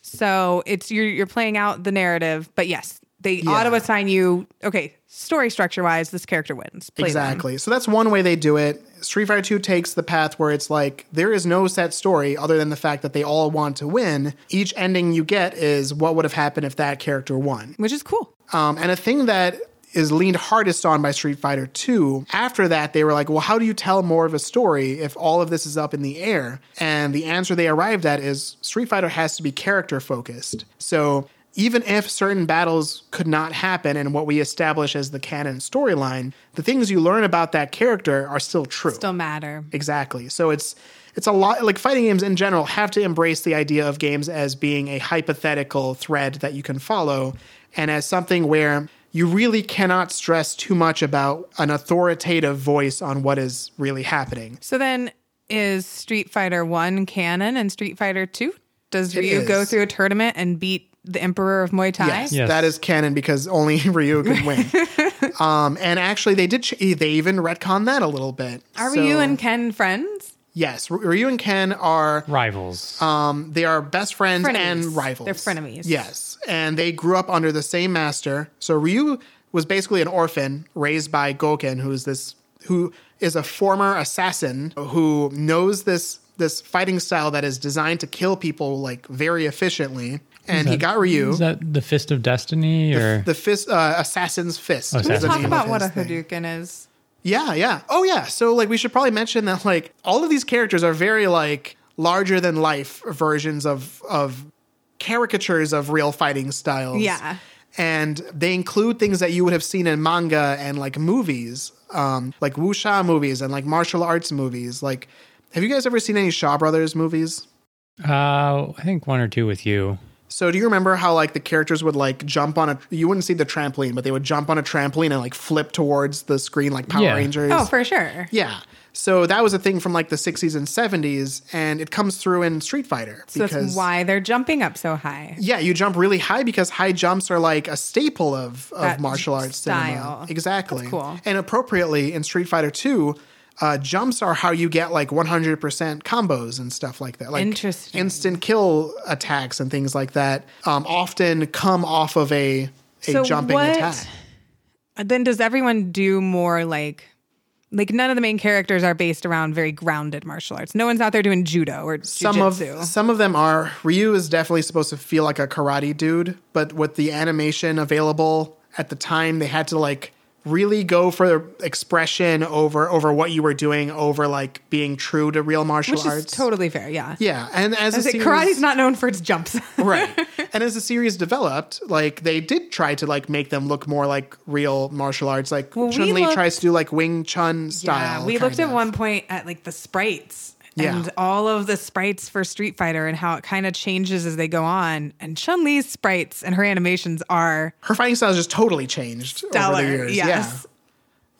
[SPEAKER 1] So it's you're you're playing out the narrative, but yes, they auto assign you. Okay, story structure wise, this character wins. Play them.
[SPEAKER 3] Exactly. So that's one way they do it. Street Fighter 2 takes the path where it's like there is no set story other than the fact that they all want to win. Each ending you get is what would have happened if that character won.
[SPEAKER 1] which is cool.
[SPEAKER 3] Um, and a thing that is leaned hardest on by Street Fighter 2. After that, they were like, well, how do you tell more of a story if all of this is up in the air? And the answer they arrived at is Street Fighter has to be character focused. So even if certain battles could not happen and what we establish as the canon storyline, the things you learn about that character are still true.
[SPEAKER 1] Still matter.
[SPEAKER 3] Exactly. So it's it's a lot like fighting games in general have to embrace the idea of games as being a hypothetical thread that you can follow and as something where you really cannot stress too much about an authoritative voice on what is really happening.
[SPEAKER 1] So then, is Street Fighter One canon and Street Fighter Two? Does
[SPEAKER 3] It
[SPEAKER 1] Ryu go
[SPEAKER 3] is.
[SPEAKER 1] through a tournament and beat the Emperor of Muay Thai?
[SPEAKER 3] Yes,
[SPEAKER 2] Yes.
[SPEAKER 3] that is canon because only Ryu can win. um, and actually, they did. Ch- they even retcon that a little bit.
[SPEAKER 1] Are
[SPEAKER 3] So-
[SPEAKER 1] Ryu and Ken friends?
[SPEAKER 3] yes, R- Ryu and Ken are
[SPEAKER 2] Rivals.
[SPEAKER 3] Um, they are best friends
[SPEAKER 1] Frenemies.
[SPEAKER 3] and rivals.
[SPEAKER 1] They're frenemies.
[SPEAKER 3] Yes. And they grew up under the same master. So Ryu was basically an orphan raised by Goken, who's this who is a former assassin who knows this this fighting style that is designed to kill people like very efficiently. And he got Ryu.
[SPEAKER 2] Is that the Fist of Destiny or
[SPEAKER 3] the fist uh, assassin's fist.
[SPEAKER 2] Can
[SPEAKER 3] is
[SPEAKER 2] we
[SPEAKER 3] the
[SPEAKER 2] That's
[SPEAKER 1] Talk
[SPEAKER 3] name of
[SPEAKER 1] about what
[SPEAKER 3] his
[SPEAKER 1] a
[SPEAKER 3] thing.
[SPEAKER 1] Hadouken is.
[SPEAKER 3] Yeah, yeah. Oh, yeah. So, like, we should probably mention that, like, all of these characters are very, like, larger than life versions of, of caricatures of real fighting styles.
[SPEAKER 1] Yeah.
[SPEAKER 3] And they include things that you would have seen in manga and, like, movies, um, like wuxia movies and, like, martial arts movies. Like, have you guys ever seen any Shaw Brothers movies?
[SPEAKER 2] uh, I think one or two with you.
[SPEAKER 3] So do you remember how like the characters would like jump on a you wouldn't see the trampoline, but they would jump on a trampoline and like flip towards the screen like Power
[SPEAKER 2] Yeah.
[SPEAKER 3] Rangers?
[SPEAKER 1] Oh, for sure.
[SPEAKER 3] yeah. So that was a thing from like the 60s and 70s and it comes through in Street Fighter
[SPEAKER 1] So that's why they're jumping up so high.
[SPEAKER 3] yeah, you jump really high because high jumps are like a staple of, of
[SPEAKER 1] That
[SPEAKER 3] martial arts
[SPEAKER 1] style.
[SPEAKER 3] cinema. Exactly.
[SPEAKER 1] That's cool.
[SPEAKER 3] And appropriately in Street Fighter 2, uh, jumps are how you get like 100% combos and stuff like that. Like
[SPEAKER 1] Interesting.
[SPEAKER 3] instant kill attacks and things like that um, often come off of a, a
[SPEAKER 1] So
[SPEAKER 3] jumping
[SPEAKER 1] what-
[SPEAKER 3] attack.
[SPEAKER 1] And Then does everyone do more like like none of the main characters are based around very grounded martial arts. No one's out there doing judo or
[SPEAKER 3] Some
[SPEAKER 1] jujitsu.
[SPEAKER 3] of some of them are Ryu is definitely supposed to feel like a karate dude, but with the animation available at the time, they had to like really go for expression over over what you were doing over like being true to real martial
[SPEAKER 1] which
[SPEAKER 3] arts.
[SPEAKER 1] is totally fair. Yeah,
[SPEAKER 3] yeah, and as
[SPEAKER 1] I
[SPEAKER 3] a
[SPEAKER 1] say
[SPEAKER 3] series,
[SPEAKER 1] karate's not known for its jumps.
[SPEAKER 3] right, and as the series developed, like they did try to like make them look more like real martial arts. Like
[SPEAKER 1] Well, we
[SPEAKER 3] Chun Li
[SPEAKER 1] looked-
[SPEAKER 3] tries to do like Wing Chun style.
[SPEAKER 1] yeah, we looked
[SPEAKER 3] kind
[SPEAKER 1] at
[SPEAKER 3] of.
[SPEAKER 1] one point at like the sprites
[SPEAKER 3] Yeah.
[SPEAKER 1] and all of the sprites for Street Fighter and how it kind of changes as they go on. And Chun Li's sprites and her animations are
[SPEAKER 3] Her fighting style has just totally changed over
[SPEAKER 1] stellar.
[SPEAKER 3] the years. Yeah.
[SPEAKER 1] Yes.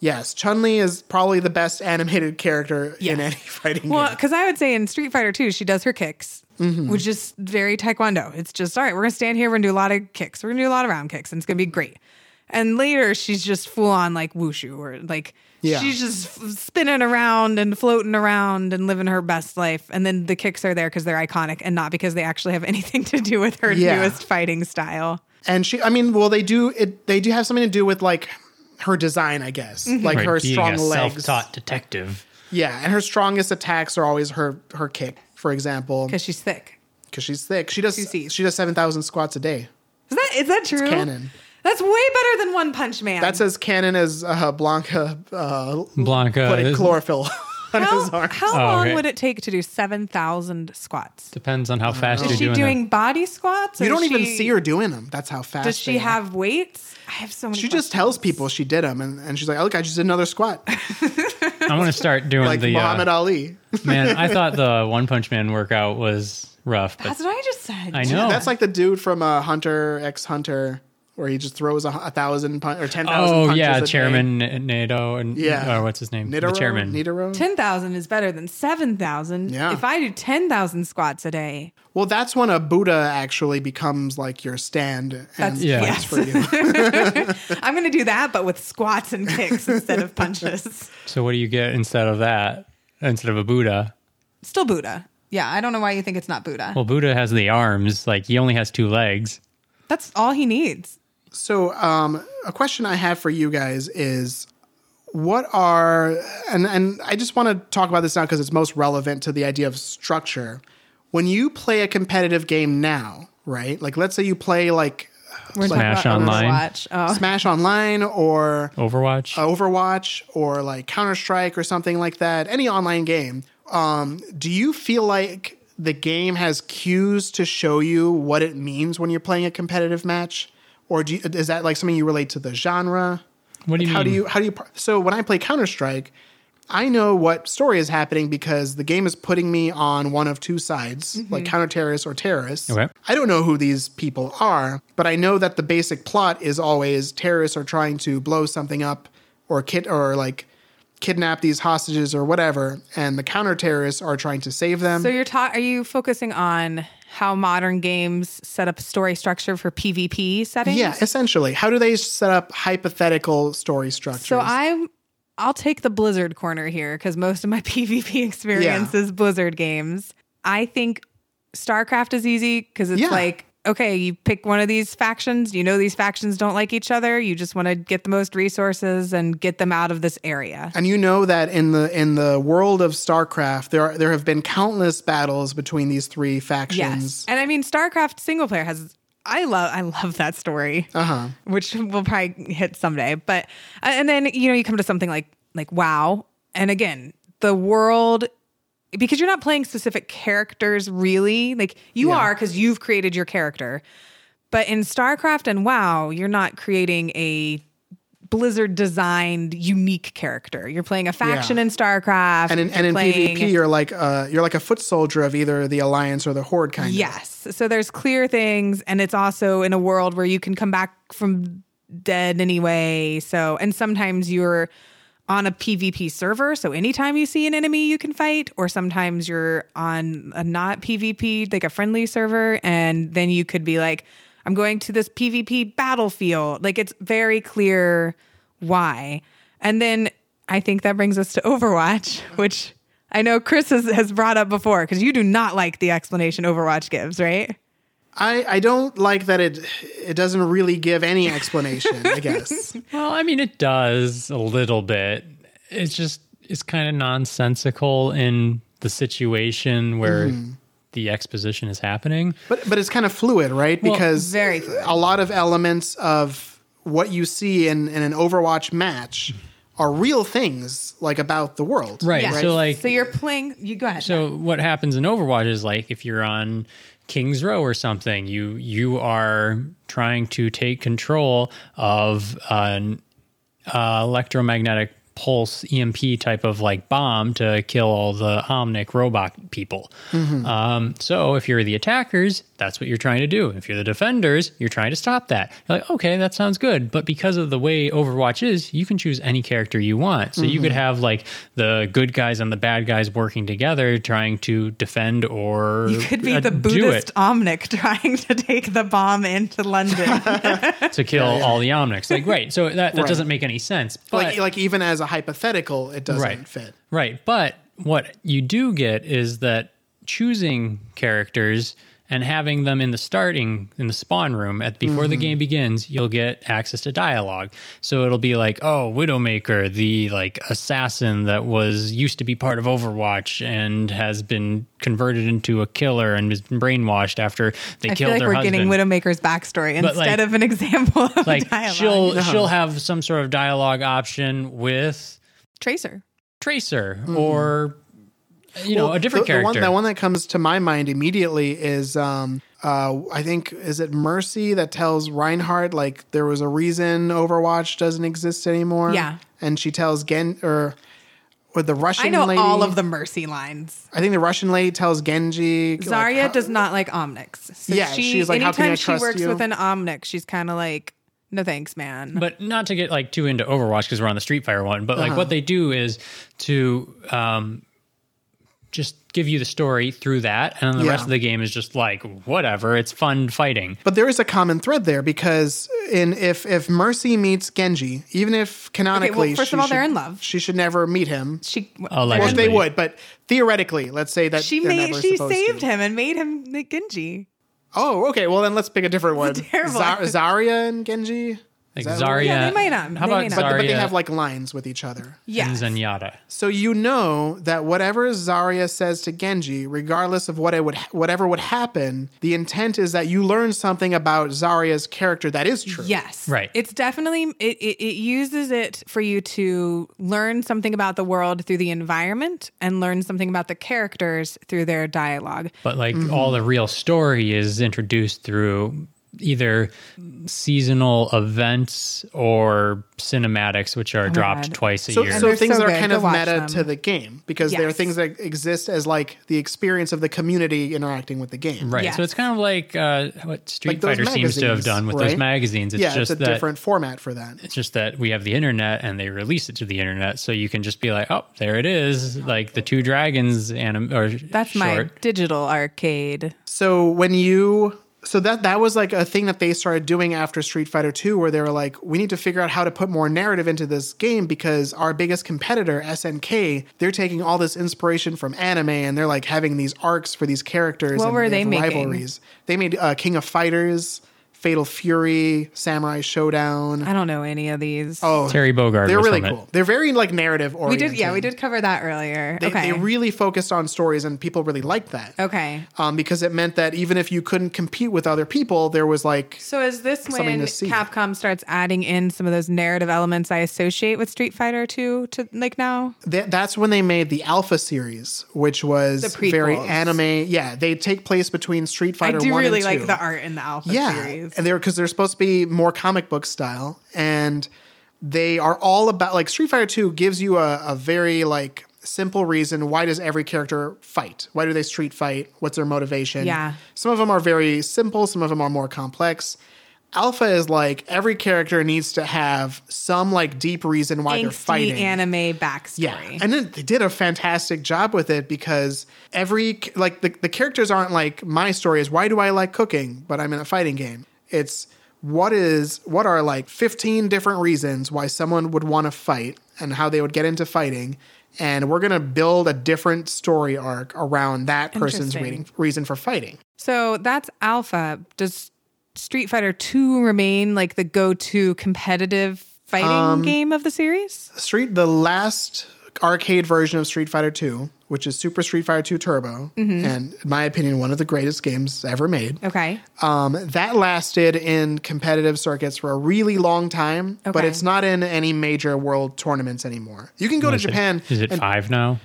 [SPEAKER 3] Yes, Chun Li is probably the best animated character in any fighting
[SPEAKER 1] Well,
[SPEAKER 3] game.
[SPEAKER 1] because I would say in Street Fighter 2, she does her kicks,
[SPEAKER 3] Mm-hmm.
[SPEAKER 1] which is very taekwondo. It's just, all right, we're going to stand here, we're going to do a lot of kicks, we're going to do a lot of round kicks, and it's going to be great. And later, she's just full on like wushu or like
[SPEAKER 3] Yeah.
[SPEAKER 1] she's just f- spinning around and floating around and living her best life. And then the kicks are there because they're iconic and not because they actually have anything to do with her
[SPEAKER 3] Yeah.
[SPEAKER 1] newest fighting style.
[SPEAKER 3] And she, I mean, well, they do it. They do have something to do with like her design, I guess,
[SPEAKER 1] Mm-hmm.
[SPEAKER 3] like
[SPEAKER 2] Right,
[SPEAKER 3] her
[SPEAKER 2] being
[SPEAKER 3] strong
[SPEAKER 2] a
[SPEAKER 3] legs.
[SPEAKER 2] self-taught detective.
[SPEAKER 3] Yeah, and her strongest attacks are always her her kick, for example,
[SPEAKER 1] Because she's thick.
[SPEAKER 3] because she's thick. She does
[SPEAKER 1] C's.
[SPEAKER 3] she does seven thousand squats a day.
[SPEAKER 1] Is that is that true?
[SPEAKER 3] canon.
[SPEAKER 1] That's way better than One Punch Man.
[SPEAKER 3] That's as canon as uh, Blanca uh,
[SPEAKER 2] Blanca
[SPEAKER 3] put it,
[SPEAKER 2] is-
[SPEAKER 3] chlorophyll on
[SPEAKER 1] how,
[SPEAKER 3] his arm.
[SPEAKER 1] how
[SPEAKER 2] Oh,
[SPEAKER 1] long
[SPEAKER 2] okay.
[SPEAKER 1] would it take to do seven thousand squats?
[SPEAKER 2] depends on
[SPEAKER 3] Oh,
[SPEAKER 2] how fast
[SPEAKER 1] Is
[SPEAKER 2] you're
[SPEAKER 1] she
[SPEAKER 2] Oh. doing.
[SPEAKER 1] doing,
[SPEAKER 2] that.
[SPEAKER 1] body squats? or
[SPEAKER 3] you don't
[SPEAKER 1] is
[SPEAKER 3] even
[SPEAKER 1] she-
[SPEAKER 3] see her doing them. That's how fast.
[SPEAKER 1] Does she
[SPEAKER 3] they are.
[SPEAKER 1] have weights? I have so many.
[SPEAKER 3] She just tells people she did them, and, and she's like, "Oh, "Look, I just did another squat,
[SPEAKER 2] I want to start doing
[SPEAKER 3] like
[SPEAKER 2] the uh,
[SPEAKER 3] Muhammad Ali."
[SPEAKER 2] man. I thought the One Punch Man workout was rough, but
[SPEAKER 1] That's what I just said.
[SPEAKER 2] I know.
[SPEAKER 3] That's like the dude from uh, Hunter X Hunter, where he just throws a, a thousand pun- or ten thousand.
[SPEAKER 2] Oh
[SPEAKER 3] punches a
[SPEAKER 2] yeah,
[SPEAKER 3] day.
[SPEAKER 2] Chairman N- NATO and
[SPEAKER 3] Yeah.
[SPEAKER 2] or what's his name?
[SPEAKER 3] Nidoro,
[SPEAKER 2] the chairman.
[SPEAKER 3] Nidoro?
[SPEAKER 1] Ten thousand is better than seven thousand.
[SPEAKER 3] Yeah.
[SPEAKER 1] If I do ten thousand squats a day,
[SPEAKER 3] Well, that's when a Buddha actually becomes like your stand and
[SPEAKER 1] That's-
[SPEAKER 2] Yeah.
[SPEAKER 3] fights for you.
[SPEAKER 1] I'm going to do that, but with squats and kicks instead of punches.
[SPEAKER 2] So what do you get instead of that? Instead of a Buddha?
[SPEAKER 1] Still Buddha. Yeah, I don't know why you think it's not Buddha.
[SPEAKER 2] Well, Buddha has the arms. Like he only has two legs.
[SPEAKER 1] That's all he needs.
[SPEAKER 3] so, um, a question I have for you guys is. What are and and I just want to talk about this now because it's most relevant to the idea of structure. When you play a competitive game now, right? Like let's say you play like
[SPEAKER 1] We're
[SPEAKER 2] Smash Online.
[SPEAKER 1] Overwatch. Oh.
[SPEAKER 3] Smash Online or
[SPEAKER 2] Overwatch.
[SPEAKER 3] Oh, Uh, Overwatch or like Counter Strike or something like that, any online game, um, do you feel like the game has cues to show you what it means when you're playing a competitive match, or do you, is that like something you relate to the genre?
[SPEAKER 2] What do you
[SPEAKER 3] How do
[SPEAKER 2] mean?
[SPEAKER 3] you how do you par- so when I play Counter Strike, I know what story is happening because the game is putting me on one of two sides, like counter terrorists or terrorists.
[SPEAKER 2] Mm-hmm. Okay.
[SPEAKER 3] I don't know who these people are, but I know that the basic plot is always terrorists are trying to blow something up or kid or like kidnap these hostages or whatever, and the counter terrorists are trying to save them.
[SPEAKER 1] So you're ta- are you focusing on how modern games set up story structure for PvP settings?
[SPEAKER 3] yeah, essentially. How do they set up hypothetical story structures?
[SPEAKER 1] So I'm I'll take the Blizzard corner here because most of my PvP experience is Blizzard games. I think StarCraft is easy because it's
[SPEAKER 3] Yeah.
[SPEAKER 1] like okay, you pick one of these factions, you know these factions don't like each other, you just want to get the most resources and get them out of this area.
[SPEAKER 3] And you know that in the in the world of StarCraft, there are, there have been countless battles between these three factions.
[SPEAKER 1] Yes. And I mean StarCraft single player has I love I love that story. Uh-huh. Which we'll probably hit someday. But uh, and then you know you come to something like like WoW and again, the world because you're not playing specific characters really. Like you are cuz you've created your character. But in StarCraft and WoW, you're not creating a Blizzard designed unique character. You're playing a faction in StarCraft.
[SPEAKER 3] And in, and
[SPEAKER 1] you're
[SPEAKER 3] in
[SPEAKER 1] playing-
[SPEAKER 3] PvP, you're like uh, you're like a foot soldier of either the Alliance or the Horde kind of.
[SPEAKER 1] Yes. So there's clear things, and it's also in a world where you can come back from dead anyway. So, and sometimes you're on a PvP server. So anytime you see an enemy, you can fight, or sometimes you're on a not PvP, like a friendly server, and then you could be like, I'm going to this PvP battlefield. Like it's very clear why. And then I think that brings us to Overwatch, which I know Chris has, has brought up before because you do not like the explanation Overwatch gives, right?
[SPEAKER 3] I, I don't like that it it doesn't really give any explanation, I guess.
[SPEAKER 2] Well, I mean, it does a little bit. It's just it's kind of nonsensical in the situation where
[SPEAKER 3] Mm-hmm.
[SPEAKER 2] the exposition is happening.
[SPEAKER 3] But but it's kind of fluid, right? Because
[SPEAKER 1] very fluid.
[SPEAKER 3] a lot of elements of what you see in, in an Overwatch
[SPEAKER 1] Mm.
[SPEAKER 3] match are real things like about the world.
[SPEAKER 2] Right.
[SPEAKER 1] Yes.
[SPEAKER 2] So like
[SPEAKER 1] so you're playing. You go ahead.
[SPEAKER 2] so what happens in Overwatch is like if you're on King's Row or something, you you are trying to take control of an uh, electromagnetic pulse EMP type of like bomb to kill all the Omnic robot people.
[SPEAKER 1] Mm-hmm.
[SPEAKER 2] Um, so if you're the attackers, that's what you're trying to do. If you're the defenders, you're trying to stop that. You're like, okay, that sounds good. But because of the way Overwatch is, you can choose any character you want. So
[SPEAKER 1] Mm-hmm.
[SPEAKER 2] you could have like the good guys and the bad guys working together trying to defend or
[SPEAKER 1] you could be
[SPEAKER 2] uh,
[SPEAKER 1] the
[SPEAKER 2] do
[SPEAKER 1] Buddhist
[SPEAKER 2] it
[SPEAKER 1] Omnic trying to take the bomb into London.
[SPEAKER 2] to kill all the Omnics. Like, right. So that, that
[SPEAKER 3] Right.
[SPEAKER 2] doesn't make any sense. But
[SPEAKER 3] Like like even as a hypothetical, it doesn't
[SPEAKER 2] Right.
[SPEAKER 3] fit.
[SPEAKER 2] Right. But what you do get is that choosing characters and having them in the starting in the spawn room at before
[SPEAKER 3] Mm-hmm.
[SPEAKER 2] the game begins, you'll get access to dialogue. So it'll be like, oh, Widowmaker, the like assassin that was used to be part of Overwatch and has been converted into a killer and has been brainwashed after they
[SPEAKER 1] I feel
[SPEAKER 2] killed
[SPEAKER 1] like
[SPEAKER 2] her
[SPEAKER 1] we're
[SPEAKER 2] husband
[SPEAKER 1] getting Widowmaker's backstory instead
[SPEAKER 2] like-
[SPEAKER 1] of an example of
[SPEAKER 2] like
[SPEAKER 1] dialogue. Uh-huh.
[SPEAKER 2] she'll she'll have some sort of dialogue option with
[SPEAKER 1] Tracer.
[SPEAKER 2] Tracer or you know
[SPEAKER 3] Mm-hmm. Well,
[SPEAKER 2] a different
[SPEAKER 3] the, the
[SPEAKER 2] character.
[SPEAKER 3] one, the one that comes to my mind immediately is um, uh, I think is it Mercy that tells Reinhardt like there was a reason Overwatch doesn't exist anymore.
[SPEAKER 1] Yeah.
[SPEAKER 3] and she tells Gen or with the Russian.
[SPEAKER 1] I know
[SPEAKER 3] lady,
[SPEAKER 1] all of the mercy lines.
[SPEAKER 3] I think the Russian lady tells Genji. like,
[SPEAKER 1] Zarya
[SPEAKER 3] how-
[SPEAKER 1] does not like Omnics. So
[SPEAKER 3] Yeah,
[SPEAKER 1] she,
[SPEAKER 3] she's like, how can
[SPEAKER 1] anytime
[SPEAKER 3] I
[SPEAKER 1] she
[SPEAKER 3] trust
[SPEAKER 1] works
[SPEAKER 3] you?
[SPEAKER 1] with an Omnic, she's kind of like, no thanks, man.
[SPEAKER 2] but not to get like too into Overwatch because we're on the Street Fighter one. But like
[SPEAKER 3] Uh-huh.
[SPEAKER 2] what they do is to um, just give you the story through that, and then the
[SPEAKER 3] Yeah.
[SPEAKER 2] rest of the game is just like whatever. It's fun fighting.
[SPEAKER 3] But there is a common thread there because in if if Mercy meets Genji, even if canonically,
[SPEAKER 1] first
[SPEAKER 3] she
[SPEAKER 1] of all, they're
[SPEAKER 3] should-
[SPEAKER 1] in love.
[SPEAKER 3] She should never meet him.
[SPEAKER 1] she
[SPEAKER 2] Allegedly.
[SPEAKER 3] Well, they would, but theoretically, let's say that
[SPEAKER 1] she
[SPEAKER 3] they're
[SPEAKER 1] made
[SPEAKER 3] never
[SPEAKER 1] she
[SPEAKER 3] supposed to.
[SPEAKER 1] saved him and made him the Genji.
[SPEAKER 3] Oh, okay. Well, then let's pick a different one.
[SPEAKER 1] terrible
[SPEAKER 3] Za-
[SPEAKER 1] idea.
[SPEAKER 3] Zarya and Genji.
[SPEAKER 2] Like
[SPEAKER 3] that
[SPEAKER 2] Zarya.
[SPEAKER 3] right?
[SPEAKER 1] Yeah, they might not.
[SPEAKER 2] How
[SPEAKER 1] They
[SPEAKER 2] about
[SPEAKER 1] may not.
[SPEAKER 2] Zarya
[SPEAKER 1] But-
[SPEAKER 3] But they have like lines with each other.
[SPEAKER 2] and
[SPEAKER 1] Yes.
[SPEAKER 2] Zenyatta?
[SPEAKER 3] So you know that whatever Zarya says to Genji, regardless of what it would whatever would happen, the intent is that you learn something about Zarya's character that is true.
[SPEAKER 1] Yes.
[SPEAKER 2] Right.
[SPEAKER 1] It's definitely it, it it uses it for you to learn something about the world through the environment and learn something about the characters through their dialogue.
[SPEAKER 2] But like
[SPEAKER 3] Mm-hmm.
[SPEAKER 2] all the real story is introduced through either seasonal events or cinematics, which are dropped
[SPEAKER 1] Oh God.
[SPEAKER 2] twice a
[SPEAKER 3] So,
[SPEAKER 2] year.
[SPEAKER 3] so
[SPEAKER 1] they're
[SPEAKER 3] things
[SPEAKER 1] so
[SPEAKER 3] that are
[SPEAKER 1] good
[SPEAKER 3] kind
[SPEAKER 1] to
[SPEAKER 3] of
[SPEAKER 1] watch
[SPEAKER 3] meta
[SPEAKER 1] them.
[SPEAKER 3] to the game because there are
[SPEAKER 1] Yes.
[SPEAKER 3] things that exist as like the experience of the community interacting with the game.
[SPEAKER 2] Right.
[SPEAKER 1] Yes.
[SPEAKER 2] So it's kind of like uh, what Street
[SPEAKER 3] Like those
[SPEAKER 2] Fighter seems to have
[SPEAKER 3] magazines,
[SPEAKER 2] done with
[SPEAKER 3] right?
[SPEAKER 2] those magazines. It's
[SPEAKER 3] yeah,
[SPEAKER 2] just
[SPEAKER 3] it's a
[SPEAKER 2] that
[SPEAKER 3] different format for that.
[SPEAKER 2] it's just that we have the internet and they release it to the internet, so you can just be like, oh, there it is, like the two dragons anim or
[SPEAKER 1] That's my
[SPEAKER 2] short.
[SPEAKER 1] digital arcade.
[SPEAKER 3] So when you so that that was like a thing that they started doing after Street Fighter 2 where they were like we need to figure out how to put more narrative into this game because our biggest competitor SNK they're taking all this inspiration from anime and they're like having these arcs for these characters
[SPEAKER 1] What
[SPEAKER 3] and
[SPEAKER 1] were
[SPEAKER 3] have
[SPEAKER 1] they making?
[SPEAKER 3] rivalries. They made uh, King of Fighters, Fatal Fury, Samurai Showdown.
[SPEAKER 1] I don't know any of these.
[SPEAKER 3] Oh,
[SPEAKER 2] Terry Bogard.
[SPEAKER 3] they're
[SPEAKER 2] was
[SPEAKER 3] really
[SPEAKER 2] from it.
[SPEAKER 3] cool. They're very like narrative
[SPEAKER 1] we
[SPEAKER 3] oriented.
[SPEAKER 1] did yeah, we did cover that earlier.
[SPEAKER 3] They,
[SPEAKER 1] okay.
[SPEAKER 3] they really focused on stories and people really liked that
[SPEAKER 1] okay.
[SPEAKER 3] um, because it meant that even if you couldn't compete with other people, there was like
[SPEAKER 1] So is this
[SPEAKER 3] Something
[SPEAKER 1] when
[SPEAKER 3] to see.
[SPEAKER 1] Capcom starts adding in some of those narrative elements I associate with Street Fighter 2 to like now?
[SPEAKER 3] th- that's when they made the Alpha series, which
[SPEAKER 1] The
[SPEAKER 3] was
[SPEAKER 1] prequels.
[SPEAKER 3] very anime. Yeah, they take place between Street
[SPEAKER 1] I
[SPEAKER 3] Fighter.
[SPEAKER 1] do
[SPEAKER 3] 1
[SPEAKER 1] really
[SPEAKER 3] and
[SPEAKER 1] like
[SPEAKER 3] 2.
[SPEAKER 1] the art in the Alpha
[SPEAKER 3] yeah,
[SPEAKER 1] series.
[SPEAKER 3] and they're because they're supposed to be more comic book style, and they are all about like Street Fighter 2 gives you a, a very like simple reason why does every character fight? Why do they street fight? What's their motivation?
[SPEAKER 1] Yeah.
[SPEAKER 3] Some of them are very simple, some of them are more complex. Alpha is like every character needs to have some like deep reason why they're
[SPEAKER 1] Angsty
[SPEAKER 3] fighting.
[SPEAKER 1] anime backstory.
[SPEAKER 3] Yeah, and then they did a fantastic job with it because every like the, the characters aren't like my story is why do I like cooking, but I'm in a fighting game. It's what is what are like 15 different reasons why someone would want to fight and how they would get into fighting, and we're gonna build a different story arc around that person's
[SPEAKER 1] Interesting.
[SPEAKER 3] reading, reason for fighting.
[SPEAKER 1] So that's Alpha. Does Street Fighter 2 remain like the go to competitive fighting
[SPEAKER 3] Um,
[SPEAKER 1] game of the series?
[SPEAKER 3] Street the last arcade version of Street Fighter 2, which is Super Street Fighter 2 Turbo, and in my opinion one of the greatest games ever made.
[SPEAKER 1] Okay.
[SPEAKER 3] Um, that lasted in competitive circuits for a really long time, but
[SPEAKER 1] Okay.
[SPEAKER 3] it's not in any major world tournaments anymore. You can go to
[SPEAKER 2] Is it-
[SPEAKER 3] Japan.
[SPEAKER 2] Is it
[SPEAKER 3] and
[SPEAKER 2] five now?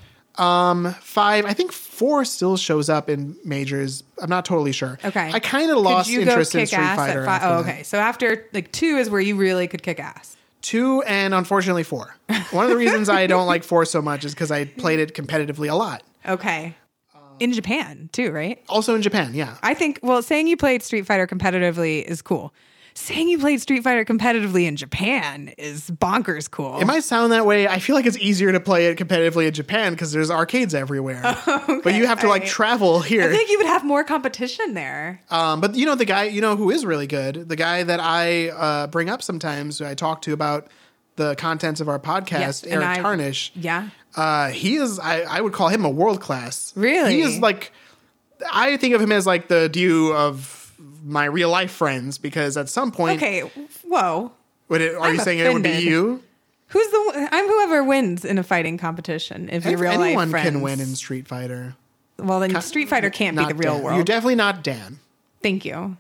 [SPEAKER 3] five? I think four still shows up in majors. I'm not totally sure.
[SPEAKER 1] Okay.
[SPEAKER 3] I kind of lost
[SPEAKER 1] Could you
[SPEAKER 3] interest
[SPEAKER 1] go
[SPEAKER 3] in
[SPEAKER 1] kick
[SPEAKER 3] Street
[SPEAKER 1] ass
[SPEAKER 3] Fighter.
[SPEAKER 1] at five?
[SPEAKER 3] after
[SPEAKER 1] Oh,
[SPEAKER 3] that.
[SPEAKER 1] okay. So after like two is where you really could kick ass.
[SPEAKER 3] Two and unfortunately four. One of the reasons I don't like four so much is because I played it competitively a lot.
[SPEAKER 1] Okay. In Japan too, right?
[SPEAKER 3] Also in Japan, yeah.
[SPEAKER 1] I think, well, saying you played Street Fighter competitively is cool. Saying you played Street Fighter competitively in Japan is bonkers cool.
[SPEAKER 3] It might sound that way. I feel like it's easier to play it competitively in Japan because there's arcades everywhere. But you have to like
[SPEAKER 1] alright.
[SPEAKER 3] travel here.
[SPEAKER 1] I think you would have more competition there.
[SPEAKER 3] Um, but you know the guy, you know who is really good, the guy that I uh, bring up sometimes, who I talk to about the contents of our
[SPEAKER 1] Yes,
[SPEAKER 3] podcast,
[SPEAKER 1] and
[SPEAKER 3] Eric
[SPEAKER 1] I-
[SPEAKER 3] Tarnish.
[SPEAKER 1] Yeah.
[SPEAKER 3] Uh, he is, I, I would call him a world class.
[SPEAKER 1] Really?
[SPEAKER 3] he is like, I think of him as like the Dew of my real life friends because at some point,
[SPEAKER 1] Okay. Whoa.
[SPEAKER 3] would it, are
[SPEAKER 1] I'm
[SPEAKER 3] you saying it would
[SPEAKER 1] offended.
[SPEAKER 3] be you?
[SPEAKER 1] Who's the? one- I'm whoever wins in a fighting competition. If your
[SPEAKER 3] If
[SPEAKER 1] real
[SPEAKER 3] anyone
[SPEAKER 1] life friends
[SPEAKER 3] can win in Street Fighter.
[SPEAKER 1] well, then Street Fighter can't be
[SPEAKER 3] Not
[SPEAKER 1] the real
[SPEAKER 3] Dan.
[SPEAKER 1] world.
[SPEAKER 3] You're definitely not Dan.
[SPEAKER 1] Thank you.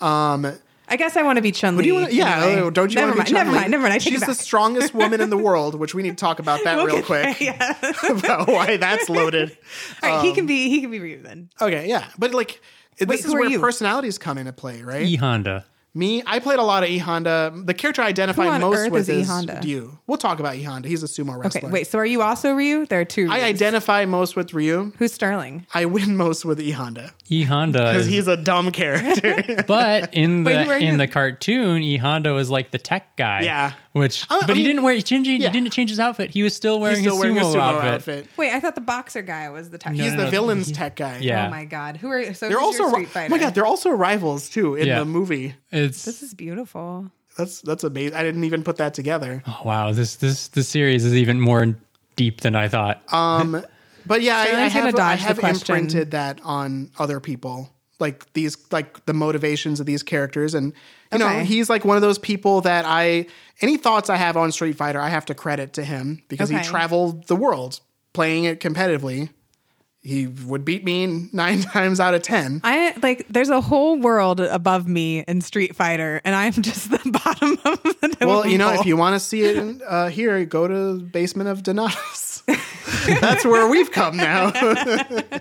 [SPEAKER 3] Um,
[SPEAKER 1] I guess I want to be Chun Li.
[SPEAKER 3] Do you want? Yeah, oh, don't you
[SPEAKER 1] never
[SPEAKER 3] want
[SPEAKER 1] mind,
[SPEAKER 3] to be
[SPEAKER 1] Never
[SPEAKER 3] Chun-Li?
[SPEAKER 1] mind. Never mind. I take
[SPEAKER 3] She's
[SPEAKER 1] it
[SPEAKER 3] the
[SPEAKER 1] back.
[SPEAKER 3] strongest woman in the world, which we need to talk about that
[SPEAKER 1] We'll
[SPEAKER 3] real
[SPEAKER 1] get
[SPEAKER 3] quick.
[SPEAKER 1] there, yeah.
[SPEAKER 3] about why that's loaded.
[SPEAKER 1] All right. he
[SPEAKER 3] Um,
[SPEAKER 1] can be. He can be Ryu then.
[SPEAKER 3] Okay, yeah, but like this
[SPEAKER 1] who
[SPEAKER 3] is
[SPEAKER 1] are
[SPEAKER 3] where
[SPEAKER 1] you?
[SPEAKER 3] personalities come into play, right?
[SPEAKER 2] E Honda.
[SPEAKER 3] Me, I played a lot of E Honda. The character I
[SPEAKER 1] Who
[SPEAKER 3] identify
[SPEAKER 1] on
[SPEAKER 3] most
[SPEAKER 1] earth
[SPEAKER 3] with
[SPEAKER 1] is
[SPEAKER 3] is,
[SPEAKER 1] E. Honda?
[SPEAKER 3] Ryu. We'll talk about E Honda. He's a sumo wrestler.
[SPEAKER 1] Okay. Wait. So are you also Ryu? There are two.
[SPEAKER 3] I
[SPEAKER 1] Ryus.
[SPEAKER 3] identify most with Ryu.
[SPEAKER 1] Who's Sterling?
[SPEAKER 3] I win most with E Honda
[SPEAKER 2] E Honda.
[SPEAKER 3] because
[SPEAKER 2] is-
[SPEAKER 3] he's a dumm character.
[SPEAKER 2] But in the
[SPEAKER 1] who are you?
[SPEAKER 2] in the cartoon, E Honda was like the tech guy.
[SPEAKER 3] Yeah.
[SPEAKER 2] Which,
[SPEAKER 3] I- I
[SPEAKER 2] but he
[SPEAKER 3] mean,
[SPEAKER 2] didn't wear. He didn't, he
[SPEAKER 3] yeah.
[SPEAKER 2] didn't change his outfit. He was still
[SPEAKER 3] he's
[SPEAKER 2] wearing,
[SPEAKER 3] still
[SPEAKER 2] his,
[SPEAKER 3] wearing
[SPEAKER 2] sumo
[SPEAKER 3] a sumo
[SPEAKER 2] outfit.
[SPEAKER 3] outfit.
[SPEAKER 1] Wait. I thought the boxer guy was the tech.
[SPEAKER 2] No,
[SPEAKER 3] He's
[SPEAKER 1] guy.
[SPEAKER 2] no,
[SPEAKER 3] the
[SPEAKER 2] no,
[SPEAKER 3] villain's
[SPEAKER 2] he-
[SPEAKER 3] tech guy.
[SPEAKER 2] Yeah.
[SPEAKER 1] Oh my God. Who are? So
[SPEAKER 3] They're
[SPEAKER 1] who's
[SPEAKER 3] also
[SPEAKER 1] your Street
[SPEAKER 3] ri- oh
[SPEAKER 1] Fighter.
[SPEAKER 3] my god, they're also rivals too in
[SPEAKER 2] Yeah.
[SPEAKER 3] the movie.
[SPEAKER 2] It's
[SPEAKER 1] This is beautiful.
[SPEAKER 3] That's that's amazing. I didn't even put that together.
[SPEAKER 2] oh, wow. This this this series is even more deep than I thought.
[SPEAKER 3] Um, but yeah, I, I
[SPEAKER 1] Sterling's gonna
[SPEAKER 3] have, I
[SPEAKER 1] dodge the
[SPEAKER 3] have
[SPEAKER 1] question.
[SPEAKER 3] imprinted that on other people, like these, like the motivations of these characters, and you know,
[SPEAKER 1] Okay.
[SPEAKER 3] he's like one of those people that I any thoughts I have on Street Fighter, I have to credit to him because
[SPEAKER 1] Okay.
[SPEAKER 3] he traveled the world playing it competitively. He would beat me nine times out of ten.
[SPEAKER 1] I like there's a whole world above me in Street Fighter, and I'm just the bottom of the
[SPEAKER 3] Well, you know,
[SPEAKER 1] bowl.
[SPEAKER 3] if you want to see it in, uh, here, go to the basement of Donatus. That's where we've come now.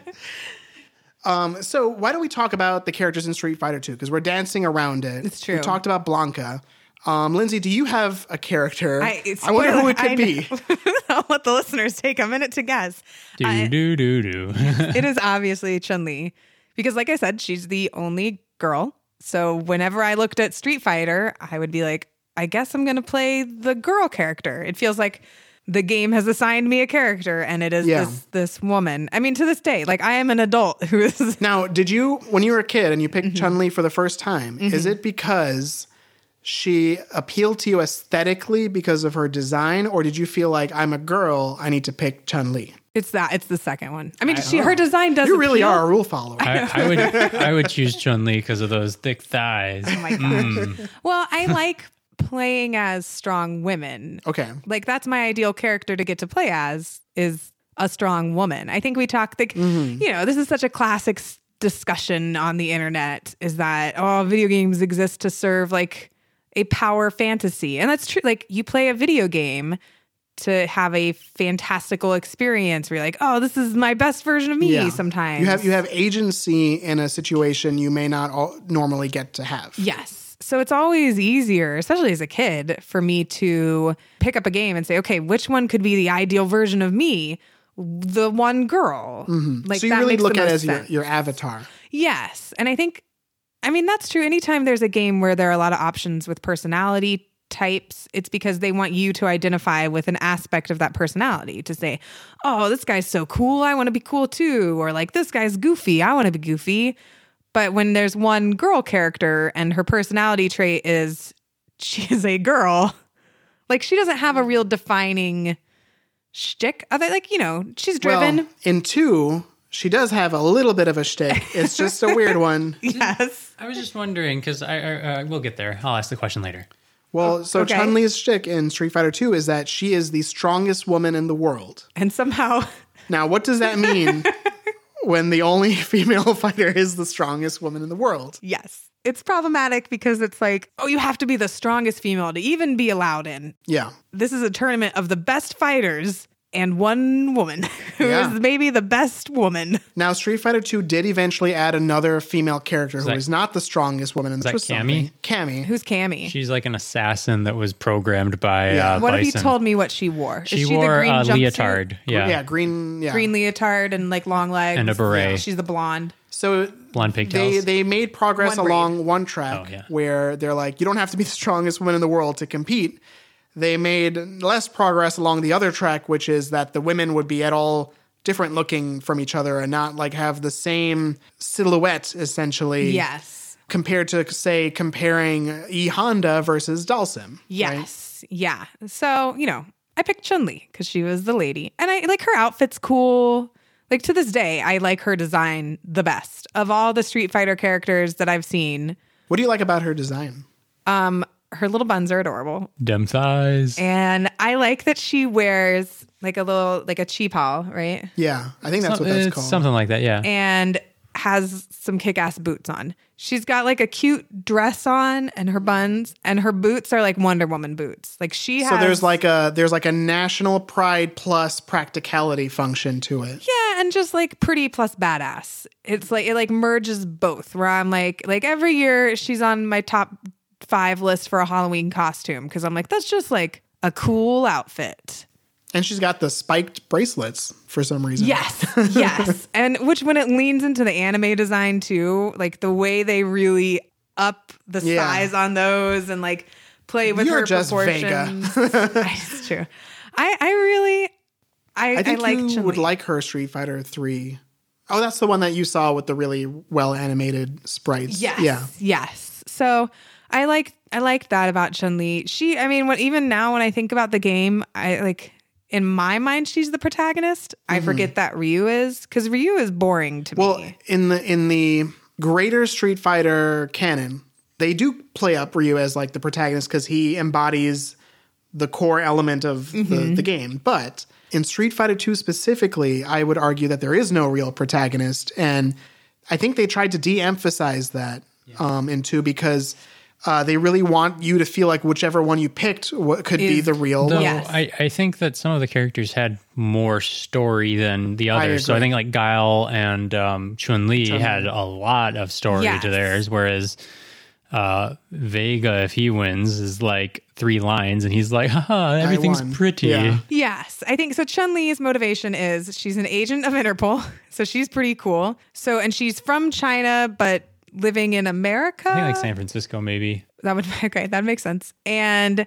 [SPEAKER 3] um, so why don't we talk about the characters in Street Fighter 2? Because we're dancing around it.
[SPEAKER 1] It's true.
[SPEAKER 3] We talked about Blanca. Um, Lindsay, do you have a character?
[SPEAKER 1] I, it's-
[SPEAKER 3] I wonder who it
[SPEAKER 1] I
[SPEAKER 3] could
[SPEAKER 1] know.
[SPEAKER 3] be.
[SPEAKER 1] I'll let the listeners take a minute to guess.
[SPEAKER 2] Do do do do.
[SPEAKER 1] It is obviously Chun Li, because like I said, she's the only girl. So whenever I looked at Street Fighter, I would be like, I guess I'm gonna play the girl character. It feels like the game has assigned me a character, and it is
[SPEAKER 3] Yeah.
[SPEAKER 1] this this woman. I mean, to this day, like I am an adult who is
[SPEAKER 3] Now, did you, when you were a kid and you picked
[SPEAKER 1] Mm-hmm.
[SPEAKER 3] Chun Li for the first time, is it because she appealed to you aesthetically because of her design, or did you feel like I'm a girl, I need to pick Chun Li?
[SPEAKER 1] It's that. It's the second one. I mean, she her design does.
[SPEAKER 3] You really
[SPEAKER 1] appeal.
[SPEAKER 3] are a rule follower.
[SPEAKER 2] I, I would I would choose Chun Li because of those thick thighs.
[SPEAKER 1] Oh my god.
[SPEAKER 3] Mm.
[SPEAKER 1] Well, I like playing as strong women.
[SPEAKER 3] okay.
[SPEAKER 1] Like that's my ideal character to get to play as is a strong woman. I think we talk like
[SPEAKER 3] Mm-hmm.
[SPEAKER 1] you know this is such a classic s- discussion on the internet is that oh video games exist to serve like a power fantasy and that's true. Like you play a video game to have a fantastical experience where you're like oh this is my best version of me.
[SPEAKER 3] Yeah.
[SPEAKER 1] Sometimes
[SPEAKER 3] You have you have agency in a situation you may not all normally get to have.
[SPEAKER 1] Yes. So it's always easier, especially as a kid, for me to pick up a game and say, okay, which one could be the ideal version of me? The one girl. Like
[SPEAKER 3] Mm-hmm. so you
[SPEAKER 1] that
[SPEAKER 3] really
[SPEAKER 1] makes the
[SPEAKER 3] look at it
[SPEAKER 1] most
[SPEAKER 3] as your,
[SPEAKER 1] sense.
[SPEAKER 3] your avatar.
[SPEAKER 1] Yes. And I think, I mean, that's true. Anytime there's a game where there are a lot of options with personality types, it's because they want you to identify with an aspect of that personality to say, oh, this guy's so cool. I want to be cool too. Or like, this guy's goofy. I want to be goofy. But when there's one girl character and her personality trait is she is a girl, like she doesn't have a real defining shtick. Other like you know she's driven.
[SPEAKER 3] Well, in two, she does have a little bit of a shtick. It's just a weird one.
[SPEAKER 1] yes.
[SPEAKER 2] I was just wondering because I, I uh, we'll get there. I'll ask the question later.
[SPEAKER 3] Well, so
[SPEAKER 1] Okay.
[SPEAKER 3] Chun Li's shtick in Street Fighter Two is that she is the strongest woman in the world.
[SPEAKER 1] And somehow
[SPEAKER 3] Now, what does that mean when the only female fighter is the strongest woman in the world?
[SPEAKER 1] Yes. It's problematic because it's like, oh, you have to be the strongest female to even be allowed in.
[SPEAKER 3] Yeah.
[SPEAKER 1] This is a tournament of the best fighters and one woman who is
[SPEAKER 3] Yeah.
[SPEAKER 1] maybe the best woman.
[SPEAKER 3] Now, Street Fighter Two did eventually add another female character who
[SPEAKER 2] that-
[SPEAKER 3] is not the strongest woman in the
[SPEAKER 2] that
[SPEAKER 3] world.
[SPEAKER 2] Cammy?
[SPEAKER 3] Cammy.
[SPEAKER 1] Who's Cammy?
[SPEAKER 2] She's like an assassin that was programmed by
[SPEAKER 3] Yeah.
[SPEAKER 2] uh,
[SPEAKER 1] what if you
[SPEAKER 2] Bison.
[SPEAKER 1] told me what she wore?
[SPEAKER 2] she wore a
[SPEAKER 1] jumpsuit?
[SPEAKER 2] leotard. Yeah.
[SPEAKER 3] Yeah. green. Yeah.
[SPEAKER 1] Green leotard and like long legs.
[SPEAKER 2] And a beret.
[SPEAKER 1] Yeah, she's the blonde.
[SPEAKER 3] So
[SPEAKER 2] Blonde
[SPEAKER 3] they
[SPEAKER 2] pigtails.
[SPEAKER 3] they made progress
[SPEAKER 1] One breed.
[SPEAKER 3] along one track
[SPEAKER 2] Oh, yeah.
[SPEAKER 3] where they're like, you don't have to be the strongest woman in the world to compete. They made less progress along the other track, which is that the women would be at all different looking from each other and not like have the same silhouette essentially.
[SPEAKER 1] Yes.
[SPEAKER 3] Compared to say comparing E Honda versus Dalsim.
[SPEAKER 1] Yes. Yeah. So, you know, I picked Chun Li because she was the lady. And I like her outfit's cool. Like to this day, I like her design the best of all the Street Fighter characters that I've seen.
[SPEAKER 3] What do you like about her design?
[SPEAKER 1] Um, her little buns are adorable.
[SPEAKER 2] Dumb thighs.
[SPEAKER 1] And I like that she wears like a little, like a cheapal, right?
[SPEAKER 3] Yeah, I think that's
[SPEAKER 2] Some-
[SPEAKER 3] what that's
[SPEAKER 2] it's
[SPEAKER 3] called.
[SPEAKER 2] something like that. Yeah.
[SPEAKER 1] And has some kick ass boots on. She's got like a cute dress on and her buns, and her boots are like Wonder Woman boots. Like she has.
[SPEAKER 3] So there's like a there's like a national pride plus practicality function to it.
[SPEAKER 1] Yeah, and just like pretty plus badass. It's like it like merges both. Where I'm like, like every year she's on my top five list for a Halloween costume because I'm like, that's just like a cool outfit.
[SPEAKER 3] And she's got the spiked bracelets for some reason.
[SPEAKER 1] Yes, yes, and which when it leans into the anime design too, like the way they really up the
[SPEAKER 3] Yeah.
[SPEAKER 1] size on those and like play with
[SPEAKER 3] You're
[SPEAKER 1] her
[SPEAKER 3] just Vega.
[SPEAKER 1] proportions. it's true. I I really I I,
[SPEAKER 3] I think
[SPEAKER 1] like
[SPEAKER 3] you
[SPEAKER 1] Chun-Li.
[SPEAKER 3] would like her Street Fighter 3. Oh, that's the one that you saw with the really well animated sprites.
[SPEAKER 1] Yes.
[SPEAKER 3] Yeah.
[SPEAKER 1] Yes. So I like I like that about Chun Li. She I mean when even now when I think about the game, I like in my mind she's the protagonist. I forget that Ryu is because Ryu is boring to
[SPEAKER 3] Mm-hmm. Well,
[SPEAKER 1] me.
[SPEAKER 3] in the in the greater Street Fighter canon, they do play up Ryu as like the protagonist because he embodies the core element of the, the game. But in Street Fighter 2 specifically, I would argue that there is no real protagonist. And I think they tried to de emphasize that um, in 2 because uh, they really want you to feel like whichever one you picked what could be
[SPEAKER 1] Is
[SPEAKER 3] the real
[SPEAKER 2] Though
[SPEAKER 1] Yes.
[SPEAKER 2] I, I think that some of the characters had more story than the others. so I
[SPEAKER 3] agree.
[SPEAKER 2] think like Guile and um, Chun Li had a lot of story
[SPEAKER 1] Yes.
[SPEAKER 2] to theirs, whereas uh, Vega, if he wins, is like three lines, and he's like, "Haha, everything's
[SPEAKER 3] won."
[SPEAKER 2] pretty."
[SPEAKER 3] Yeah.
[SPEAKER 1] Yes, I think so. Chun Li's motivation is she's an agent of Interpol, so she's pretty cool. So and she's from China, but living in America.
[SPEAKER 2] I think like San Francisco, maybe.
[SPEAKER 1] That would okay. That makes sense. And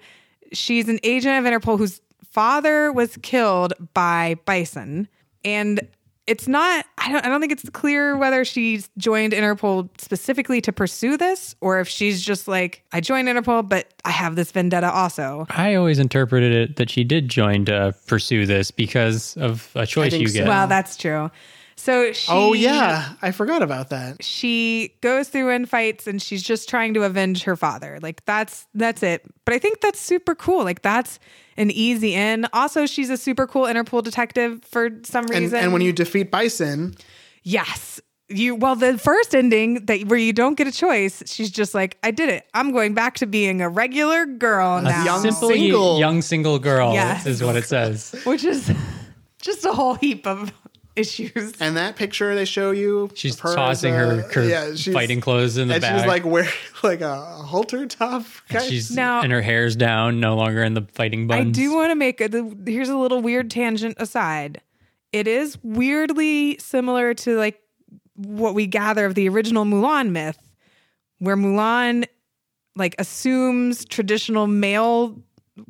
[SPEAKER 1] she's an agent of Interpol whose father was killed by Bison. And it's not. I don't. I don't think it's clear whether she's joined Interpol specifically to pursue this, or if she's just like, I joined Interpol, but I have this vendetta also.
[SPEAKER 2] I always interpreted it that she did join to pursue this because of a choice
[SPEAKER 3] think
[SPEAKER 2] you
[SPEAKER 3] so.
[SPEAKER 2] get.
[SPEAKER 1] Well, that's true. So she.
[SPEAKER 3] Oh, yeah. I forgot about that.
[SPEAKER 1] she goes through and fights and she's just trying to avenge her father like that's that's it but i think that's super cool like that's an easy in also she's a super cool interpol detective for some
[SPEAKER 3] And,
[SPEAKER 1] reason
[SPEAKER 3] and when you defeat Bison,
[SPEAKER 1] yes you well the first ending that where you don't get a choice she's just like i did it i'm going back to being a regular girl now
[SPEAKER 3] young
[SPEAKER 2] Simple
[SPEAKER 3] Single.
[SPEAKER 2] young single girl
[SPEAKER 1] Yes.
[SPEAKER 2] is what it says.
[SPEAKER 1] which is just a whole heap of issues.
[SPEAKER 3] And that picture they show you,
[SPEAKER 2] She's
[SPEAKER 3] of her as
[SPEAKER 2] tossing
[SPEAKER 3] a-
[SPEAKER 2] her, her
[SPEAKER 3] she's-
[SPEAKER 2] fighting clothes in the
[SPEAKER 3] and
[SPEAKER 2] back.
[SPEAKER 3] she's like wearing like a halter top.
[SPEAKER 2] And
[SPEAKER 3] kind-
[SPEAKER 2] she's
[SPEAKER 1] Now-
[SPEAKER 2] and her hair's down, no longer in the fighting
[SPEAKER 1] I
[SPEAKER 2] buns.
[SPEAKER 1] do want to make a, the, here's a little weird tangent aside. It is weirdly similar to like what we gather of the original Mulan myth, where Mulan like assumes traditional male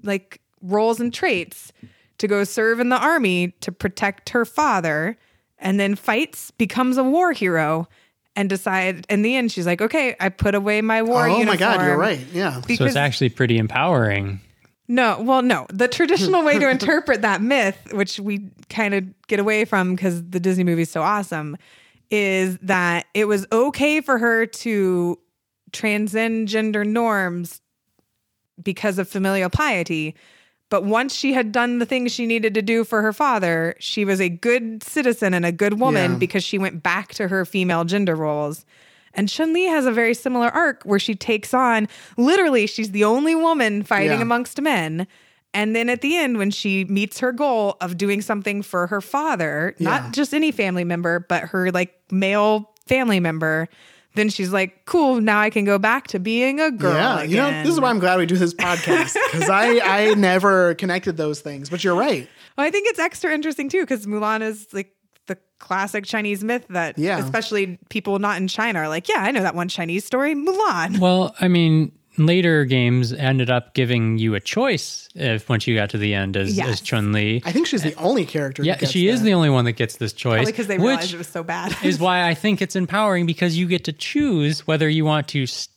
[SPEAKER 1] like roles and traits to go serve in the army to protect her father and then fights becomes a war hero and decide in the end she's like okay I put away my war
[SPEAKER 3] oh
[SPEAKER 1] uniform
[SPEAKER 3] my god, you're right. Yeah.
[SPEAKER 2] so
[SPEAKER 1] because
[SPEAKER 2] it's actually pretty empowering.
[SPEAKER 1] no, well, no. The traditional way to interpret that myth, which we kind of get away from because the Disney movie's so awesome, is that it was okay for her to transcend gender norms because of familial piety. But once she had done the things she needed to do for her father, she was a good citizen and a good woman
[SPEAKER 3] Yeah.
[SPEAKER 1] because she went back to her female gender roles. And Chun Li has a very similar arc where she takes on literally, she's the only woman fighting
[SPEAKER 3] Yeah.
[SPEAKER 1] amongst men. And then at the end, when she meets her goal of doing something for her father,
[SPEAKER 3] Yeah.
[SPEAKER 1] not just any family member, but her like male family member, then she's like, cool, now I can go back to being a girl.
[SPEAKER 3] Yeah, you know, this is
[SPEAKER 1] again."
[SPEAKER 3] why I'm glad we do this podcast because I I never connected those things. But you're right.
[SPEAKER 1] Well, I think it's extra interesting too because Mulan is like the classic Chinese myth that,
[SPEAKER 3] Yeah.
[SPEAKER 1] especially people not in China are like, yeah, I know that one Chinese story, Mulan.
[SPEAKER 2] Well, I mean, later games ended up giving you a choice if once you got to the end as,
[SPEAKER 1] Yes.
[SPEAKER 2] as Chun Li.
[SPEAKER 3] I think she's the only character. who
[SPEAKER 2] Yeah,
[SPEAKER 3] gets
[SPEAKER 2] she is
[SPEAKER 3] that.
[SPEAKER 2] the only one that gets this choice.
[SPEAKER 1] Probably because they
[SPEAKER 2] which
[SPEAKER 1] realized it was so bad.
[SPEAKER 2] is why I think it's empowering because you get to choose whether you want to s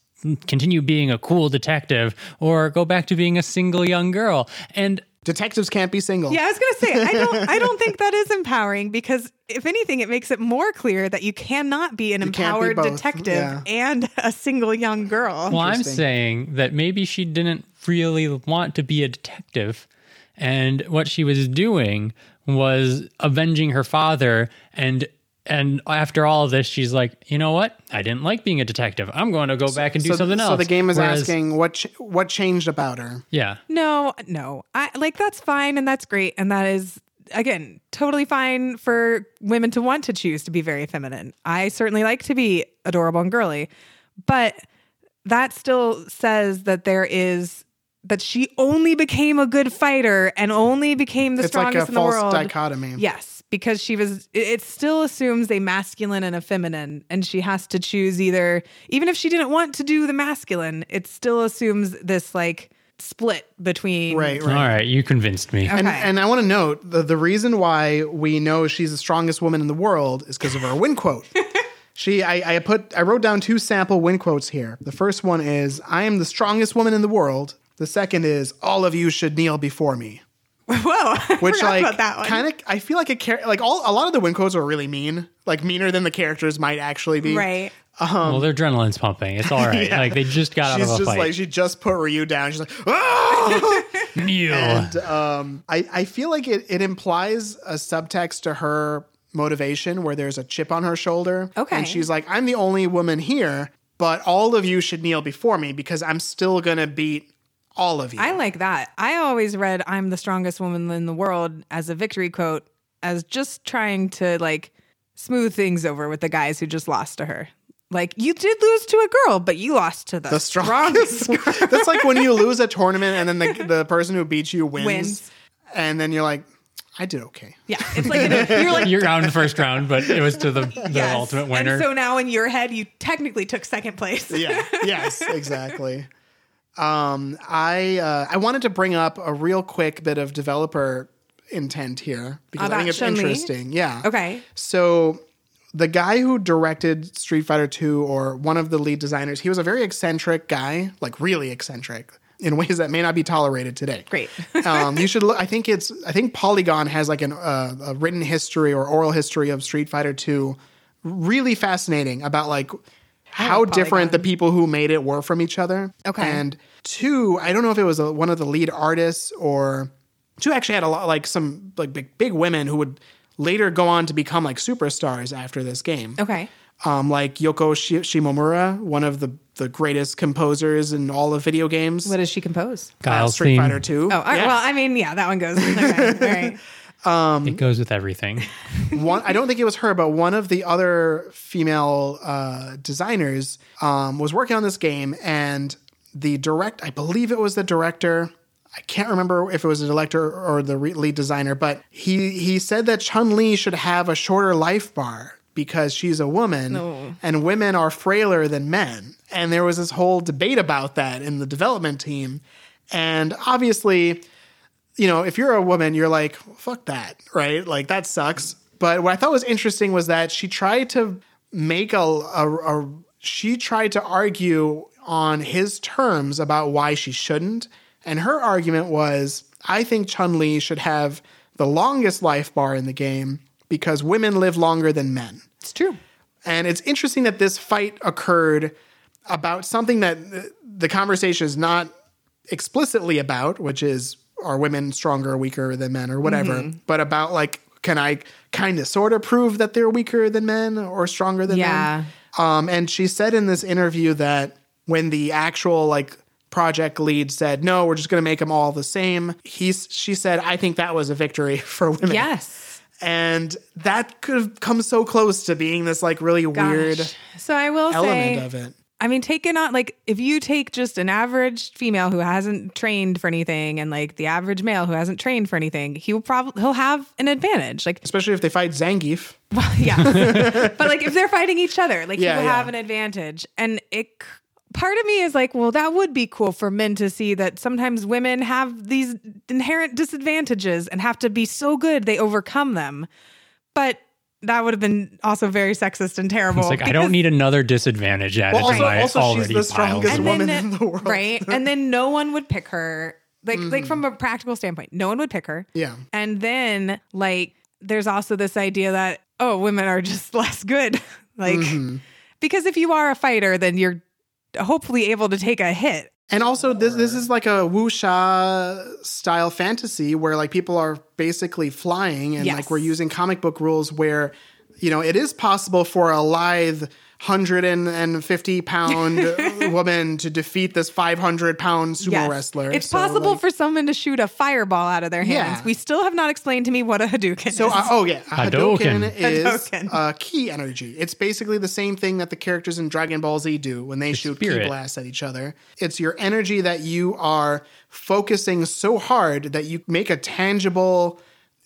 [SPEAKER 2] continue being a cool detective or go back to being a single young girl. And
[SPEAKER 3] detectives can't be single.
[SPEAKER 1] yeah, I was gonna say I don't. I don't think that is empowering because if anything, it makes it more clear that you cannot be an
[SPEAKER 3] can't be
[SPEAKER 1] empowered
[SPEAKER 3] both,
[SPEAKER 1] detective
[SPEAKER 3] yeah.
[SPEAKER 1] and a single young girl.
[SPEAKER 2] well, I'm
[SPEAKER 3] Interesting.
[SPEAKER 2] saying that maybe she didn't really want to be a detective. And what she was doing was avenging her father and and after all of this, she's like, you know what? I didn't like being a detective. I'm going to go back and do
[SPEAKER 3] So,
[SPEAKER 2] something else.
[SPEAKER 3] so the game is
[SPEAKER 2] Whereas-
[SPEAKER 3] asking what ch- what changed about her.
[SPEAKER 2] Yeah.
[SPEAKER 1] No, no. I like that's fine and that's great and that is again totally fine for women to want to choose to be very feminine. I certainly like to be adorable and girly, but that still says that there is that she only became a good fighter and only became the
[SPEAKER 3] It's like
[SPEAKER 1] strongest
[SPEAKER 3] a
[SPEAKER 1] in the
[SPEAKER 3] false
[SPEAKER 1] world.
[SPEAKER 3] dichotomy.
[SPEAKER 1] Yes, because she was. It, it still assumes a masculine and a feminine, and she has to choose either. Even if she didn't want to do the masculine, it still assumes this like split between.
[SPEAKER 3] Right. Right. Um,
[SPEAKER 2] All right, you convinced me.
[SPEAKER 1] Okay.
[SPEAKER 3] And, and I want to note the, the reason why we know she's the strongest woman in the world is because of her win quote. She, I, I put, I wrote down two sample win quotes here. The first one is, "I am the strongest woman in the world." The second is, "All of you should kneel before me,"
[SPEAKER 1] Whoa. I
[SPEAKER 3] which
[SPEAKER 1] forgot
[SPEAKER 3] like
[SPEAKER 1] about that one.
[SPEAKER 3] kind of, I feel like a char- like all a lot of the win quotes are really mean, like meaner than the characters might actually be.
[SPEAKER 1] right.
[SPEAKER 2] well, their adrenaline's pumping. It's all right. Like they just got
[SPEAKER 3] She's
[SPEAKER 2] out of a
[SPEAKER 3] just
[SPEAKER 2] fight.
[SPEAKER 3] like she just put Ryu down. She's like, "Ah!"
[SPEAKER 2] Kneel.
[SPEAKER 3] And um, I, I feel like it, it implies a subtext to her motivation where there's a chip on her shoulder.
[SPEAKER 1] Okay.
[SPEAKER 3] And she's like, I'm the only woman here, but all of you should kneel before me because I'm still going to beat all of you.
[SPEAKER 1] I like that. I always read "I'm the strongest woman in the world" as a victory quote, as just trying to like smooth things over with the guys who just lost to her. Like you did lose to a girl, but you lost to the,
[SPEAKER 3] the strongest. That's like when you lose a tournament and then the, the person who beats you wins,
[SPEAKER 1] Wins.
[SPEAKER 3] And then you're like, I did okay.
[SPEAKER 1] Yeah, it's like you're
[SPEAKER 3] uh,
[SPEAKER 1] like
[SPEAKER 2] You're out in the first round, but it was to the, the
[SPEAKER 1] Yes.
[SPEAKER 2] ultimate winner.
[SPEAKER 1] And so uh, now in your head, you technically took second place.
[SPEAKER 3] yeah. Yes, exactly. Um, I uh, I wanted to bring up a real quick bit of developer intent here because I
[SPEAKER 1] About
[SPEAKER 3] think it's
[SPEAKER 1] Chun-Li?
[SPEAKER 3] interesting. Yeah.
[SPEAKER 1] Okay.
[SPEAKER 3] So the guy who directed Street Fighter 2 or one of the lead designers, he was a very eccentric guy, like really eccentric in ways that may not be tolerated today.
[SPEAKER 1] Great.
[SPEAKER 3] um, you should look. I think it's. I think Polygon has like an, uh, a written history or oral history of Street Fighter Two. Really fascinating about like how
[SPEAKER 1] Polygon.
[SPEAKER 3] different the people who made it were from each other.
[SPEAKER 1] Okay.
[SPEAKER 3] And two, I don't know if it was a, one of the lead artists or two actually had a lot like some like big big women who would later go on to become like superstars after this game
[SPEAKER 1] Okay.
[SPEAKER 3] um, like yoko Shi- shimomura one of the, the greatest composers in all of video games
[SPEAKER 1] What does she compose?
[SPEAKER 3] uh,
[SPEAKER 2] Kyle's
[SPEAKER 3] street
[SPEAKER 2] theme.
[SPEAKER 3] fighter 2
[SPEAKER 1] Oh, I,
[SPEAKER 3] Yeah.
[SPEAKER 1] well, I mean, yeah, that one goes. Okay. All right.
[SPEAKER 2] it goes with everything.
[SPEAKER 3] one I don't think it was her, but one of the other female uh, designers um, was working on this game, and the direct I believe it was the director. I can't remember if it was the director or the re- lead designer, but he he said that Chun Li should have a shorter life bar because she's a woman
[SPEAKER 1] No.
[SPEAKER 3] and women are frailer than men. And there was this whole debate about that in the development team. And obviously, you know, if you're a woman, you're like, fuck that, right? Like, that sucks. But what I thought was interesting was that she tried to make a, a, a she tried to argue on his terms about why she shouldn't. And her argument was, I think Chun Li should have the longest life bar in the game because women live longer than men.
[SPEAKER 1] It's true.
[SPEAKER 3] And it's interesting that this fight occurred about something that th- the conversation is not explicitly about, which is are women stronger or weaker than men or whatever, but about like, can I kind of sort of prove that they're weaker than men or stronger than
[SPEAKER 1] Yeah.
[SPEAKER 3] men? Um, and she said in this interview that when the actual like project lead said, no, we're just going to make them all the same, he's, she said, I think that was a victory for women
[SPEAKER 1] Yes.
[SPEAKER 3] and that could have come so close to being this like really weird
[SPEAKER 1] Gosh. So I will say,
[SPEAKER 3] element of it.
[SPEAKER 1] I mean, taken on like if you take just an average female who hasn't trained for anything, and like the average male who hasn't trained for anything, he will probably he'll have an advantage. Like,
[SPEAKER 3] Especially if they fight Zangief.
[SPEAKER 1] well, yeah, but like if they're fighting each other, like
[SPEAKER 3] Yeah,
[SPEAKER 1] he will
[SPEAKER 3] yeah.
[SPEAKER 1] have an advantage. And it, c- part of me is like, well, that would be cool for men to see that sometimes women have these inherent disadvantages and have to be so good they overcome them. But that would have been also very sexist and terrible.
[SPEAKER 2] It's like I
[SPEAKER 1] because-
[SPEAKER 2] don't need another disadvantage added
[SPEAKER 3] Well,
[SPEAKER 2] to my
[SPEAKER 3] also- also she's
[SPEAKER 2] already
[SPEAKER 3] the
[SPEAKER 2] piled.
[SPEAKER 3] strongest woman in the world. Mm.
[SPEAKER 1] right? And then no one would pick her. Like, like from a practical standpoint, no one would pick her.
[SPEAKER 3] Yeah.
[SPEAKER 1] And then, like, there's also this idea that oh, women are just less good. like,
[SPEAKER 3] Mm-hmm.
[SPEAKER 1] because if you are a fighter, then you're hopefully able to take a hit.
[SPEAKER 3] And also this this is like a wuxia style fantasy where like people are basically flying and
[SPEAKER 1] Yes.
[SPEAKER 3] like we're using comic book rules where you know it is possible for a lithe 150 pound woman to defeat this 500 pound sumo
[SPEAKER 1] Yes.
[SPEAKER 3] wrestler.
[SPEAKER 1] It's
[SPEAKER 3] So,
[SPEAKER 1] possible
[SPEAKER 3] like-
[SPEAKER 1] for someone to shoot a fireball out of their hands.
[SPEAKER 3] Yeah.
[SPEAKER 1] We still have not explained to me what a Hadouken
[SPEAKER 3] So,
[SPEAKER 1] is.
[SPEAKER 3] uh, oh yeah, a Hadouken,
[SPEAKER 2] Hadouken.
[SPEAKER 3] is
[SPEAKER 1] Hadouken.
[SPEAKER 3] Uh, key energy. It's basically the same thing that the characters in Dragon Ball Z do when they shoot key
[SPEAKER 2] spirit.
[SPEAKER 3] blasts at each other. It's your energy that you are focusing so hard that you make a tangible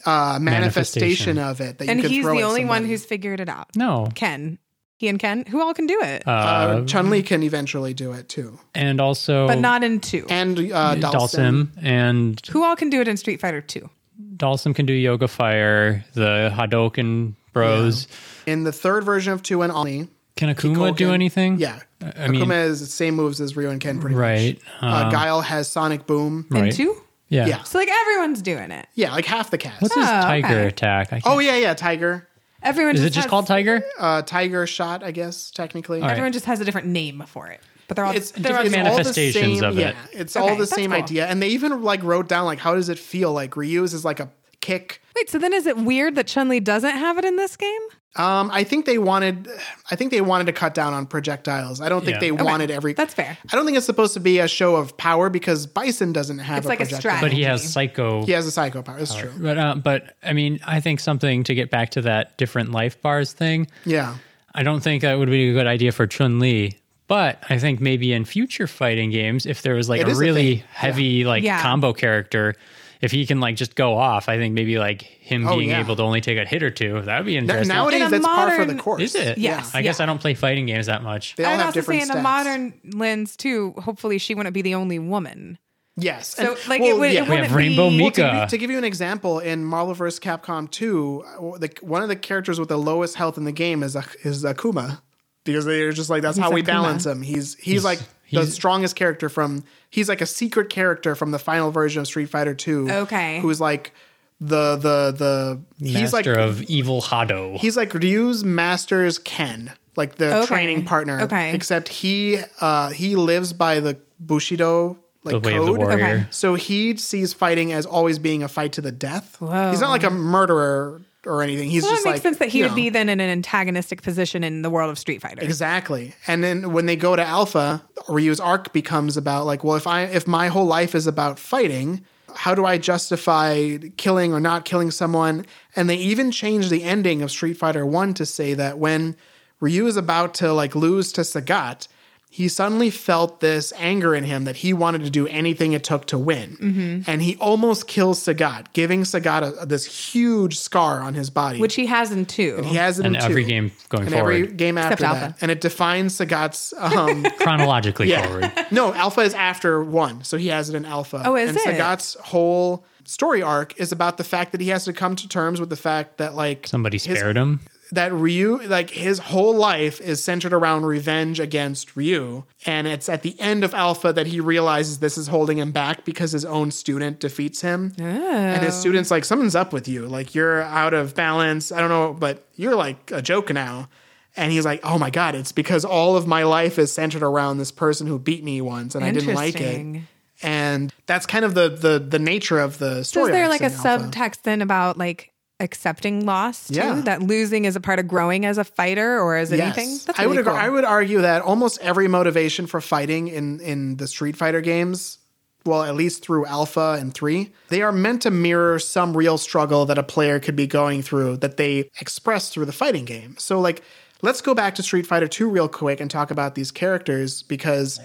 [SPEAKER 3] uh, manifestation,
[SPEAKER 2] Manifestation.
[SPEAKER 3] of it. That
[SPEAKER 1] and
[SPEAKER 3] you can
[SPEAKER 1] he's
[SPEAKER 3] throw
[SPEAKER 1] the
[SPEAKER 3] at
[SPEAKER 1] only one
[SPEAKER 3] somebody.
[SPEAKER 1] who's figured it out.
[SPEAKER 2] No, Oh.
[SPEAKER 1] Ken, he and Ken, who all can do it,
[SPEAKER 3] Uh, Chun Li can eventually do it too,
[SPEAKER 2] and also
[SPEAKER 1] but not in two.
[SPEAKER 3] and uh, Dalsim.
[SPEAKER 2] Dalsim and
[SPEAKER 1] who all can do it in Street Fighter Two?
[SPEAKER 2] Dalsim can do Yoga Fire. The Hadoken Bros.
[SPEAKER 3] in the third version of Two and Oni.
[SPEAKER 2] Can Akuma do
[SPEAKER 3] Kikoken.
[SPEAKER 2] anything?
[SPEAKER 3] Yeah,
[SPEAKER 2] I mean-
[SPEAKER 3] Akuma has the same moves as Ryu and Ken, pretty
[SPEAKER 2] Right.
[SPEAKER 3] much. Uh, Guile has Sonic Boom.
[SPEAKER 1] In
[SPEAKER 2] Right.
[SPEAKER 1] two?
[SPEAKER 2] Yeah.
[SPEAKER 3] Yeah.
[SPEAKER 1] So like everyone's doing it.
[SPEAKER 3] Yeah, like half the cast.
[SPEAKER 2] What's his
[SPEAKER 1] Oh,
[SPEAKER 2] tiger
[SPEAKER 1] okay.
[SPEAKER 2] attack? I can't,
[SPEAKER 3] Oh yeah, yeah, Tiger.
[SPEAKER 1] Everyone
[SPEAKER 2] is
[SPEAKER 1] just
[SPEAKER 2] it just
[SPEAKER 1] has-
[SPEAKER 2] called Tiger?
[SPEAKER 3] Uh, tiger shot, I guess technically.
[SPEAKER 2] right.
[SPEAKER 1] Everyone just has a different name for it, but they're all
[SPEAKER 3] It's
[SPEAKER 1] they're all
[SPEAKER 3] it's all the
[SPEAKER 2] manifestations
[SPEAKER 3] same-
[SPEAKER 2] of it.
[SPEAKER 3] Yeah, it's
[SPEAKER 1] Okay,
[SPEAKER 3] all the
[SPEAKER 1] that's
[SPEAKER 3] same
[SPEAKER 1] cool.
[SPEAKER 3] idea, and they even like wrote down like how does it feel like reuse is like a kick.
[SPEAKER 1] Wait, so then is it weird that Chun Li doesn't have it in this game?
[SPEAKER 3] Um, I think they wanted, I think they wanted to cut down on projectiles. I don't think
[SPEAKER 2] Yeah.
[SPEAKER 3] they wanted every.
[SPEAKER 1] That's fair.
[SPEAKER 3] I don't think it's supposed to be a show of power because Bison doesn't have.
[SPEAKER 1] It's
[SPEAKER 3] a
[SPEAKER 1] like a
[SPEAKER 3] projectile.
[SPEAKER 1] strat.
[SPEAKER 2] But he has Psycho.
[SPEAKER 3] He has a psycho power. That's true.
[SPEAKER 2] But uh, but I mean, I think something to get back to that different life bars thing.
[SPEAKER 3] Yeah.
[SPEAKER 2] I don't think that would be a good idea for Chun Li. But I think maybe in future fighting games, if there was like
[SPEAKER 3] It
[SPEAKER 2] a
[SPEAKER 3] is a
[SPEAKER 2] really
[SPEAKER 3] thing.
[SPEAKER 2] heavy like
[SPEAKER 1] Yeah.
[SPEAKER 2] combo character, if he can like just go off, I think maybe like him
[SPEAKER 3] Oh,
[SPEAKER 2] being
[SPEAKER 3] yeah.
[SPEAKER 2] able to only take a hit or two, that would be
[SPEAKER 3] Now-
[SPEAKER 2] interesting.
[SPEAKER 1] In
[SPEAKER 3] nowadays,
[SPEAKER 1] a
[SPEAKER 3] that's par for
[SPEAKER 1] modern-
[SPEAKER 3] the course.
[SPEAKER 2] is it?
[SPEAKER 1] Yes,
[SPEAKER 2] I guess
[SPEAKER 1] yeah.
[SPEAKER 2] I don't play fighting games that much.
[SPEAKER 3] They all
[SPEAKER 1] I would
[SPEAKER 3] have
[SPEAKER 1] also say
[SPEAKER 3] different
[SPEAKER 1] in
[SPEAKER 3] stats.
[SPEAKER 1] a modern lens too. Hopefully, she wouldn't be the only woman.
[SPEAKER 3] Yes.
[SPEAKER 1] So
[SPEAKER 3] And-
[SPEAKER 1] like it
[SPEAKER 3] well,
[SPEAKER 1] would.
[SPEAKER 3] yeah.
[SPEAKER 1] It
[SPEAKER 2] We
[SPEAKER 1] wouldn't
[SPEAKER 2] have Rainbow
[SPEAKER 1] be,
[SPEAKER 2] Meek-
[SPEAKER 3] to,
[SPEAKER 2] Mika.
[SPEAKER 3] gi- to give you an example, in Marvel vs. Capcom 2, uh, the, one of the characters with the lowest health in the game is is Akuma because they're just like that's how we
[SPEAKER 1] Akuma.
[SPEAKER 3] balance him. He's he's, like the
[SPEAKER 2] he's-
[SPEAKER 3] strongest character from he's like a secret character from the final version of Street Fighter 2.
[SPEAKER 1] Okay.
[SPEAKER 3] Who's like the the the he's
[SPEAKER 2] Master
[SPEAKER 3] like
[SPEAKER 2] of Evil Hado.
[SPEAKER 3] he's like Ryu's master's Ken, like the
[SPEAKER 1] Okay.
[SPEAKER 3] training partner.
[SPEAKER 1] Okay.
[SPEAKER 3] Except he uh he lives by the Bushido like
[SPEAKER 2] The way of
[SPEAKER 3] code.
[SPEAKER 2] the warrior.
[SPEAKER 1] Okay.
[SPEAKER 3] So he sees fighting as always being a fight to the death.
[SPEAKER 1] Whoa.
[SPEAKER 3] He's not like a murderer or anything. He's
[SPEAKER 1] Well, it
[SPEAKER 3] just
[SPEAKER 1] makes
[SPEAKER 3] like
[SPEAKER 1] sense that he
[SPEAKER 3] you
[SPEAKER 1] would
[SPEAKER 3] know.
[SPEAKER 1] be then in an antagonistic position in the world of Street Fighter.
[SPEAKER 3] Exactly. And then when they go to Alpha, Ryu's arc becomes about like, well, if I if my whole life is about fighting, how do I justify killing or not killing someone? And they even changed the ending of Street Fighter 1 to say that when Ryu is about to like lose to Sagat, he suddenly felt this anger in him that he wanted to do anything it took to win. And he almost kills Sagat, giving Sagat a, this huge scar on his body.
[SPEAKER 1] which he has in two.
[SPEAKER 3] he has it
[SPEAKER 2] and
[SPEAKER 3] in
[SPEAKER 2] every
[SPEAKER 3] two.
[SPEAKER 2] game going
[SPEAKER 3] and
[SPEAKER 2] forward,
[SPEAKER 3] every game after
[SPEAKER 1] Except
[SPEAKER 3] that.
[SPEAKER 1] Alpha.
[SPEAKER 3] And it defines Sagat's um,
[SPEAKER 2] chronologically
[SPEAKER 3] Yeah.
[SPEAKER 2] forward.
[SPEAKER 3] no, alpha is after one, so he has it in alpha.
[SPEAKER 1] Oh, is
[SPEAKER 3] and
[SPEAKER 1] it?
[SPEAKER 3] Sagat's whole story arc is about the fact that he has to come to terms with the fact that like
[SPEAKER 2] Somebody
[SPEAKER 3] his-
[SPEAKER 2] spared him.
[SPEAKER 3] that Ryu, like his whole life is centered around revenge against Ryu, and it's at the end of alpha that he realizes this is holding him back because his own student defeats him. And
[SPEAKER 1] Oh.
[SPEAKER 3] his student's like, something's up with you. Like, you're out of balance. I don't know, but you're like a joke now. And he's like, oh my God, it's because all of my life is centered around this person who beat me once and I didn't like it.
[SPEAKER 1] Interesting.
[SPEAKER 3] And that's kind of the the, the nature of the
[SPEAKER 1] So
[SPEAKER 3] story.
[SPEAKER 1] is there
[SPEAKER 3] arcs
[SPEAKER 1] like a
[SPEAKER 3] in Alpha.
[SPEAKER 1] subtext then about like accepting loss too?
[SPEAKER 3] Yeah.
[SPEAKER 1] That losing is a part of growing as a fighter or as anything? That's
[SPEAKER 3] I would
[SPEAKER 1] really
[SPEAKER 3] agree-
[SPEAKER 1] cool.
[SPEAKER 3] I would argue that almost every motivation for fighting in in the Street Fighter games, well, at least through Alpha and 3, they are meant to mirror some real struggle that a player could be going through that they express through the fighting game. So like let's go back to Street Fighter 2 real quick and talk about these characters because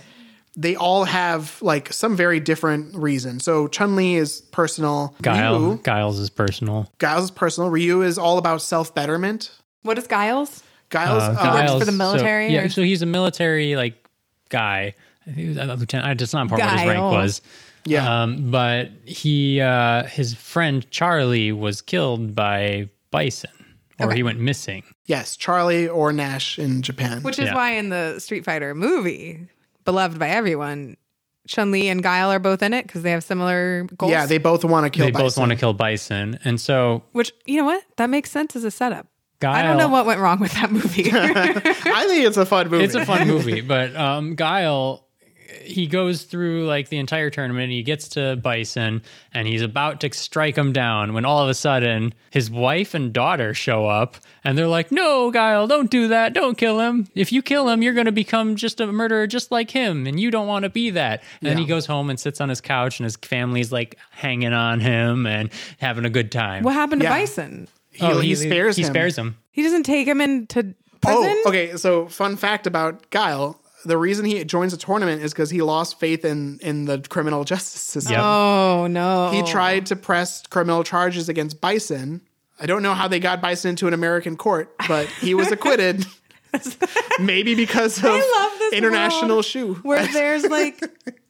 [SPEAKER 3] they all have like some very different reason. So Chun Li is personal.
[SPEAKER 2] Guile,
[SPEAKER 3] Ryu,
[SPEAKER 2] Giles is personal.
[SPEAKER 3] Giles is personal. Ryu is all about self betterment.
[SPEAKER 1] What is Giles?
[SPEAKER 3] Giles,
[SPEAKER 2] Uh,
[SPEAKER 3] uh,
[SPEAKER 1] for the
[SPEAKER 2] so-
[SPEAKER 1] military
[SPEAKER 2] yeah,
[SPEAKER 1] or-
[SPEAKER 2] so he's a military like guy. I think he was a lieutenant. I just not important what his rank
[SPEAKER 1] Guile.
[SPEAKER 2] was.
[SPEAKER 3] Yeah.
[SPEAKER 2] Um, but he, uh, his friend Charlie was killed by Bison, or he went missing.
[SPEAKER 1] Oh,
[SPEAKER 3] Yes, Charlie or Nash in Japan.
[SPEAKER 1] Which is
[SPEAKER 2] Yeah.
[SPEAKER 1] why in the Street Fighter movie, beloved by everyone, Chun Li and Guile are both in it because they have similar goals.
[SPEAKER 3] yeah, they both want to kill.
[SPEAKER 2] They both
[SPEAKER 3] Bison.
[SPEAKER 2] want to kill Bison, and so
[SPEAKER 1] which you know what that makes sense as a setup.
[SPEAKER 2] Guile.
[SPEAKER 1] I don't know what went wrong with that movie.
[SPEAKER 3] I think it's a fun movie.
[SPEAKER 2] it's a fun movie, but um, Guile, he goes through like the entire tournament. And he gets to Bison, and he's about to strike him down when all of a sudden his wife and daughter show up, and they're like, "No, Guile, don't do that. Don't kill him. If you kill him, you're going to become just a murderer, just like him, and you don't want to be that." And then he goes home and sits on his couch, and his family's like hanging on him and having a good time. Oh,
[SPEAKER 1] what happened to
[SPEAKER 3] Yeah.
[SPEAKER 1] Bison?
[SPEAKER 3] He, he spares
[SPEAKER 2] he
[SPEAKER 3] him.
[SPEAKER 2] spares him.
[SPEAKER 1] He doesn't take him into prison.
[SPEAKER 3] Oh, okay. So, fun fact about Guile: the reason he joins the tournament is because he lost faith in in the criminal justice system.
[SPEAKER 2] Yep.
[SPEAKER 1] Oh, no.
[SPEAKER 3] He tried to press criminal charges against Bison. I don't know how they got Bison into an American court, but he was acquitted. Maybe because of
[SPEAKER 1] love this
[SPEAKER 3] international
[SPEAKER 1] world.
[SPEAKER 3] shoe.
[SPEAKER 1] where there's like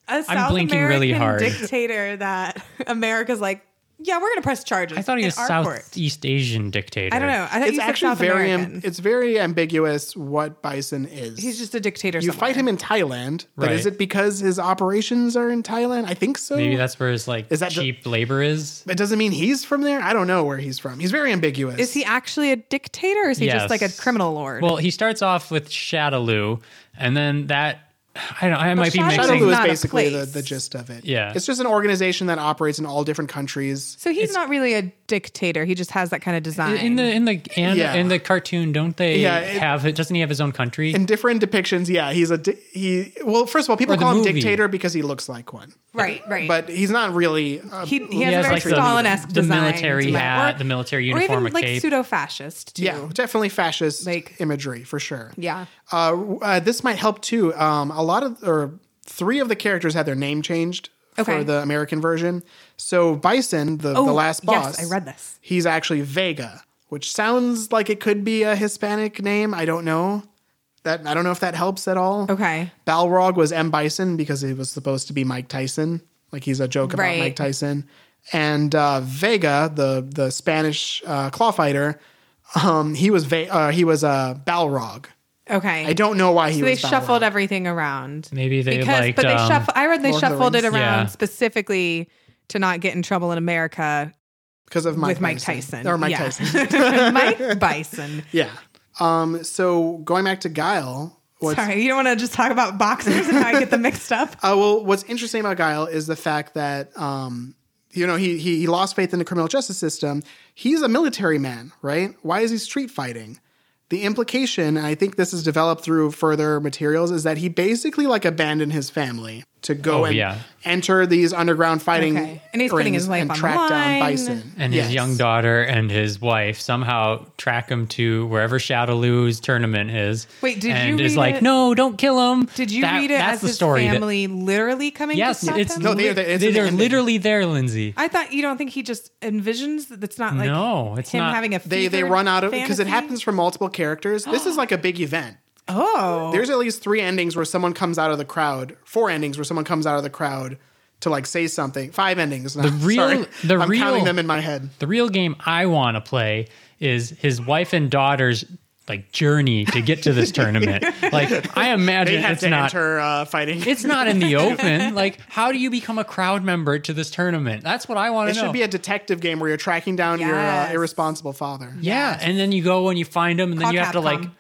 [SPEAKER 1] a South
[SPEAKER 2] blinking
[SPEAKER 1] American
[SPEAKER 2] really hard.
[SPEAKER 1] dictator that America's like, yeah, we're gonna press charges.
[SPEAKER 2] I thought he
[SPEAKER 1] in
[SPEAKER 2] was
[SPEAKER 1] our court."
[SPEAKER 2] Southeast Asian dictator.
[SPEAKER 1] I don't know. I thought
[SPEAKER 3] It's
[SPEAKER 1] you said
[SPEAKER 3] actually
[SPEAKER 1] South
[SPEAKER 3] very
[SPEAKER 1] American.
[SPEAKER 3] am- it's very ambiguous what Bison is.
[SPEAKER 1] He's just a dictator.
[SPEAKER 3] You fight him in Thailand, but is
[SPEAKER 2] Right.
[SPEAKER 3] it because his operations are in Thailand? I think so.
[SPEAKER 2] Maybe that's where his like
[SPEAKER 3] Is that the-
[SPEAKER 2] cheap labor is.
[SPEAKER 3] It doesn't mean he's from there. I don't know where he's from. He's very ambiguous.
[SPEAKER 1] Is he actually a dictator? Or is he just
[SPEAKER 2] Yes.
[SPEAKER 1] like a criminal lord?
[SPEAKER 2] Well, he starts off with Shadaloo, and then that I don't. I might be
[SPEAKER 1] Shadaloo
[SPEAKER 2] mixing.
[SPEAKER 3] Shadaloo is
[SPEAKER 1] not a
[SPEAKER 3] basically the,
[SPEAKER 1] place.
[SPEAKER 3] the gist of it.
[SPEAKER 2] Yeah.
[SPEAKER 3] It's just an organization that operates in all different countries.
[SPEAKER 1] so he's not really a dictator. He just has that kind of design.
[SPEAKER 2] in the in the and
[SPEAKER 3] Yeah.
[SPEAKER 2] in the cartoon, don't they
[SPEAKER 3] Yeah, it-
[SPEAKER 2] have it? Doesn't he have his own country?
[SPEAKER 3] In different depictions, yeah, he's a di- he. Well, first of all, people
[SPEAKER 2] Or the
[SPEAKER 3] call him
[SPEAKER 2] movie.
[SPEAKER 3] dictator because he looks like one,
[SPEAKER 1] right, right.
[SPEAKER 3] but he's not really. Uh,
[SPEAKER 1] he, he has,
[SPEAKER 2] has,
[SPEAKER 1] a very
[SPEAKER 2] like, the-
[SPEAKER 1] Stalin-esque
[SPEAKER 2] the
[SPEAKER 1] design.
[SPEAKER 2] military
[SPEAKER 1] to it.
[SPEAKER 2] hat, the military
[SPEAKER 1] or
[SPEAKER 2] uniform,
[SPEAKER 1] even
[SPEAKER 2] a
[SPEAKER 1] like
[SPEAKER 2] cape.
[SPEAKER 1] pseudo-fascist too.
[SPEAKER 3] yeah, definitely fascist
[SPEAKER 1] Like-
[SPEAKER 3] imagery for sure.
[SPEAKER 1] yeah.
[SPEAKER 3] Uh, w- uh, this might help too. Um, a lot of or three of the characters had their name changed
[SPEAKER 1] Okay.
[SPEAKER 3] for the American version. So Bison, the, the
[SPEAKER 1] Oh,
[SPEAKER 3] last
[SPEAKER 1] yes,
[SPEAKER 3] boss,
[SPEAKER 1] I read this.
[SPEAKER 3] He's actually Vega, which sounds like it could be a Hispanic name. I don't know. That I don't know if that helps at all.
[SPEAKER 1] Okay.
[SPEAKER 3] Balrog was M Bison because it was supposed to be Mike Tyson. Like he's a joke about
[SPEAKER 1] Right.
[SPEAKER 3] Mike Tyson. And uh, Vega, the the Spanish uh, claw fighter, um, he was Ve- uh, he was uh, Balrog.
[SPEAKER 1] Okay.
[SPEAKER 3] I don't know why he
[SPEAKER 1] So they
[SPEAKER 3] was
[SPEAKER 1] shuffled
[SPEAKER 3] Balrog.
[SPEAKER 1] everything around.
[SPEAKER 2] Maybe they
[SPEAKER 1] because,
[SPEAKER 2] liked,
[SPEAKER 1] but they
[SPEAKER 2] um,
[SPEAKER 1] shuffle. I read they
[SPEAKER 3] Lord of the
[SPEAKER 1] shuffled it
[SPEAKER 3] Rings.
[SPEAKER 1] around
[SPEAKER 2] Yeah.
[SPEAKER 1] specifically to not get in trouble in America
[SPEAKER 3] because of Mike
[SPEAKER 1] with Mike Tyson,
[SPEAKER 3] or Mike
[SPEAKER 1] Yeah.
[SPEAKER 3] Tyson.
[SPEAKER 1] Mike Bison.
[SPEAKER 3] Yeah. Um. So going back to Guile, what's
[SPEAKER 1] Sorry, you don't want to just talk about boxers and how I get them mixed up.
[SPEAKER 3] Uh, well, what's interesting about Guile is the fact that, um, you know, he, he he lost faith in the criminal justice system. He's a military man, right? Why is he street fighting? The implication, and I think this is developed through further materials, is that he basically like abandoned his family to go
[SPEAKER 2] Oh,
[SPEAKER 3] and
[SPEAKER 2] yeah.
[SPEAKER 3] enter these underground fighting
[SPEAKER 1] Okay. And he's putting his
[SPEAKER 3] rings
[SPEAKER 1] life
[SPEAKER 3] and
[SPEAKER 1] on the
[SPEAKER 3] track down
[SPEAKER 1] line.
[SPEAKER 3] bison
[SPEAKER 2] and his
[SPEAKER 3] Yes.
[SPEAKER 2] young daughter and his wife somehow track him to wherever Shadowloo's tournament is.
[SPEAKER 1] Wait, did you
[SPEAKER 2] and is
[SPEAKER 1] read
[SPEAKER 2] like,
[SPEAKER 1] it-
[SPEAKER 2] no, don't kill him.
[SPEAKER 1] Did you
[SPEAKER 2] That-
[SPEAKER 1] read it
[SPEAKER 2] that's
[SPEAKER 1] as
[SPEAKER 2] the
[SPEAKER 1] his
[SPEAKER 2] story that-
[SPEAKER 1] family literally coming
[SPEAKER 2] yes,
[SPEAKER 1] to stop
[SPEAKER 2] it's
[SPEAKER 1] him?
[SPEAKER 3] No, they-
[SPEAKER 2] lit-
[SPEAKER 3] they- it's
[SPEAKER 2] they
[SPEAKER 3] in the
[SPEAKER 2] are
[SPEAKER 3] ending.
[SPEAKER 2] literally there, Lindsay.
[SPEAKER 1] I thought you don't think he just envisions that it's not like
[SPEAKER 2] No, it's
[SPEAKER 1] him
[SPEAKER 2] not-
[SPEAKER 1] having a
[SPEAKER 3] they they
[SPEAKER 1] fevered
[SPEAKER 3] run out of because it
[SPEAKER 1] fantasy?
[SPEAKER 3] happens for multiple characters this is like a big event
[SPEAKER 1] Oh,
[SPEAKER 3] there's at least three endings where someone comes out of the crowd four endings where someone comes out of the crowd to like say something five endings now. the
[SPEAKER 2] real-
[SPEAKER 3] Sorry.
[SPEAKER 2] the
[SPEAKER 3] i'm
[SPEAKER 2] real-
[SPEAKER 3] counting them in my head
[SPEAKER 2] The real game I want to play is his wife and daughter's like journey to get to this tournament. Like I
[SPEAKER 3] they
[SPEAKER 2] imagine
[SPEAKER 3] have
[SPEAKER 2] it's
[SPEAKER 3] to
[SPEAKER 2] not
[SPEAKER 3] enter uh, fighting
[SPEAKER 2] it's not in the open. Like how do you become a crowd member to this tournament? That's what I want
[SPEAKER 3] it
[SPEAKER 2] to know.
[SPEAKER 3] should be a detective game where you're tracking down your uh,
[SPEAKER 1] Yes.
[SPEAKER 3] irresponsible father
[SPEAKER 2] yeah, and then you go and you find him and then
[SPEAKER 1] Call
[SPEAKER 2] you have to like
[SPEAKER 1] Capcom.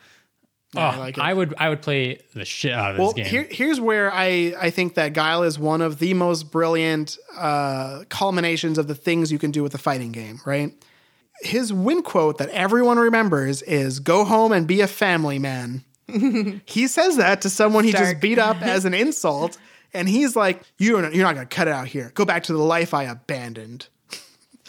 [SPEAKER 2] Oh,
[SPEAKER 3] I
[SPEAKER 2] I,
[SPEAKER 3] like it.
[SPEAKER 2] would I would play the shit out of this
[SPEAKER 3] Well,
[SPEAKER 2] game.
[SPEAKER 3] here, here's where I, I think that Guile is one of the most brilliant uh, culminations of the things you can do with a fighting game, right? His win quote that everyone remembers is "Go home and be a family man." he says that to someone he just
[SPEAKER 1] Stark.
[SPEAKER 3] beat up as an insult, and he's like, "You're not, you're not gonna cut it out here. Go back to the life I abandoned."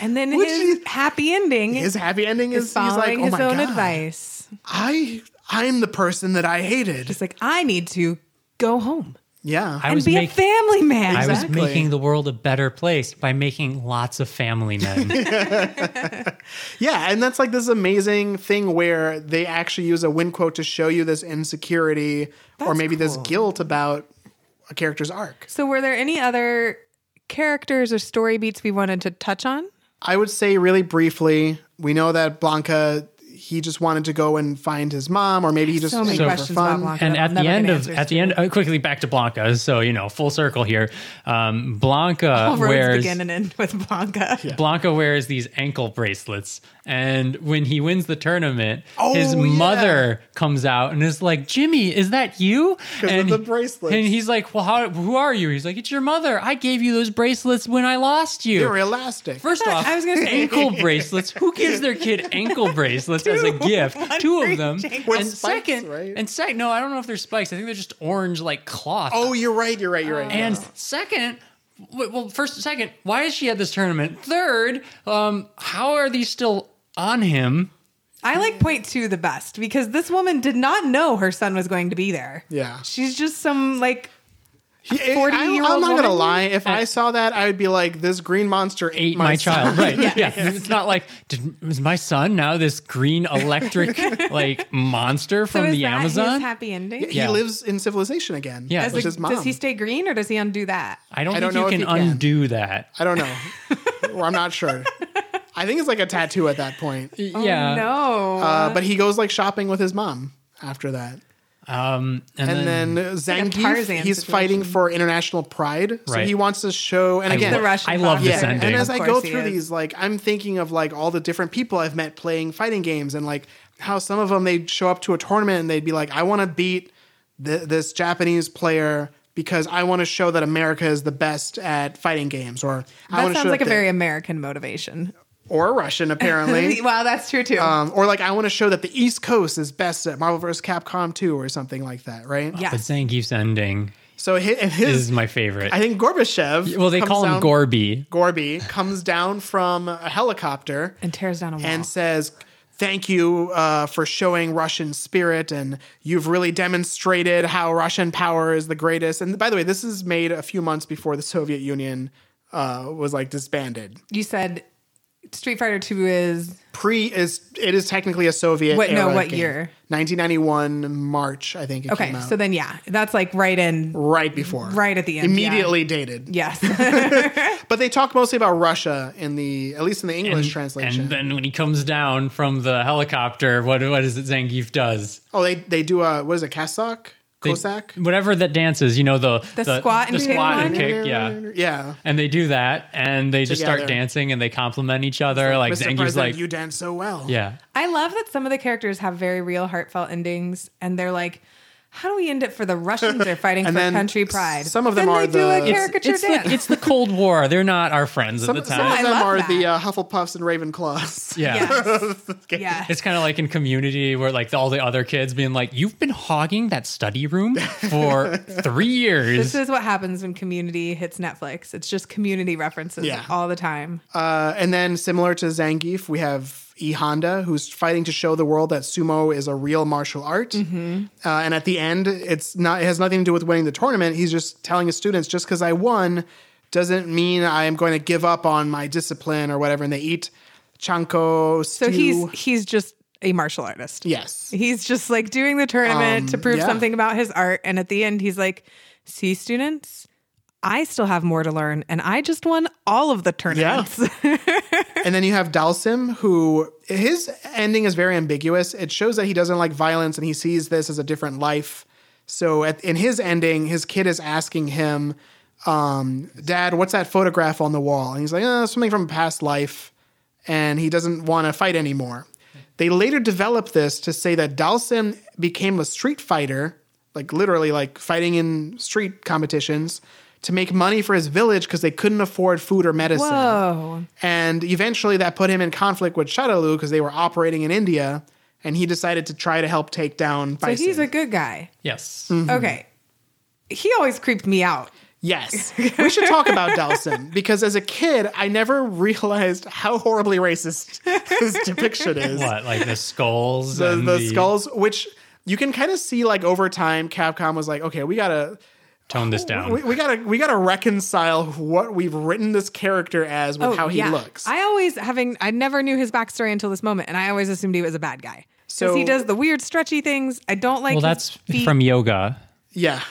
[SPEAKER 1] and then
[SPEAKER 3] Which
[SPEAKER 1] his
[SPEAKER 3] is-
[SPEAKER 1] happy ending
[SPEAKER 3] His happy ending is,
[SPEAKER 1] is
[SPEAKER 3] he's like,
[SPEAKER 1] following
[SPEAKER 3] "Oh
[SPEAKER 1] his
[SPEAKER 3] my
[SPEAKER 1] own
[SPEAKER 3] god,
[SPEAKER 1] advice.
[SPEAKER 3] I I'm the person that I hated."
[SPEAKER 1] He's like, I need to go home
[SPEAKER 3] Yeah,
[SPEAKER 2] I
[SPEAKER 1] and
[SPEAKER 2] was
[SPEAKER 1] be
[SPEAKER 2] make-
[SPEAKER 1] a family man.
[SPEAKER 2] I was
[SPEAKER 3] Exactly.
[SPEAKER 2] making the world a better place by making lots of family men.
[SPEAKER 3] Yeah, and that's like this amazing thing where they actually use a win quote to show you this insecurity or
[SPEAKER 1] That's
[SPEAKER 3] maybe this
[SPEAKER 1] cool.
[SPEAKER 3] guilt about a character's arc.
[SPEAKER 1] So, were there any other characters or story beats we wanted to touch on?
[SPEAKER 3] I would say really briefly, we know that Blanca he just wanted to go and find his mom or maybe he just
[SPEAKER 1] So many
[SPEAKER 3] did it for
[SPEAKER 1] questions
[SPEAKER 3] fun.
[SPEAKER 1] about Blanca.
[SPEAKER 2] and
[SPEAKER 1] that
[SPEAKER 2] at
[SPEAKER 1] I'm
[SPEAKER 2] the
[SPEAKER 1] never
[SPEAKER 2] end
[SPEAKER 1] gonna
[SPEAKER 2] of
[SPEAKER 1] answer
[SPEAKER 2] at the
[SPEAKER 1] to.
[SPEAKER 2] end uh, quickly back to Blanca. So, you know, full circle here. Um Blanca
[SPEAKER 1] all roads
[SPEAKER 2] wears
[SPEAKER 1] begin and end with Blanca.
[SPEAKER 2] Blanca wears these ankle bracelets. And when he wins the tournament,
[SPEAKER 3] Oh,
[SPEAKER 2] his
[SPEAKER 3] yeah.
[SPEAKER 2] mother comes out and is like, Jimmy, is that you?
[SPEAKER 3] 'Cause of
[SPEAKER 2] And
[SPEAKER 3] the
[SPEAKER 2] he-
[SPEAKER 3] bracelets.
[SPEAKER 2] And he's like, Well, how, who are you? He's like, It's your mother. I gave you those bracelets when I lost you.
[SPEAKER 3] They were elastic.
[SPEAKER 2] First off,
[SPEAKER 1] I was gonna say-
[SPEAKER 2] ankle bracelets. Who gives their kid ankle bracelets as a gift?
[SPEAKER 1] One
[SPEAKER 2] Two
[SPEAKER 1] for
[SPEAKER 2] of
[SPEAKER 1] each
[SPEAKER 2] them.
[SPEAKER 1] ankle.
[SPEAKER 2] and
[SPEAKER 3] With spikes,
[SPEAKER 2] second,
[SPEAKER 3] right?
[SPEAKER 2] and second, no, I don't know if they're spikes. I think they're just orange like cloth.
[SPEAKER 3] oh, you're right, you're right, you're
[SPEAKER 1] Uh,
[SPEAKER 3] right.
[SPEAKER 2] And second, w- well, first, second, why is she at this tournament? Third, um, how are these still on him?
[SPEAKER 1] I like point two the best because this woman did not know her son was going to be there.
[SPEAKER 3] Yeah.
[SPEAKER 1] She's just some like
[SPEAKER 3] He- I-
[SPEAKER 1] 40-year-old
[SPEAKER 3] I'm not going to
[SPEAKER 1] woman? Uh,
[SPEAKER 3] lie. If I saw that, I would be like this green monster
[SPEAKER 2] Ate my,
[SPEAKER 3] son."
[SPEAKER 2] child, right?
[SPEAKER 1] Yes.
[SPEAKER 2] Yeah, it's not like did, was my son now this green electric like monster
[SPEAKER 1] so
[SPEAKER 2] from
[SPEAKER 1] is
[SPEAKER 2] the
[SPEAKER 1] that
[SPEAKER 2] Amazon?
[SPEAKER 1] His happy ending.
[SPEAKER 3] He
[SPEAKER 2] Yeah.
[SPEAKER 3] lives in civilization again.
[SPEAKER 2] Yeah.
[SPEAKER 3] As
[SPEAKER 2] As
[SPEAKER 1] Does,
[SPEAKER 2] Which
[SPEAKER 1] the-
[SPEAKER 3] his mom.
[SPEAKER 1] does he stay green or does he undo that?
[SPEAKER 2] I don't
[SPEAKER 3] I don't
[SPEAKER 2] think
[SPEAKER 3] know if
[SPEAKER 2] you
[SPEAKER 3] he
[SPEAKER 2] can
[SPEAKER 3] can.
[SPEAKER 2] undo that.
[SPEAKER 3] I don't know. or I'm not sure. I think it's like a tattoo at that point.
[SPEAKER 2] yeah.
[SPEAKER 1] Oh, No.
[SPEAKER 3] Uh, but he goes like shopping with his mom after that.
[SPEAKER 2] Um, and,
[SPEAKER 3] And
[SPEAKER 2] then,
[SPEAKER 3] then Zangief,
[SPEAKER 1] Tarzan
[SPEAKER 3] he's
[SPEAKER 1] situation.
[SPEAKER 3] fighting for international pride. So
[SPEAKER 2] Right.
[SPEAKER 3] he wants to show, and again,
[SPEAKER 1] the Russian
[SPEAKER 2] I love this
[SPEAKER 3] yeah.
[SPEAKER 1] father.
[SPEAKER 2] ending.
[SPEAKER 3] And as
[SPEAKER 1] Of
[SPEAKER 3] I go
[SPEAKER 1] course he
[SPEAKER 3] through
[SPEAKER 1] is.
[SPEAKER 3] these, like I'm thinking of like all the different people I've met playing fighting games, and like how some of them they'd show up to a tournament and they'd be like, I want to beat th- this Japanese player because I want to show that America is the best at fighting games, or
[SPEAKER 1] that
[SPEAKER 3] I want to
[SPEAKER 1] sounds
[SPEAKER 3] show
[SPEAKER 1] like a
[SPEAKER 3] that they-
[SPEAKER 1] very American motivation.
[SPEAKER 3] or Russian apparently.
[SPEAKER 1] Wow, that's true too.
[SPEAKER 3] Um, or like I want to show that the East Coast is best at Marvel vs. Capcom 2 or something like that, right?
[SPEAKER 1] Yeah.
[SPEAKER 2] but Zangief's ending
[SPEAKER 3] So his, and his
[SPEAKER 2] is my favorite.
[SPEAKER 3] I think Gorbachev.
[SPEAKER 2] well, they
[SPEAKER 3] comes
[SPEAKER 2] call him
[SPEAKER 3] down-
[SPEAKER 2] Gorby.
[SPEAKER 3] Gorby comes down from a helicopter
[SPEAKER 1] and tears down a wall.
[SPEAKER 3] and says, "Thank you uh, for showing Russian spirit, and you've really demonstrated how Russian power is the greatest." And by the way, this is made a few months before the Soviet Union uh, was like disbanded.
[SPEAKER 1] you said Street Fighter Two is
[SPEAKER 3] pre is it is technically a Soviet.
[SPEAKER 1] What- no,
[SPEAKER 3] era
[SPEAKER 1] what
[SPEAKER 3] game.
[SPEAKER 1] year?
[SPEAKER 3] 1991 March, I think. It
[SPEAKER 1] okay.
[SPEAKER 3] came out.
[SPEAKER 1] So then, yeah, that's like right in.
[SPEAKER 3] right before,
[SPEAKER 1] Right at the end,
[SPEAKER 3] immediately dated.
[SPEAKER 1] Yes,
[SPEAKER 3] But they talk mostly about Russia in the at least in the English translation.
[SPEAKER 2] And then when he comes down from the helicopter, what what is it Zangief does?
[SPEAKER 3] oh, they they do a what is it Cossack
[SPEAKER 2] They-
[SPEAKER 3] Cossack?
[SPEAKER 2] Whatever that dances, you know the
[SPEAKER 1] The squat and
[SPEAKER 2] the
[SPEAKER 1] kick
[SPEAKER 2] squat and
[SPEAKER 1] one?
[SPEAKER 2] kick, yeah.
[SPEAKER 3] yeah.
[SPEAKER 2] And they do that, and they just start
[SPEAKER 3] Together.
[SPEAKER 2] dancing, and they compliment each other. Like
[SPEAKER 3] Mr.
[SPEAKER 2] Zangief's
[SPEAKER 3] President,
[SPEAKER 2] like,
[SPEAKER 3] you dance so well.
[SPEAKER 2] yeah,
[SPEAKER 1] I love that some of the characters have very real, heartfelt endings, and they're like, How do we end it for the Russians are fighting for
[SPEAKER 3] And then
[SPEAKER 1] country pride?
[SPEAKER 3] some of them
[SPEAKER 1] Then
[SPEAKER 3] are
[SPEAKER 1] they do
[SPEAKER 3] the-
[SPEAKER 1] a
[SPEAKER 3] It's-
[SPEAKER 2] It's,
[SPEAKER 1] caricature
[SPEAKER 2] it's, the,
[SPEAKER 1] dance.
[SPEAKER 2] it's the Cold War. They're not our friends
[SPEAKER 3] Some,
[SPEAKER 2] at the
[SPEAKER 3] some of
[SPEAKER 2] time.
[SPEAKER 1] I
[SPEAKER 3] them
[SPEAKER 1] love
[SPEAKER 3] are the
[SPEAKER 1] that.
[SPEAKER 3] uh, Hufflepuffs and Ravenclaws.
[SPEAKER 2] yeah.
[SPEAKER 1] Yes. yes.
[SPEAKER 2] It's kind of like in community where like all the other kids being like, you've been hogging that study room for three years.
[SPEAKER 1] This is what happens when community hits Netflix. It's just community references
[SPEAKER 3] Yeah.
[SPEAKER 1] all the time.
[SPEAKER 3] Uh, and then, similar to Zangief, we have E Honda, who's fighting to show the world that sumo is a real martial art.
[SPEAKER 1] Mm-hmm.
[SPEAKER 3] Uh, and at the end, it's not. It has nothing to do with winning the tournament. He's just telling his students, just because I won, doesn't mean I am going to give up on my discipline or whatever. And they eat chanko stew.
[SPEAKER 1] So he's he's just a martial artist.
[SPEAKER 3] yes,
[SPEAKER 1] He's just like doing the tournament to prove
[SPEAKER 3] Um, yeah.
[SPEAKER 1] something about his art. And at the end, he's like, see, students, I still have more to learn. And I just won all of the tournaments.
[SPEAKER 3] And then you have Dalsim, who his ending is very ambiguous. It shows that he doesn't like violence and he sees this as a different life. So at, in his ending, his kid is asking him, um, Dad, what's that photograph on the wall? And he's like, oh, something from a past life. And he doesn't want to fight anymore. They later developed this to say that Dalsim became a street fighter, like literally like fighting in street competitions, to make money for his village because they couldn't afford food or medicine.
[SPEAKER 1] Whoa.
[SPEAKER 3] And eventually that put him in conflict with Shadaloo because they were operating in India and he decided to try to help take down
[SPEAKER 1] So
[SPEAKER 3] Bison.
[SPEAKER 1] he's a good guy.
[SPEAKER 2] yes.
[SPEAKER 3] Mm-hmm.
[SPEAKER 1] Okay. He always creeped me out.
[SPEAKER 3] yes. we should talk about Dalsim because as a kid, I never realized how horribly racist this depiction is.
[SPEAKER 2] What, like the skulls?
[SPEAKER 3] the,
[SPEAKER 2] and
[SPEAKER 3] the skulls, which you can kind of see like over time, Capcom was like, okay, we gotta
[SPEAKER 2] Tone this down.
[SPEAKER 3] we, we gotta we gotta reconcile what we've written this character as with how he
[SPEAKER 1] Oh, yeah.
[SPEAKER 3] looks.
[SPEAKER 1] I always having I never knew his backstory until this moment, and I always assumed he was a bad guy. So
[SPEAKER 3] So-
[SPEAKER 1] he does the weird stretchy things. I don't like.
[SPEAKER 2] well,
[SPEAKER 1] his
[SPEAKER 2] that's
[SPEAKER 1] feet.
[SPEAKER 2] from yoga.
[SPEAKER 3] yeah.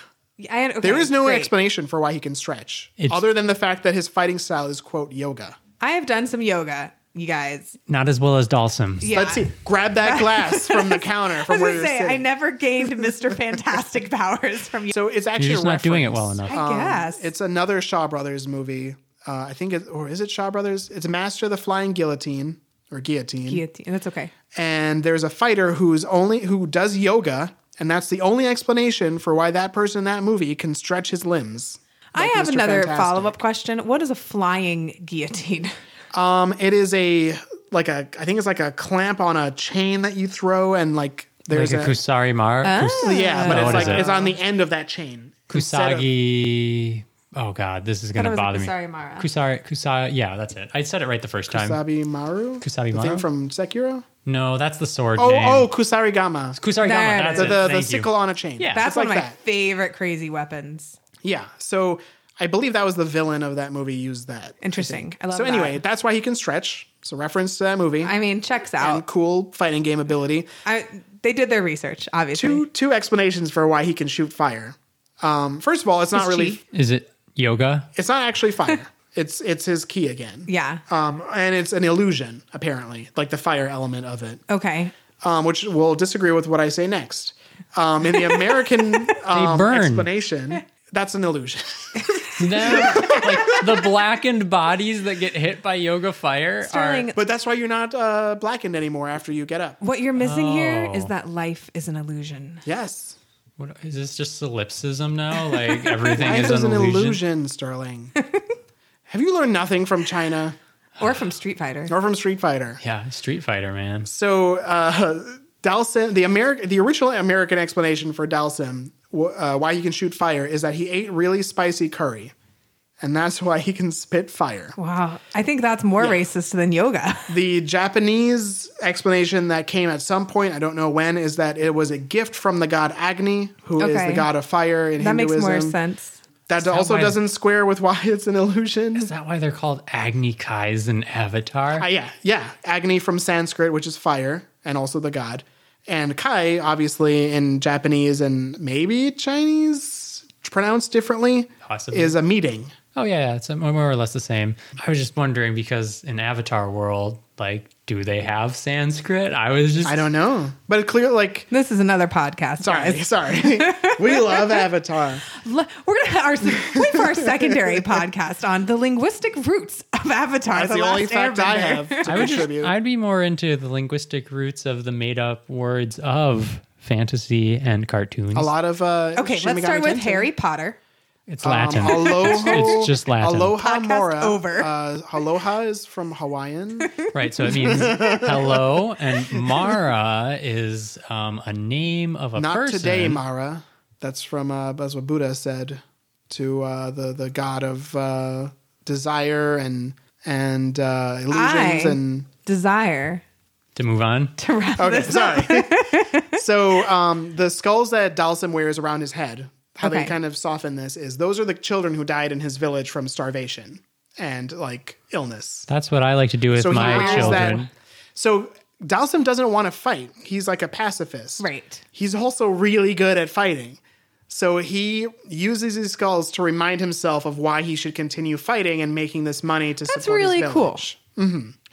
[SPEAKER 1] I, okay,
[SPEAKER 3] There is no
[SPEAKER 1] great.
[SPEAKER 3] explanation for why he can stretch,
[SPEAKER 2] It's-
[SPEAKER 3] other than the fact that his fighting style is quote yoga.
[SPEAKER 1] I have done some yoga, you guys.
[SPEAKER 2] Not as well as Dalsum.
[SPEAKER 1] Yeah.
[SPEAKER 3] Let's see. Grab that glass from the counter
[SPEAKER 1] I
[SPEAKER 3] from
[SPEAKER 1] was
[SPEAKER 3] where
[SPEAKER 1] gonna
[SPEAKER 3] you're
[SPEAKER 1] say I
[SPEAKER 3] sitting.
[SPEAKER 1] never gained Mr. Fantastic powers from yoga.
[SPEAKER 3] So it's actually
[SPEAKER 2] You're just not doing it
[SPEAKER 3] referenced.
[SPEAKER 2] well enough.
[SPEAKER 1] I guess
[SPEAKER 3] um, It's another Shaw Brothers movie. Uh, I think, it, or is it Shaw Brothers? It's Master of the Flying Guillotine or Guillotine.
[SPEAKER 1] guillotine. That's okay.
[SPEAKER 3] and there's a fighter who's only who does yoga, and that's the only explanation for why that person in that movie can stretch his limbs.
[SPEAKER 1] I
[SPEAKER 3] like
[SPEAKER 1] have
[SPEAKER 3] Mr.
[SPEAKER 1] another
[SPEAKER 3] Fantastic.
[SPEAKER 1] follow up question. What is a flying guillotine?
[SPEAKER 3] Um, it is a like a I think it's like a clamp on a chain that you throw, and like
[SPEAKER 2] Like
[SPEAKER 3] there's
[SPEAKER 2] a Kusari Mar. Kus-
[SPEAKER 3] a yeah, but
[SPEAKER 2] Oh,
[SPEAKER 3] it's
[SPEAKER 2] what
[SPEAKER 3] like
[SPEAKER 2] is it?
[SPEAKER 3] it's on the end of that chain. Instead of-
[SPEAKER 2] Kusagi. Oh God, this is
[SPEAKER 1] it
[SPEAKER 2] gonna
[SPEAKER 1] was
[SPEAKER 2] bother me.
[SPEAKER 1] Kusari Mara.
[SPEAKER 2] Kusari, Kusari. Yeah, that's it. I said it right the first time.
[SPEAKER 3] Kusabi Maru?
[SPEAKER 2] Kusabi
[SPEAKER 3] The
[SPEAKER 2] Maru?
[SPEAKER 3] thing from Sekiro?
[SPEAKER 2] No, that's the sword
[SPEAKER 3] Oh,
[SPEAKER 2] name.
[SPEAKER 3] oh, Kusarigama.
[SPEAKER 1] There
[SPEAKER 2] Kusari
[SPEAKER 1] it
[SPEAKER 2] Gama.
[SPEAKER 1] is.
[SPEAKER 2] That's
[SPEAKER 3] The,
[SPEAKER 2] it.
[SPEAKER 3] the, the
[SPEAKER 2] Thank you.
[SPEAKER 3] sickle on a chain.
[SPEAKER 2] Yeah.
[SPEAKER 1] That's
[SPEAKER 3] It's
[SPEAKER 1] one
[SPEAKER 3] like
[SPEAKER 1] of my
[SPEAKER 3] that.
[SPEAKER 1] favorite crazy weapons.
[SPEAKER 3] Yeah. So I believe that was the villain of that movie used that.
[SPEAKER 1] Interesting. I, love
[SPEAKER 3] so anyway,
[SPEAKER 1] that.
[SPEAKER 3] that's why he can stretch. It's a reference to that movie.
[SPEAKER 1] I mean, checks
[SPEAKER 3] and
[SPEAKER 1] out.
[SPEAKER 3] cool fighting game ability.
[SPEAKER 1] I, they did their research, obviously.
[SPEAKER 3] Two two explanations for why he can shoot fire. Um, first of all, it's not
[SPEAKER 1] His
[SPEAKER 3] really
[SPEAKER 1] chi.
[SPEAKER 2] Is it yoga?
[SPEAKER 3] it's not actually fire. it's it's his key again.
[SPEAKER 1] Yeah.
[SPEAKER 3] Um, and it's an illusion, apparently, like the fire element of it.
[SPEAKER 1] Okay.
[SPEAKER 3] um, which will disagree with what I say next. Um, in the American um,
[SPEAKER 2] burn.
[SPEAKER 3] explanation, that's an illusion.
[SPEAKER 2] No, like the blackened bodies that get hit by yoga fire
[SPEAKER 1] Sterling,
[SPEAKER 2] are.
[SPEAKER 3] but that's why you're not uh, blackened anymore after you get up.
[SPEAKER 1] what you're missing here
[SPEAKER 2] Oh.
[SPEAKER 1] is that life is an illusion.
[SPEAKER 3] Yes.
[SPEAKER 2] What, is this just solipsism now? Like everything
[SPEAKER 3] Life
[SPEAKER 2] is an illusion.
[SPEAKER 3] Sterling. Have you learned nothing from China
[SPEAKER 1] Or from Street Fighter.
[SPEAKER 3] or from Street Fighter?
[SPEAKER 2] Yeah, Street Fighter, man.
[SPEAKER 3] So, uh, Dalsim, the American, the original American explanation for Dalsim, wh- uh, why he can shoot fire, is that he ate really spicy curry, and that's why he can spit fire.
[SPEAKER 1] Wow. I think that's more racist than yoga.
[SPEAKER 3] The Japanese explanation that came at some point, I don't know when, is that it was a gift from the god Agni, who is
[SPEAKER 1] Okay.
[SPEAKER 3] the god of fire in
[SPEAKER 1] that makes
[SPEAKER 3] Hinduism.
[SPEAKER 1] more sense.
[SPEAKER 3] That also
[SPEAKER 2] why-
[SPEAKER 3] doesn't square with why it's an illusion.
[SPEAKER 2] Is that why they're called Agni Kais and Avatar?
[SPEAKER 3] Uh, yeah, yeah. Agni from Sanskrit, which is fire, and also the god. And Kai, obviously, in Japanese and maybe Chinese, pronounced differently,
[SPEAKER 2] Possibly.
[SPEAKER 3] is a meeting.
[SPEAKER 2] Oh yeah, yeah, it's uh, more or less the same. I was just wondering because in Avatar world, like, do they have Sanskrit? I was just
[SPEAKER 3] I don't know, but it clear like
[SPEAKER 1] This is another podcast.
[SPEAKER 3] sorry,
[SPEAKER 1] guys.
[SPEAKER 3] sorry. we love Avatar.
[SPEAKER 1] L- We're going to our wait for our secondary podcast on the linguistic roots of Avatar.
[SPEAKER 3] That's the,
[SPEAKER 1] Last
[SPEAKER 3] only fact I
[SPEAKER 1] Airbender.
[SPEAKER 3] have to
[SPEAKER 2] I would just,
[SPEAKER 3] contribute.
[SPEAKER 2] I'd be more into the linguistic roots of the made up words of fantasy and cartoons.
[SPEAKER 3] a lot of uh,
[SPEAKER 1] Okay,
[SPEAKER 3] Shin
[SPEAKER 1] let's
[SPEAKER 3] Megami
[SPEAKER 1] start with
[SPEAKER 3] Tensei.
[SPEAKER 1] Harry Potter.
[SPEAKER 2] It's Latin.
[SPEAKER 3] Um, aloha,
[SPEAKER 2] It's just Latin.
[SPEAKER 3] Aloha
[SPEAKER 1] Podcast
[SPEAKER 3] mora.
[SPEAKER 1] over.
[SPEAKER 3] Uh, aloha is from Hawaiian.
[SPEAKER 2] Right. So it means hello. And Mara is um, a name of a
[SPEAKER 3] Not
[SPEAKER 2] person.
[SPEAKER 3] today, Mara. That's from uh, that's what Buddha said to uh, the the god of uh, desire and and uh, illusions
[SPEAKER 1] I
[SPEAKER 3] and. Oh,
[SPEAKER 1] desire
[SPEAKER 2] to move on.
[SPEAKER 1] to wrap
[SPEAKER 3] Okay,
[SPEAKER 1] this
[SPEAKER 3] sorry.
[SPEAKER 1] up.
[SPEAKER 3] so um, the skulls that Dalsim wears around his head, how they
[SPEAKER 1] Okay.
[SPEAKER 3] kind of soften this is those are the children who died in his village from starvation and like illness.
[SPEAKER 2] That's what I like to do with
[SPEAKER 3] so he
[SPEAKER 2] my
[SPEAKER 3] wears
[SPEAKER 2] children.
[SPEAKER 3] that. So Dalsim doesn't want to fight. He's like a pacifist.
[SPEAKER 1] Right.
[SPEAKER 3] He's also really good at fighting. So he uses his skulls to remind himself of why he should continue fighting and making this money to
[SPEAKER 1] That's
[SPEAKER 3] support his
[SPEAKER 1] really
[SPEAKER 3] village.
[SPEAKER 1] cool.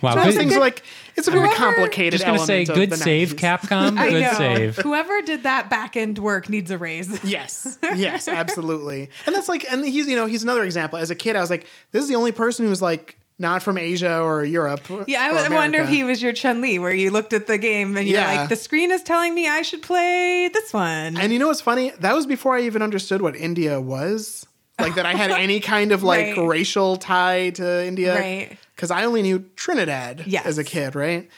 [SPEAKER 2] Wow.
[SPEAKER 3] Those
[SPEAKER 2] Good,
[SPEAKER 3] things are like it's a very
[SPEAKER 1] Whoever-
[SPEAKER 3] complicated
[SPEAKER 2] just going to
[SPEAKER 3] element.
[SPEAKER 2] say,
[SPEAKER 3] of
[SPEAKER 2] good
[SPEAKER 3] the
[SPEAKER 2] save,
[SPEAKER 3] 90s.
[SPEAKER 2] Capcom.
[SPEAKER 1] I
[SPEAKER 2] Good
[SPEAKER 1] know.
[SPEAKER 2] save.
[SPEAKER 1] Whoever did that back end work needs a raise.
[SPEAKER 3] Yes. Yes, absolutely. and that's like and he's you know, he's another example. As a kid, I was like, this is the only person who's like not from Asia or Europe.
[SPEAKER 1] Yeah, I
[SPEAKER 3] or
[SPEAKER 1] w- wonder if
[SPEAKER 3] America.
[SPEAKER 1] he was your Chun Li, where you looked at the game and you're
[SPEAKER 3] Yeah.
[SPEAKER 1] like, the screen is telling me I should play this one.
[SPEAKER 3] And you know what's funny? That was before I even understood what India was. Like that I had any kind of like
[SPEAKER 1] Right.
[SPEAKER 3] racial tie to India.
[SPEAKER 1] Right.
[SPEAKER 3] Because I only knew Trinidad
[SPEAKER 1] Yes.
[SPEAKER 3] as a kid, right?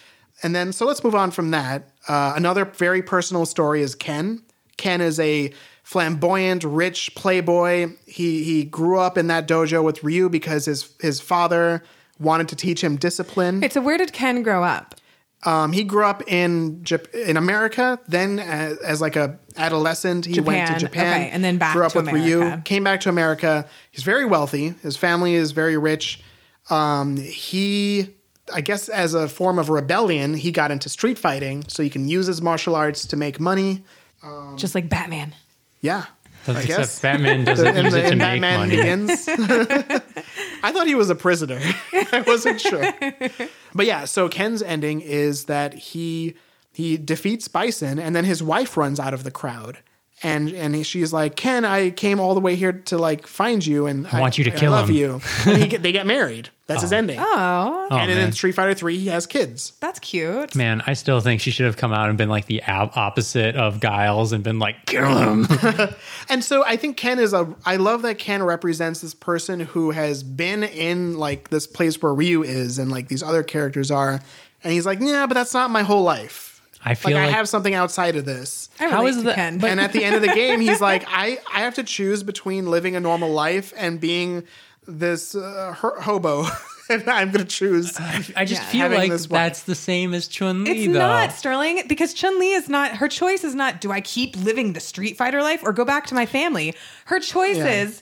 [SPEAKER 3] And then, so let's move on from that. Uh, another very personal story is Ken. Ken is a flamboyant, rich playboy. He he grew up in that dojo with Ryu because his his father wanted to teach him discipline.
[SPEAKER 1] Wait, so where did Ken grow up?
[SPEAKER 3] Um, he grew up in Jap- in America. Then, as, as like a adolescent, he went to
[SPEAKER 1] Japan.
[SPEAKER 3] Japan.
[SPEAKER 1] Okay, and then back
[SPEAKER 3] Grew up
[SPEAKER 1] to
[SPEAKER 3] with Ryu.
[SPEAKER 1] America.
[SPEAKER 3] Came back to America. He's very wealthy. His family is very rich. Um, he, I guess, as a form of rebellion, he got into street fighting, so he can use his martial arts to make money.
[SPEAKER 1] Just like Batman.
[SPEAKER 3] Yeah, I
[SPEAKER 2] Except
[SPEAKER 3] guess.
[SPEAKER 2] Batman doesn't
[SPEAKER 3] In
[SPEAKER 2] use
[SPEAKER 3] the-
[SPEAKER 2] it to
[SPEAKER 3] in
[SPEAKER 2] make
[SPEAKER 3] Batman
[SPEAKER 2] money.
[SPEAKER 3] Begins. I thought he was a prisoner. I wasn't sure. But yeah, so Ken's ending is that he he defeats Bison and then his wife runs out of the crowd. And and she's like, "Ken, I came all the way here to like find you and I
[SPEAKER 2] want you to kill
[SPEAKER 3] love
[SPEAKER 2] him."
[SPEAKER 3] you." And he, get- they get married. That's his ending.
[SPEAKER 1] Oh,
[SPEAKER 2] Oh,
[SPEAKER 3] and then in
[SPEAKER 2] man.
[SPEAKER 3] Street Fighter 3 he has kids.
[SPEAKER 1] that's cute.
[SPEAKER 2] Man, I still think she should have come out and been like the ab- opposite of Giles and been like, kill him.
[SPEAKER 3] And so I think Ken is a. I love that Ken represents this person who has been in like this place where Ryu is and like these other characters are. And he's like, yeah, but that's not my whole life.
[SPEAKER 2] I feel
[SPEAKER 3] like,
[SPEAKER 2] like-
[SPEAKER 3] I have something outside of this.
[SPEAKER 1] I relate
[SPEAKER 2] How is
[SPEAKER 1] to
[SPEAKER 2] that-
[SPEAKER 1] Ken.
[SPEAKER 2] but-
[SPEAKER 3] and at the end of the game, he's like, I, I have to choose between living a normal life and being this uh, her- hobo. and I'm going to choose.
[SPEAKER 2] I just
[SPEAKER 1] Yeah,
[SPEAKER 2] feel
[SPEAKER 3] having
[SPEAKER 2] like
[SPEAKER 3] this wife.
[SPEAKER 2] that's the same as Chun Li,
[SPEAKER 1] It's
[SPEAKER 2] though.
[SPEAKER 1] not Sterling because Chun Li is not her choice is not do I keep living the Street Fighter life or go back to my family. Her choice
[SPEAKER 3] Yeah.
[SPEAKER 1] is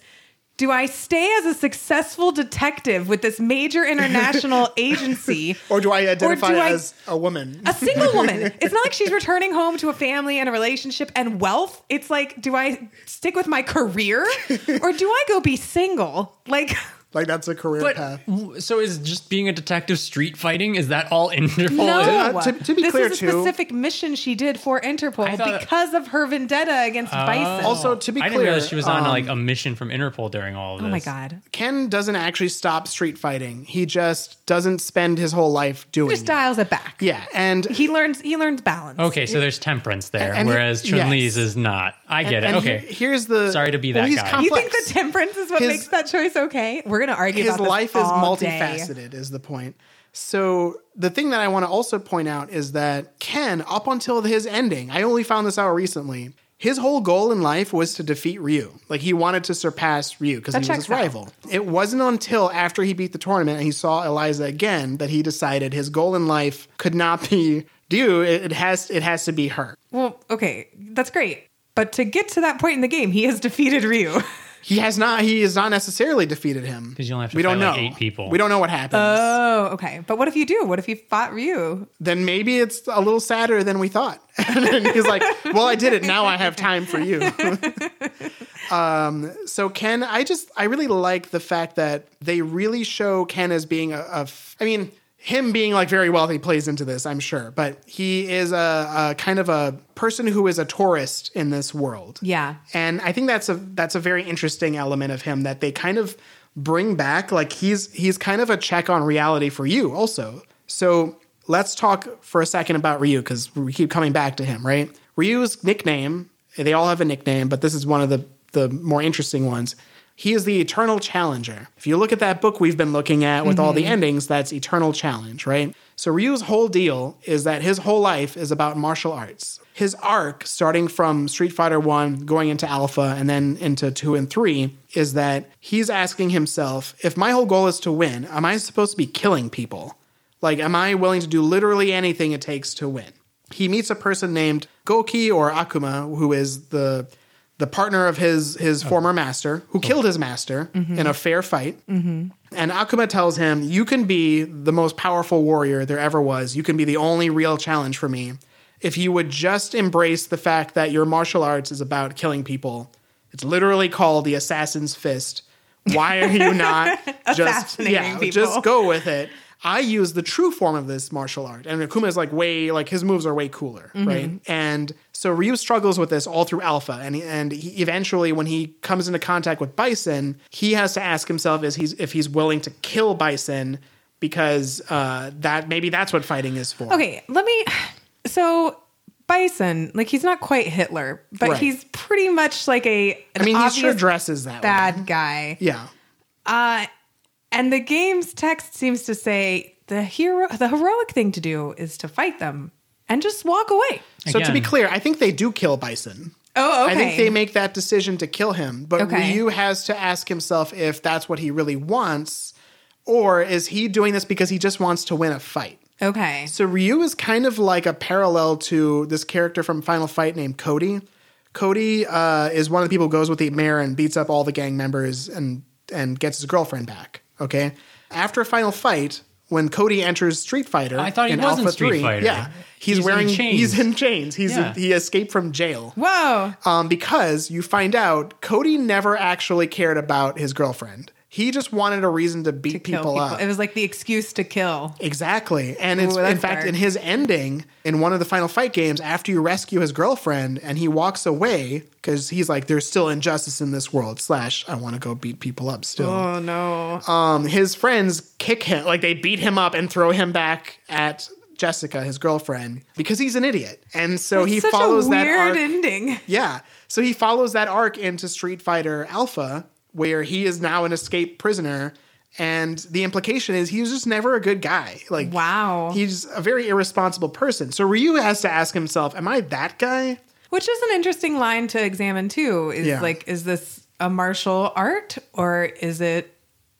[SPEAKER 1] do I stay as a successful detective with this major international agency
[SPEAKER 3] Or do I identify
[SPEAKER 1] I-
[SPEAKER 3] as a woman?
[SPEAKER 1] a single woman. It's not like she's returning home to a family and a relationship and wealth. It's like, do I stick with my career or do I go be single? Like,
[SPEAKER 3] like that's a career
[SPEAKER 2] But
[SPEAKER 3] path.
[SPEAKER 2] w- so is just being a detective street fighting? Is that all Interpol?
[SPEAKER 1] no.
[SPEAKER 2] is?
[SPEAKER 3] uh, to- to be
[SPEAKER 1] this
[SPEAKER 3] clear,
[SPEAKER 1] is a
[SPEAKER 3] too-
[SPEAKER 1] specific mission she did for Interpol
[SPEAKER 2] I thought- Oh.
[SPEAKER 1] because of her vendetta against Bison.
[SPEAKER 3] Also, to be
[SPEAKER 2] I didn't
[SPEAKER 3] clear,
[SPEAKER 2] realize she was on
[SPEAKER 3] um,
[SPEAKER 2] like a mission from Interpol during all of this.
[SPEAKER 1] oh my god,
[SPEAKER 3] Ken doesn't actually stop street fighting. He just doesn't spend his whole life doing
[SPEAKER 1] just
[SPEAKER 3] it.
[SPEAKER 1] dials it back.
[SPEAKER 3] Yeah, and
[SPEAKER 1] he learns. He learns balance.
[SPEAKER 2] Okay, so there's temperance there,
[SPEAKER 3] And- and-
[SPEAKER 2] whereas Chun Li's
[SPEAKER 3] yes.
[SPEAKER 2] is not. I get
[SPEAKER 3] and
[SPEAKER 2] it.
[SPEAKER 3] he-
[SPEAKER 2] Okay,
[SPEAKER 3] here's the
[SPEAKER 2] Sorry to be that
[SPEAKER 3] he's
[SPEAKER 2] guy.
[SPEAKER 1] You
[SPEAKER 3] complex.
[SPEAKER 1] think the temperance is what
[SPEAKER 3] His-
[SPEAKER 1] makes that choice okay? We're gonna argue
[SPEAKER 3] his
[SPEAKER 1] about this
[SPEAKER 3] life is
[SPEAKER 1] all day.
[SPEAKER 3] multifaceted is the point. So the thing that I want to also point out is that Ken, up until his ending, I only found this out recently. His whole goal in life was to defeat Ryu. Like he wanted to surpass Ryu because he
[SPEAKER 1] That
[SPEAKER 3] was his
[SPEAKER 1] checks out.
[SPEAKER 3] rival. It wasn't until after he beat the tournament and he saw Eliza again that he decided his goal in life could not be Ryu. It, it has it has to be her.
[SPEAKER 1] Well, okay, that's great. But to get to that point in the game, he has defeated Ryu.
[SPEAKER 3] He has not. He has not necessarily defeated him
[SPEAKER 2] 'Cause you only have to
[SPEAKER 3] we don't
[SPEAKER 2] fight,
[SPEAKER 3] know.
[SPEAKER 2] like, eight people.
[SPEAKER 3] We don't know what happens.
[SPEAKER 1] Oh, okay. But what if you do? What if you fought Ryu?
[SPEAKER 3] then maybe it's a little sadder than we thought. and then he's like, "Well, I did it. Now I have time for you." um, so Ken, I just I really like the fact that they really show Ken as being a. a f- I mean, him being like very wealthy plays into this, I'm sure, but he is a, a kind of a person who is a tourist in this world.
[SPEAKER 1] Yeah.
[SPEAKER 3] And I think that's a that's a very interesting element of him that they kind of bring back like he's he's kind of a check on reality for you also. So let's talk for a second about Ryu cuz we keep coming back to him, right? Ryu's nickname, they all have a nickname, but this is one of the the more interesting ones. He is the eternal challenger. If you look at that book we've been looking at with all the endings, that's eternal challenge, right? So Ryu's whole deal is that his whole life is about martial arts. His arc, starting from Street Fighter 1, going into Alpha, and then into 2 and 3, is that he's asking himself if my whole goal is to win, am I supposed to be killing people? Like, am I willing to do literally anything it takes to win? He meets a person named Goki or Akuma, who is the the partner of his his
[SPEAKER 1] Oh.
[SPEAKER 3] former master, who killed his master
[SPEAKER 1] Mm-hmm.
[SPEAKER 3] in a fair fight. And Akuma tells him, "You can be the most powerful warrior there ever was. You can be the only real challenge for me if you would just embrace the fact that your martial arts is about killing people. It's literally called the Assassin's Fist. Why are you not just
[SPEAKER 1] Assassinating
[SPEAKER 3] yeah,
[SPEAKER 1] people.
[SPEAKER 3] just go with it. I use the true form of this martial art. And Akuma is like way, like his moves are way cooler,
[SPEAKER 1] Mm-hmm.
[SPEAKER 3] right? And so Ryu struggles with this all through Alpha. And, and he, eventually, when he comes into contact with Bison, he has to ask himself is he's, if he's willing to kill Bison because uh, that maybe that's what fighting is for.
[SPEAKER 1] Okay, let me. So Bison, like he's not quite Hitler, but
[SPEAKER 3] Right.
[SPEAKER 1] he's pretty much like a an
[SPEAKER 3] I mean, he
[SPEAKER 1] obvious
[SPEAKER 3] sure dresses that way.
[SPEAKER 1] bad guy.
[SPEAKER 3] Yeah.
[SPEAKER 1] Uh, and the game's text seems to say the hero, the heroic thing to do is to fight them and just walk away.
[SPEAKER 3] So to be
[SPEAKER 2] Again.
[SPEAKER 3] clear, I think they do kill Bison.
[SPEAKER 1] Oh, okay.
[SPEAKER 3] I think they make that decision to kill him, but
[SPEAKER 1] Okay.
[SPEAKER 3] Ryu has to ask himself if that's what he really wants, or is he doing this because he just wants to win a fight?
[SPEAKER 1] okay.
[SPEAKER 3] So Ryu is kind of like a parallel to this character from Final Fight named Cody. Cody uh, is one of the people who goes with the mayor and beats up all the gang members and and gets his girlfriend back. Okay, after Final Fight, when Cody enters Street Fighter,
[SPEAKER 2] I thought he
[SPEAKER 3] in
[SPEAKER 2] was in
[SPEAKER 3] Alpha
[SPEAKER 2] Street
[SPEAKER 3] 3,
[SPEAKER 2] Fighter.
[SPEAKER 3] Yeah,
[SPEAKER 2] He's
[SPEAKER 3] he's,
[SPEAKER 2] in
[SPEAKER 3] wearing
[SPEAKER 2] chains.
[SPEAKER 3] he's in chains. He's
[SPEAKER 2] Yeah.
[SPEAKER 3] he escaped from jail
[SPEAKER 1] Whoa.
[SPEAKER 3] um, because you find out Cody never actually cared about his girlfriend. He just wanted a reason to beat
[SPEAKER 1] Kill
[SPEAKER 3] people, up.
[SPEAKER 1] It was like the excuse to kill.
[SPEAKER 3] Exactly. And it's
[SPEAKER 1] Ooh, that's
[SPEAKER 3] in fact
[SPEAKER 1] dark.
[SPEAKER 3] in his ending in one of the final fight games after you rescue his girlfriend and he walks away cuz he's like there's still injustice in this world slash I want to go beat people up still.
[SPEAKER 1] Oh no.
[SPEAKER 3] Um his friends kick him like they beat him up and throw him back at Jessica his girlfriend because he's an idiot. And so he
[SPEAKER 1] Such
[SPEAKER 3] follows
[SPEAKER 1] a
[SPEAKER 3] that
[SPEAKER 1] weird
[SPEAKER 3] arc
[SPEAKER 1] ending.
[SPEAKER 3] yeah. So he follows that arc into Street Fighter Alpha, where he is now an escaped prisoner. And the implication is he was just never a good guy. Like,
[SPEAKER 1] Wow.
[SPEAKER 3] He's a very irresponsible person. So Ryu has to ask himself, Am I that guy?
[SPEAKER 1] Which is an interesting line to examine too. Is
[SPEAKER 3] Yeah.
[SPEAKER 1] like, is this a martial art or is it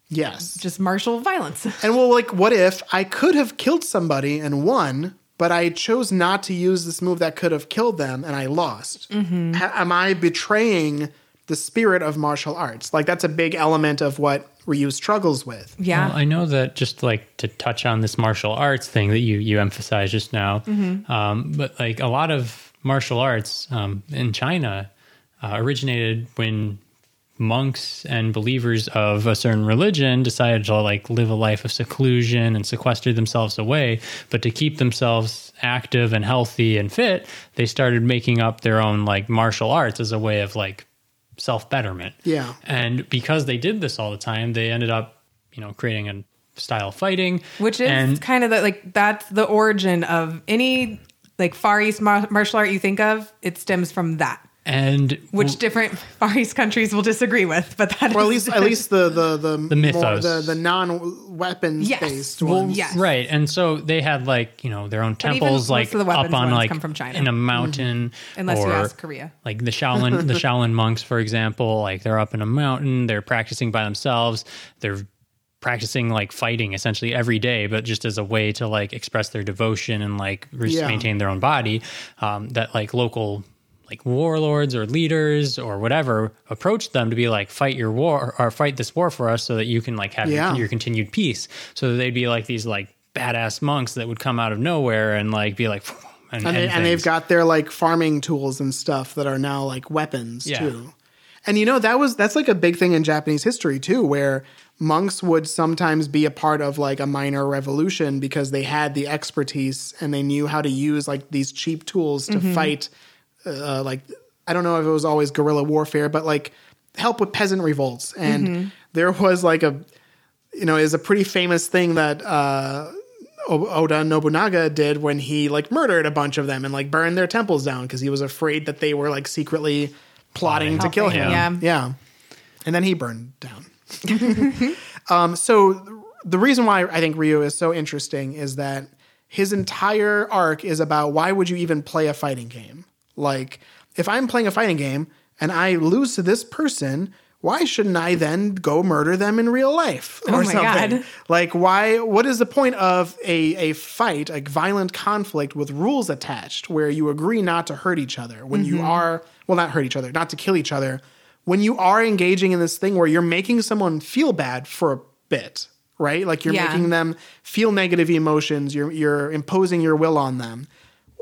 [SPEAKER 3] Yes.
[SPEAKER 1] just martial violence?
[SPEAKER 3] And well, like, what if I could have killed somebody and won, but I chose not to use this move that could have killed them and I lost?
[SPEAKER 1] Mm-hmm.
[SPEAKER 3] Ha- am I betraying the spirit of martial arts? Like, that's a big element of what Ryu struggles with.
[SPEAKER 1] Yeah.
[SPEAKER 2] Well, I know that just like to touch on this martial arts thing that you you emphasized just now, um, but like a lot of martial arts um, in China uh, originated when monks and believers of a certain religion decided to like live a life of seclusion and sequester themselves away but to keep themselves active and healthy and fit they started making up their own like martial arts as a way of like self-betterment
[SPEAKER 3] Yeah.
[SPEAKER 2] and because they did this all the time, they ended up, you know, creating a style of fighting,
[SPEAKER 1] which is
[SPEAKER 2] and
[SPEAKER 1] kind of the, like that's the origin of any like far east mar- martial art you think of it stems from that
[SPEAKER 2] and
[SPEAKER 1] which different far east countries will disagree with but that
[SPEAKER 3] Or at
[SPEAKER 1] is-
[SPEAKER 3] least, at least the the the, the
[SPEAKER 2] mythos.
[SPEAKER 3] the, the non weapon
[SPEAKER 1] Yes.
[SPEAKER 3] based
[SPEAKER 1] Well,
[SPEAKER 3] ones.
[SPEAKER 1] yes.
[SPEAKER 2] right. And so they had like you know their own
[SPEAKER 1] even
[SPEAKER 2] temples,
[SPEAKER 1] most
[SPEAKER 2] like
[SPEAKER 1] of the weapons
[SPEAKER 2] up on
[SPEAKER 1] ones
[SPEAKER 2] like
[SPEAKER 1] come from China. Mm-hmm.
[SPEAKER 2] in a mountain,
[SPEAKER 1] Unless you
[SPEAKER 2] or,
[SPEAKER 1] ask Korea.
[SPEAKER 2] like the Shaolin the Shaolin monks, for example, like they're up in a mountain, they're practicing by themselves, they're practicing like fighting essentially every day but just as a way to like express their devotion and like re-
[SPEAKER 3] Yeah.
[SPEAKER 2] maintain their own body um, that like local like warlords or leaders or whatever approached them to be like fight your war or fight this war for us so that you can like have
[SPEAKER 3] Yeah.
[SPEAKER 2] your, your continued peace so that they'd be like these like badass monks that would come out of nowhere and like be like and,
[SPEAKER 3] and, they,
[SPEAKER 2] end
[SPEAKER 3] and they've
[SPEAKER 2] things.
[SPEAKER 3] got their like farming tools and stuff that are now like weapons
[SPEAKER 2] Yeah.
[SPEAKER 3] too and you know that was that's like a big thing in japanese history too where monks would sometimes be a part of like a minor revolution because they had the expertise and they knew how to use like these cheap tools
[SPEAKER 1] Mm-hmm.
[SPEAKER 3] to fight uh, like i don't know if it was always guerrilla warfare but like help with peasant revolts and there was like a you know is a pretty famous thing that uh, O- Oda Nobunaga did when he like murdered a bunch of them and like burned their temples down because he was afraid that they were like secretly plotting to kill
[SPEAKER 1] Helping,
[SPEAKER 3] him.
[SPEAKER 1] yeah.
[SPEAKER 3] yeah. And then he burned down. um, so the reason why I think Ryu is so interesting is that his entire arc is about why would you even play a fighting game? Like, if I'm playing a fighting game and I lose to this person, why shouldn't I then go murder them in real life or
[SPEAKER 1] Oh my
[SPEAKER 3] something?
[SPEAKER 1] God.
[SPEAKER 3] Like, why? What is the point of a a fight, a violent conflict with rules attached, where you agree not to hurt each other when you are well, not hurt each other, not to kill each other, when you are engaging in this thing where you're making someone feel bad for a bit, right? Like you're
[SPEAKER 1] Yeah.
[SPEAKER 3] making them feel negative emotions. You're you're imposing your will on them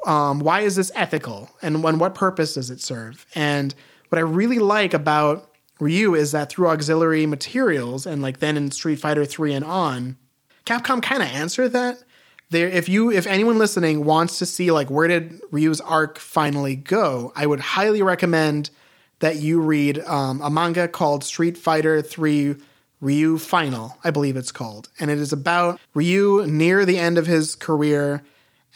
[SPEAKER 3] um, why is this ethical and when what purpose does it serve and what i really like about ryu is that through auxiliary materials and like then in street fighter 3 and on capcom kind of answered that there if you if anyone listening wants to see like where did ryu's arc finally go i would highly recommend that you read um, a manga called street fighter 3 ryu final i believe it's called and it is about ryu near the end of his career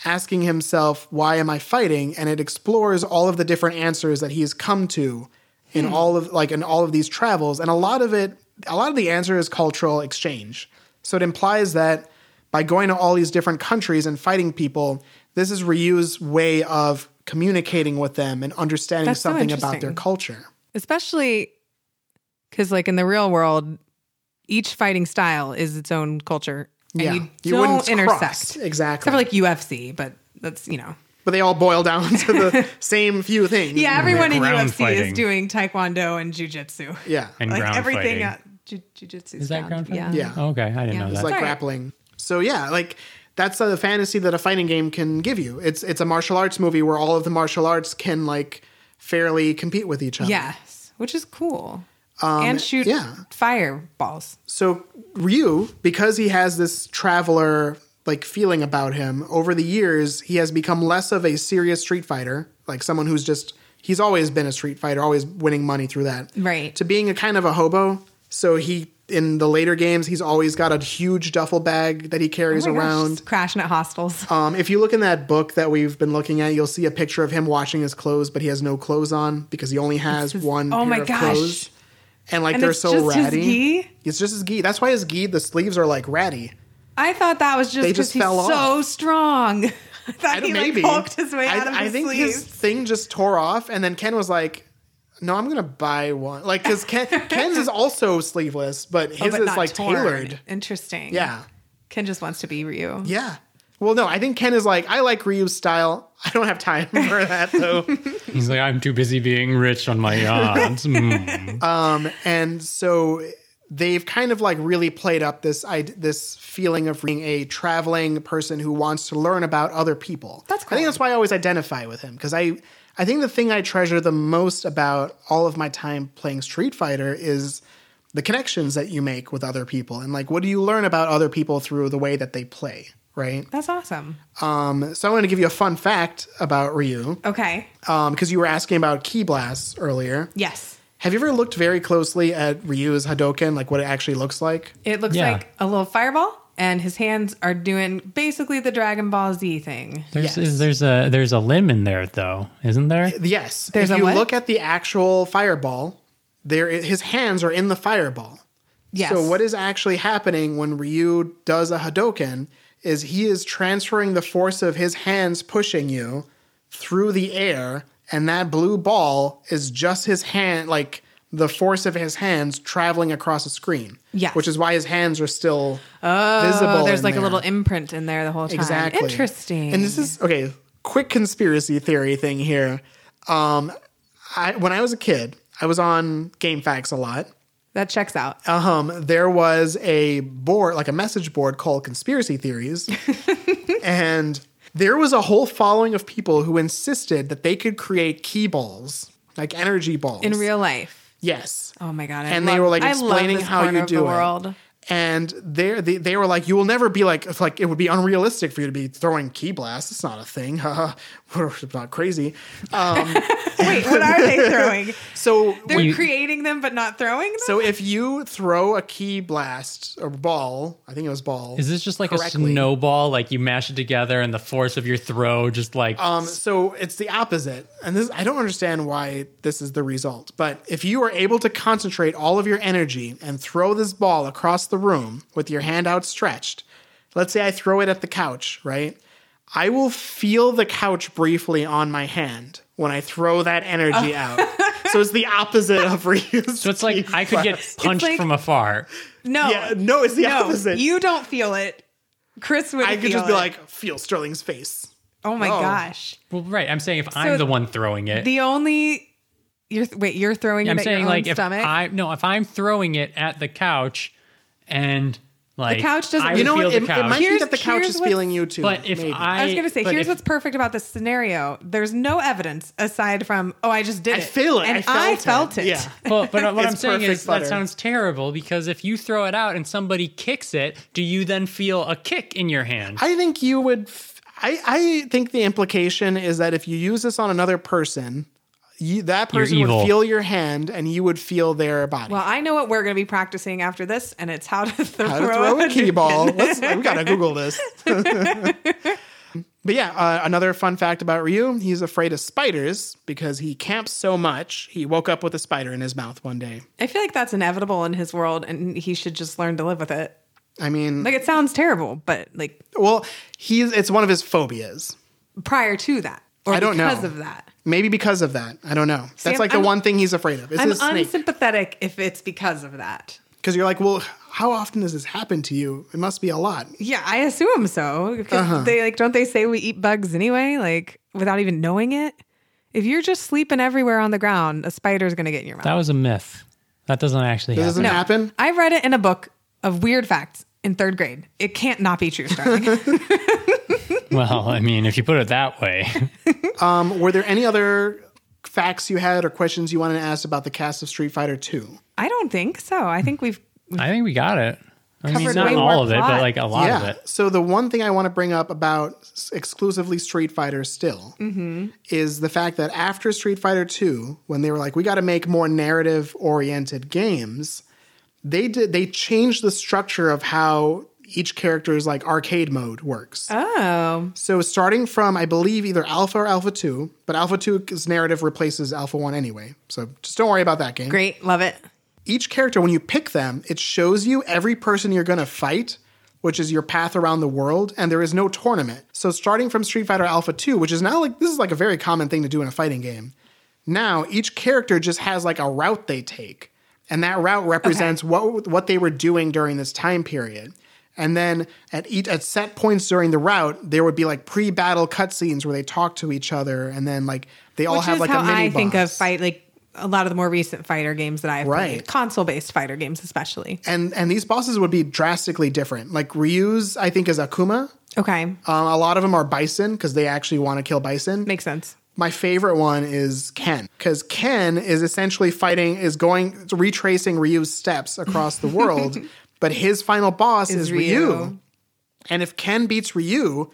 [SPEAKER 3] asking himself, why am I fighting? And it explores all of the different answers that he's come to in all of like in all of these travels. And a lot of it, a lot of the answer is cultural exchange. So it implies that by going to all these different countries and fighting people, this is Ryu's way of communicating with them and understanding
[SPEAKER 1] That's so
[SPEAKER 3] something about their
[SPEAKER 1] interesting.
[SPEAKER 3] culture.
[SPEAKER 1] especially because like in the real world each fighting style is its own culture and
[SPEAKER 3] yeah.
[SPEAKER 1] you, don't intersect
[SPEAKER 3] cross. Exactly.
[SPEAKER 1] except for like ufc but that's you know
[SPEAKER 3] but they all boil down to the same few things.
[SPEAKER 1] yeah everyone in
[SPEAKER 2] ground
[SPEAKER 1] ufc
[SPEAKER 2] fighting.
[SPEAKER 1] is doing taekwondo and jujitsu
[SPEAKER 3] Yeah.
[SPEAKER 2] and
[SPEAKER 1] like
[SPEAKER 2] ground
[SPEAKER 1] everything
[SPEAKER 2] fighting.
[SPEAKER 1] uh, ju- jujitsu
[SPEAKER 2] is that ground fighting?
[SPEAKER 1] yeah
[SPEAKER 3] Yeah.
[SPEAKER 2] okay, I didn't
[SPEAKER 1] Yeah.
[SPEAKER 2] know
[SPEAKER 1] It's
[SPEAKER 2] that.
[SPEAKER 3] It's like
[SPEAKER 1] Sorry.
[SPEAKER 3] grappling. So yeah, like that's the fantasy that a fighting game can give you. It's it's a martial arts movie where all of the martial arts can like fairly compete with each other.
[SPEAKER 1] yes which is cool and shoot
[SPEAKER 3] Um, yeah.
[SPEAKER 1] fireballs Oh
[SPEAKER 3] So Ryu, because he has this traveler like feeling about him, over the years he has become less of a serious street fighter, like someone who's just he's always been a street fighter, always winning money through that.
[SPEAKER 1] Right.
[SPEAKER 3] To being a kind of a hobo. So he in the later games he's always got a huge duffel bag that he carries
[SPEAKER 1] Oh my gosh,
[SPEAKER 3] around.
[SPEAKER 1] crashing at hostels
[SPEAKER 3] Um, if you look in that book that we've been looking at, you'll see a picture of him washing his clothes, but he has no clothes on because he only has one
[SPEAKER 1] oh
[SPEAKER 3] pair
[SPEAKER 1] my
[SPEAKER 3] of
[SPEAKER 1] gosh.
[SPEAKER 3] clothes. And like
[SPEAKER 1] And
[SPEAKER 3] they're
[SPEAKER 1] it's
[SPEAKER 3] so
[SPEAKER 1] just his
[SPEAKER 3] ratty.
[SPEAKER 1] gi?
[SPEAKER 3] It's just his gi. That's why his gi, the sleeves are like ratty.
[SPEAKER 1] I thought that was just
[SPEAKER 3] They
[SPEAKER 1] because
[SPEAKER 3] just
[SPEAKER 1] he's
[SPEAKER 3] fell off.
[SPEAKER 1] so strong. I thought
[SPEAKER 3] I don't-
[SPEAKER 1] he
[SPEAKER 3] maybe
[SPEAKER 1] like poked his way
[SPEAKER 3] I,
[SPEAKER 1] out of
[SPEAKER 3] I
[SPEAKER 1] his
[SPEAKER 3] think
[SPEAKER 1] sleeves.
[SPEAKER 3] his thing just tore off, and then Ken was like, "No, I'm gonna buy one." Like because Ken, Ken's is also sleeveless, but
[SPEAKER 1] Oh,
[SPEAKER 3] his
[SPEAKER 1] but
[SPEAKER 3] is
[SPEAKER 1] not
[SPEAKER 3] like
[SPEAKER 1] torn.
[SPEAKER 3] tailored.
[SPEAKER 1] Interesting.
[SPEAKER 3] Yeah.
[SPEAKER 1] Ken just wants to be Ryu.
[SPEAKER 3] Yeah. Well, no, I think Ken is like, I like Ryu's style. I don't have time for that though.
[SPEAKER 2] He's like, I'm too busy being rich on my yards. Mm.
[SPEAKER 3] and so they've kind of like really played up this I, this feeling of being a traveling person who wants to learn about other people.
[SPEAKER 1] That's
[SPEAKER 3] I
[SPEAKER 1] cool.
[SPEAKER 3] think that's why I always identify with him because I I think the thing I treasure the most about all of my time playing Street Fighter is the connections that you make with other people and like what do you learn about other people through the way that they play, right?
[SPEAKER 1] That's awesome.
[SPEAKER 3] Um, so I'm going to give you a fun fact about Ryu
[SPEAKER 1] Okay.
[SPEAKER 3] because you were asking about key blasts earlier.
[SPEAKER 1] Yes.
[SPEAKER 3] Have you ever looked very closely at Ryu's Hadoken, like what it actually looks like?
[SPEAKER 1] It looks
[SPEAKER 2] Yeah.
[SPEAKER 1] like a little fireball, and his hands are doing basically the Dragon Ball Z thing.
[SPEAKER 2] There's
[SPEAKER 3] Yes.
[SPEAKER 2] there's a there's a limb in there though, isn't there?
[SPEAKER 3] Yes.
[SPEAKER 1] There's a
[SPEAKER 3] if you
[SPEAKER 1] what?
[SPEAKER 3] look at the actual fireball, there i- his hands are in the fireball.
[SPEAKER 1] Yes.
[SPEAKER 3] So what is actually happening when Ryu does a Hadoken is he is transferring the force of his hands pushing you through the air, and that blue ball is just his hand, like the force of his hands traveling across a screen.
[SPEAKER 1] Yes.
[SPEAKER 3] Which is why his hands are still
[SPEAKER 1] Oh,
[SPEAKER 3] visible.
[SPEAKER 1] there's
[SPEAKER 3] in
[SPEAKER 1] like a
[SPEAKER 3] there.
[SPEAKER 1] little imprint in there the whole time.
[SPEAKER 3] Exactly.
[SPEAKER 1] Interesting.
[SPEAKER 3] And this is okay. Quick conspiracy theory thing here. Um, I, when I was a kid, I was on GameFAQs a lot.
[SPEAKER 1] That checks out.
[SPEAKER 3] Um, there was a board, like a message board called Conspiracy Theories. and there was a whole following of people who insisted that they could create key balls, like energy balls.
[SPEAKER 1] In real life.
[SPEAKER 3] Yes.
[SPEAKER 1] Oh my god. I
[SPEAKER 3] and
[SPEAKER 1] love-
[SPEAKER 3] they were like
[SPEAKER 1] I love
[SPEAKER 3] explaining
[SPEAKER 1] this
[SPEAKER 3] how
[SPEAKER 1] corner
[SPEAKER 3] you
[SPEAKER 1] of
[SPEAKER 3] do
[SPEAKER 1] the
[SPEAKER 3] it.
[SPEAKER 1] world.
[SPEAKER 3] And they, they they were like, you will never be like it's like it would be unrealistic for you to be throwing key blasts. It's not a thing. Haha. We're not crazy.
[SPEAKER 1] Wait, what are they throwing?
[SPEAKER 3] So
[SPEAKER 1] They're
[SPEAKER 2] You-
[SPEAKER 1] creating them but not throwing them?
[SPEAKER 3] so if you throw a key blast or ball, I think it was ball.
[SPEAKER 2] Is this just like
[SPEAKER 3] correctly-
[SPEAKER 2] a snowball? Like you mash it together and the force of your throw just like
[SPEAKER 3] Um, so it's the opposite, and this I don't understand why this is the result. But if you are able to concentrate all of your energy and throw this ball across the room with your hand outstretched, let's say I throw it at the couch, right? I will feel the couch briefly on my hand when I throw that energy out. So it's the opposite of reuse.
[SPEAKER 2] Oh. so it's like I could get punched
[SPEAKER 1] like-
[SPEAKER 2] from afar.
[SPEAKER 1] no.
[SPEAKER 3] yeah, no, it's the
[SPEAKER 1] no.
[SPEAKER 3] opposite.
[SPEAKER 1] You don't feel it. Chris would
[SPEAKER 3] I could just
[SPEAKER 1] feel
[SPEAKER 3] be
[SPEAKER 1] it.
[SPEAKER 3] like, feel Sterling's face.
[SPEAKER 1] "Oh my
[SPEAKER 3] oh.
[SPEAKER 1] gosh."
[SPEAKER 2] Well, right. I'm saying if I'm the one throwing it,
[SPEAKER 1] The only you're wait, you're throwing
[SPEAKER 2] I'm
[SPEAKER 1] it at
[SPEAKER 2] saying
[SPEAKER 1] your own
[SPEAKER 2] like if
[SPEAKER 1] stomach.
[SPEAKER 2] I no, if I'm throwing it at the couch and like
[SPEAKER 1] couch doesn't- You
[SPEAKER 2] I would
[SPEAKER 3] You know
[SPEAKER 2] feel
[SPEAKER 3] what?
[SPEAKER 2] the
[SPEAKER 3] It, it
[SPEAKER 2] couch.
[SPEAKER 3] might be
[SPEAKER 1] Here's-
[SPEAKER 3] that the couch
[SPEAKER 1] here's
[SPEAKER 3] is
[SPEAKER 1] what's-
[SPEAKER 3] feeling you too.
[SPEAKER 2] but if
[SPEAKER 3] maybe.
[SPEAKER 2] I,
[SPEAKER 1] I was gonna say,
[SPEAKER 2] but
[SPEAKER 1] here's
[SPEAKER 2] if-
[SPEAKER 1] what's perfect about this scenario. There's no evidence aside from, oh, I just did
[SPEAKER 3] I
[SPEAKER 1] it.
[SPEAKER 3] feel it.
[SPEAKER 1] And
[SPEAKER 3] I felt it.
[SPEAKER 1] felt it.
[SPEAKER 3] Yeah.
[SPEAKER 2] Well, but what I'm
[SPEAKER 3] It's
[SPEAKER 2] saying is
[SPEAKER 3] perfect
[SPEAKER 2] that
[SPEAKER 3] butter.
[SPEAKER 2] sounds terrible because if you throw it out and somebody kicks it, do you then feel a kick in your hand?
[SPEAKER 3] I think you would. F- I I think the implication is that if you use this on another person, you, that
[SPEAKER 2] You're
[SPEAKER 3] person would
[SPEAKER 2] evil.
[SPEAKER 3] feel your hand and you would feel their body.
[SPEAKER 1] Well, I know what we're going to be practicing after this, and it's how to throw,
[SPEAKER 3] How to throw a key
[SPEAKER 1] nuke.
[SPEAKER 3] ball? Let's, we gotta Google this. but yeah, uh, another fun fact about Ryu: he's afraid of spiders because he camps so much. He woke up with a spider in his mouth one day.
[SPEAKER 1] I feel like that's inevitable in his world, and he should just learn to live with it.
[SPEAKER 3] I mean,
[SPEAKER 1] Like it sounds terrible, but like
[SPEAKER 3] well, he's it's one of his phobias.
[SPEAKER 1] prior to that, or
[SPEAKER 3] I don't know.
[SPEAKER 1] because of that,
[SPEAKER 3] Maybe because of that. I don't know. That's
[SPEAKER 1] I'm-
[SPEAKER 3] like the
[SPEAKER 1] I'm-
[SPEAKER 3] one thing he's afraid of. Is
[SPEAKER 1] I'm
[SPEAKER 3] his snake.
[SPEAKER 1] unsympathetic if it's because of that.
[SPEAKER 3] Because you're like, well, how often does this happen to you? It must be a lot.
[SPEAKER 1] Yeah, I assume so. 'cause
[SPEAKER 3] Uh-huh.
[SPEAKER 1] They like don't they say we eat bugs anyway, like without even knowing it. If you're just sleeping everywhere on the ground, a spider's gonna get in your mouth.
[SPEAKER 2] that was a myth. That doesn't actually
[SPEAKER 3] This
[SPEAKER 2] happen.
[SPEAKER 3] doesn't happen.
[SPEAKER 1] I read it in a book of weird facts in third grade. It can't not be true, Starling.
[SPEAKER 2] well, I mean, if you put it that way,
[SPEAKER 3] Um, were there any other facts you had or questions you wanted to ask about the cast of Street Fighter Two?
[SPEAKER 1] I don't think so. I think we've
[SPEAKER 2] I think we got it. I mean,
[SPEAKER 1] Covered
[SPEAKER 2] not
[SPEAKER 1] way
[SPEAKER 2] all
[SPEAKER 1] more
[SPEAKER 2] of it,
[SPEAKER 1] plot.
[SPEAKER 2] but like a lot of
[SPEAKER 3] Yeah.
[SPEAKER 2] it.
[SPEAKER 3] So the one thing I want to bring up about s- exclusively Street Fighter still
[SPEAKER 1] Mm-hmm.
[SPEAKER 3] is the fact that after Street Fighter Two, when they were like, we got to make more narrative oriented games, they did they changed the structure of how each character's like arcade mode works.
[SPEAKER 1] oh
[SPEAKER 3] So starting from, I believe, either Alpha or Alpha 2, but Alpha 2's narrative replaces Alpha 1 anyway. So just don't worry about that game.
[SPEAKER 1] great, love it.
[SPEAKER 3] Each character, when you pick them, it shows you every person you're going to fight, which is your path around the world, and there is no tournament. So starting from Street Fighter Alpha 2, which is now like, this is like a very common thing to do in a fighting game. Now, each character just has like a route they take, and that route represents what what they were doing during this time period. And then at each at set points during the route, there would be like pre-battle cutscenes where they talk to each other, and then like they all
[SPEAKER 1] Which
[SPEAKER 3] have
[SPEAKER 1] is
[SPEAKER 3] like
[SPEAKER 1] how
[SPEAKER 3] a mini
[SPEAKER 1] I think of
[SPEAKER 3] boss.
[SPEAKER 1] fight like a lot of the more recent fighter games that I've
[SPEAKER 3] Right.
[SPEAKER 1] played, console based fighter games especially.
[SPEAKER 3] And and these bosses would be drastically different. Like Ryu's, I think, is Akuma.
[SPEAKER 1] Okay,
[SPEAKER 3] Um, a lot of them are Bison because they actually want to kill Bison.
[SPEAKER 1] makes sense.
[SPEAKER 3] My favorite one is Ken because Ken is essentially fighting, is going retracing Ryu's steps across the world, but his final boss is, Ryu.
[SPEAKER 1] Ryu.
[SPEAKER 3] And if Ken beats Ryu,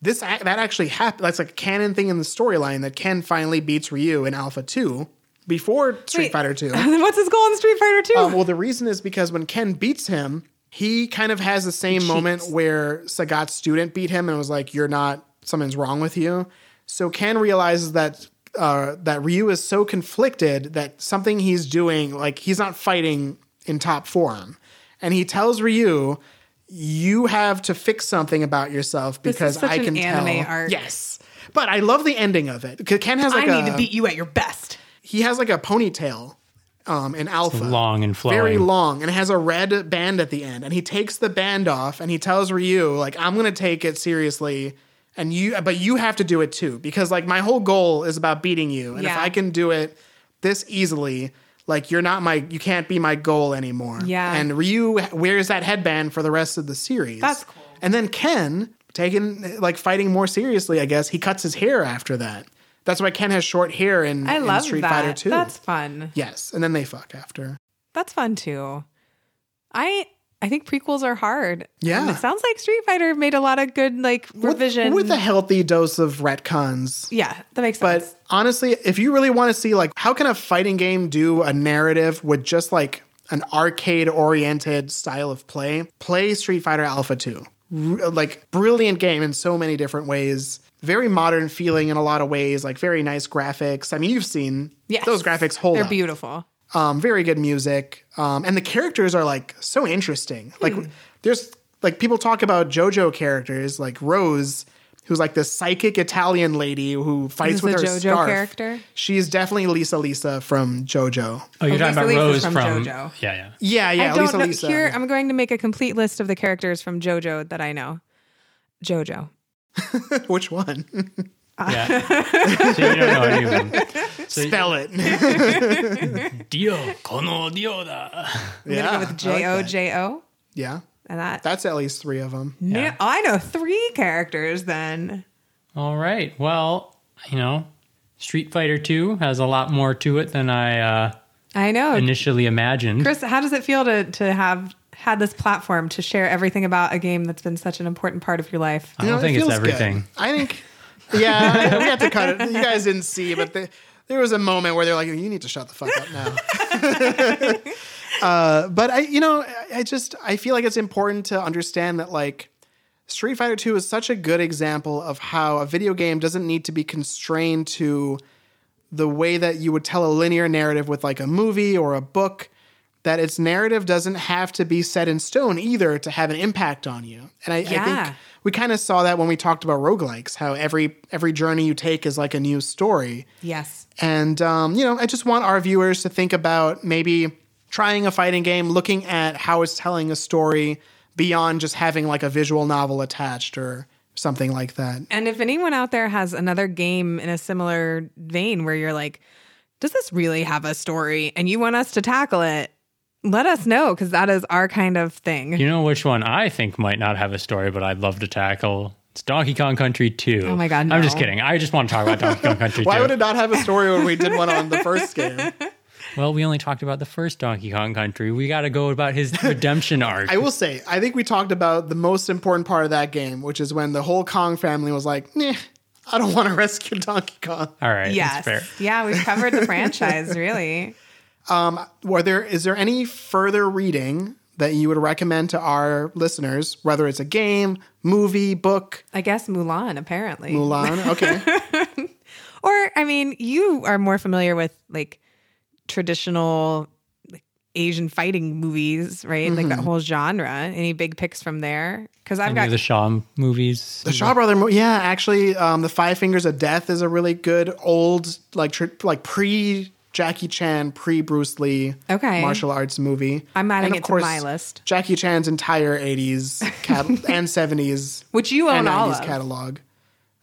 [SPEAKER 3] this ac- that actually happened. That's like a canon thing in the storyline that Ken finally beats Ryu in Alpha Two before Street
[SPEAKER 1] Wait.
[SPEAKER 3] Fighter Two.
[SPEAKER 1] What's his goal in Street Fighter Two?
[SPEAKER 3] Um, well, the reason is because when Ken beats him, he kind of has the same moment where Sagat's student beat him and was like, "You're not. Something's wrong with you." So Ken realizes that uh, that Ryu is so conflicted that something he's doing, like he's not fighting in top form, and he tells Ryu. You have to fix something about yourself
[SPEAKER 1] is
[SPEAKER 3] because
[SPEAKER 1] such
[SPEAKER 3] I
[SPEAKER 1] an
[SPEAKER 3] can
[SPEAKER 1] anime
[SPEAKER 3] tell.
[SPEAKER 1] arc.
[SPEAKER 3] Yes, but I love the ending of it. 'Cause Ken has
[SPEAKER 1] I
[SPEAKER 3] like a
[SPEAKER 1] need to beat you at your best.
[SPEAKER 3] he has like a ponytail um, in Alpha,
[SPEAKER 2] Long and flowing.
[SPEAKER 3] very long and it has a red band at the end and he takes the band off and he tells Ryu like I'm going to take it seriously and you but you have to do it too because like my whole goal is about beating you and if
[SPEAKER 1] Yeah.
[SPEAKER 3] i can do it this easily like you're not my you can't be my goal anymore
[SPEAKER 1] Yeah.
[SPEAKER 3] and ryu wears that headband for the rest of the series
[SPEAKER 1] That's cool.
[SPEAKER 3] and then ken taking like fighting more seriously i guess he cuts his hair after that that's why ken has short hair in,
[SPEAKER 1] I
[SPEAKER 3] in
[SPEAKER 1] love
[SPEAKER 3] street
[SPEAKER 1] that.
[SPEAKER 3] fighter 2
[SPEAKER 1] That's fun.
[SPEAKER 3] yes and then they fuck after
[SPEAKER 1] That's fun too. I I think prequels are hard.
[SPEAKER 3] Yeah.
[SPEAKER 1] And it sounds like Street Fighter made a lot of good like
[SPEAKER 3] With-
[SPEAKER 1] revision.
[SPEAKER 3] with a healthy dose of retcons
[SPEAKER 1] yeah, that makes
[SPEAKER 3] But
[SPEAKER 1] sense.
[SPEAKER 3] honestly, if you really want to see like how can a fighting game do a narrative with just like an arcade oriented style of play, play Street Fighter Alpha 2. R- like brilliant game in so many different ways. Very modern feeling in a lot of ways, like very nice graphics. I mean, you've seen
[SPEAKER 1] Yes.
[SPEAKER 3] those graphics hold
[SPEAKER 1] They're
[SPEAKER 3] up.
[SPEAKER 1] beautiful.
[SPEAKER 3] Um, very good music. Um, and the characters are like so interesting.
[SPEAKER 1] Hmm.
[SPEAKER 3] Like there's like people talk about JoJo characters like Rose, who's like this psychic Italian lady who fights
[SPEAKER 1] Is
[SPEAKER 3] with
[SPEAKER 1] this
[SPEAKER 3] her
[SPEAKER 1] a JoJo
[SPEAKER 3] scarf.
[SPEAKER 1] character?
[SPEAKER 3] She's definitely Lisa Lisa from JoJo.
[SPEAKER 2] Oh, you're talking
[SPEAKER 1] Lisa
[SPEAKER 2] about
[SPEAKER 1] Lisa's
[SPEAKER 2] Rose
[SPEAKER 1] from
[SPEAKER 2] from,
[SPEAKER 1] JoJo.
[SPEAKER 2] Yeah, yeah.
[SPEAKER 3] Yeah, yeah,
[SPEAKER 1] I don't
[SPEAKER 3] Lisa
[SPEAKER 1] know.
[SPEAKER 3] Lisa.
[SPEAKER 1] Here I'm going to make a complete list of the characters from JoJo that I know. JoJo. uh,
[SPEAKER 3] Which one?
[SPEAKER 2] Yeah. so you don't know anyone.
[SPEAKER 3] Spell it.
[SPEAKER 2] Dio, kono dio da.
[SPEAKER 1] I'm
[SPEAKER 3] Yeah,
[SPEAKER 1] gonna go
[SPEAKER 3] I
[SPEAKER 1] with
[SPEAKER 3] like
[SPEAKER 1] J O
[SPEAKER 3] that.
[SPEAKER 1] J O.
[SPEAKER 3] yeah,
[SPEAKER 1] And that
[SPEAKER 3] that's at least three of them.
[SPEAKER 1] Yeah, I know three characters then.
[SPEAKER 2] All right. Well, you know, Street Fighter 2 has a lot more to it than I uh,
[SPEAKER 1] I know.
[SPEAKER 2] initially imagined.
[SPEAKER 1] Chris, how does it feel to to have had this platform to share everything about a game that's been such an important part of your life?
[SPEAKER 2] I don't
[SPEAKER 3] know, it
[SPEAKER 2] think it's
[SPEAKER 3] feels good.
[SPEAKER 2] everything.
[SPEAKER 3] I think, yeah, I- we have to cut it. You guys didn't see, but the, there was a moment where they're like, "You need to shut the fuck up now." uh, but I, you know, I- I just I feel like it's important to understand that like Street Fighter Two is such a good example of how a video game doesn't need to be constrained to the way that you would tell a linear narrative with like a movie or a book that its narrative doesn't have to be set in stone either to have an impact on you and i, I
[SPEAKER 1] Yeah.
[SPEAKER 3] think we kind of saw that when we talked about roguelikes how every every journey you take is like a new story
[SPEAKER 1] Yes.
[SPEAKER 3] and um, you know i just want our viewers to think about maybe trying a fighting game looking at how it's telling a story beyond just having like a visual novel attached or something like that
[SPEAKER 1] And if anyone out there has another game in a similar vein where you're like, does this really have a story and you want us to tackle it? Let us know because that is our kind of thing.
[SPEAKER 2] You know which one I think might not have a story, but I'd love to tackle? It's Donkey Kong Country 2. Oh
[SPEAKER 1] my God,
[SPEAKER 2] I'm just
[SPEAKER 1] no.
[SPEAKER 2] kidding. I just want to talk about Donkey Kong Country 2.
[SPEAKER 3] why would it not have a story when we did one on the first game
[SPEAKER 2] Well, we only talked about the first Donkey Kong Country. We got to go about his redemption arc.
[SPEAKER 3] I will say, I think we talked about the most important part of that game, which is when the whole Kong family was like, "Nah, I don't want to rescue Donkey Kong."
[SPEAKER 2] All right. That's
[SPEAKER 1] yes.
[SPEAKER 2] fair.
[SPEAKER 1] Yeah, we've covered the franchise, really.
[SPEAKER 3] Were there is there any further reading that you would recommend to our listeners, whether it's a game, movie, book,
[SPEAKER 1] I guess Mulan, apparently.
[SPEAKER 3] Mulan? Okay,
[SPEAKER 1] Or, I mean, you are more familiar with like traditional like, Asian fighting movies, right? Like that whole genre. Any big picks from there? Because I've
[SPEAKER 2] Mm-hmm. Any of
[SPEAKER 1] got
[SPEAKER 2] the Shaw movies?
[SPEAKER 3] the Shaw Brother. Mo- yeah, actually, um, the Five Fingers of Death is a really good old like tri- like pre Jackie Chan, pre Bruce Lee,
[SPEAKER 1] Okay.
[SPEAKER 3] martial arts movie.
[SPEAKER 1] I'm adding
[SPEAKER 3] And,
[SPEAKER 1] it
[SPEAKER 3] of
[SPEAKER 1] to my list.
[SPEAKER 3] Jackie Chan's entire 80s cat- and 70s
[SPEAKER 1] which you own
[SPEAKER 3] and
[SPEAKER 1] all
[SPEAKER 3] 90s
[SPEAKER 1] of,
[SPEAKER 3] catalog.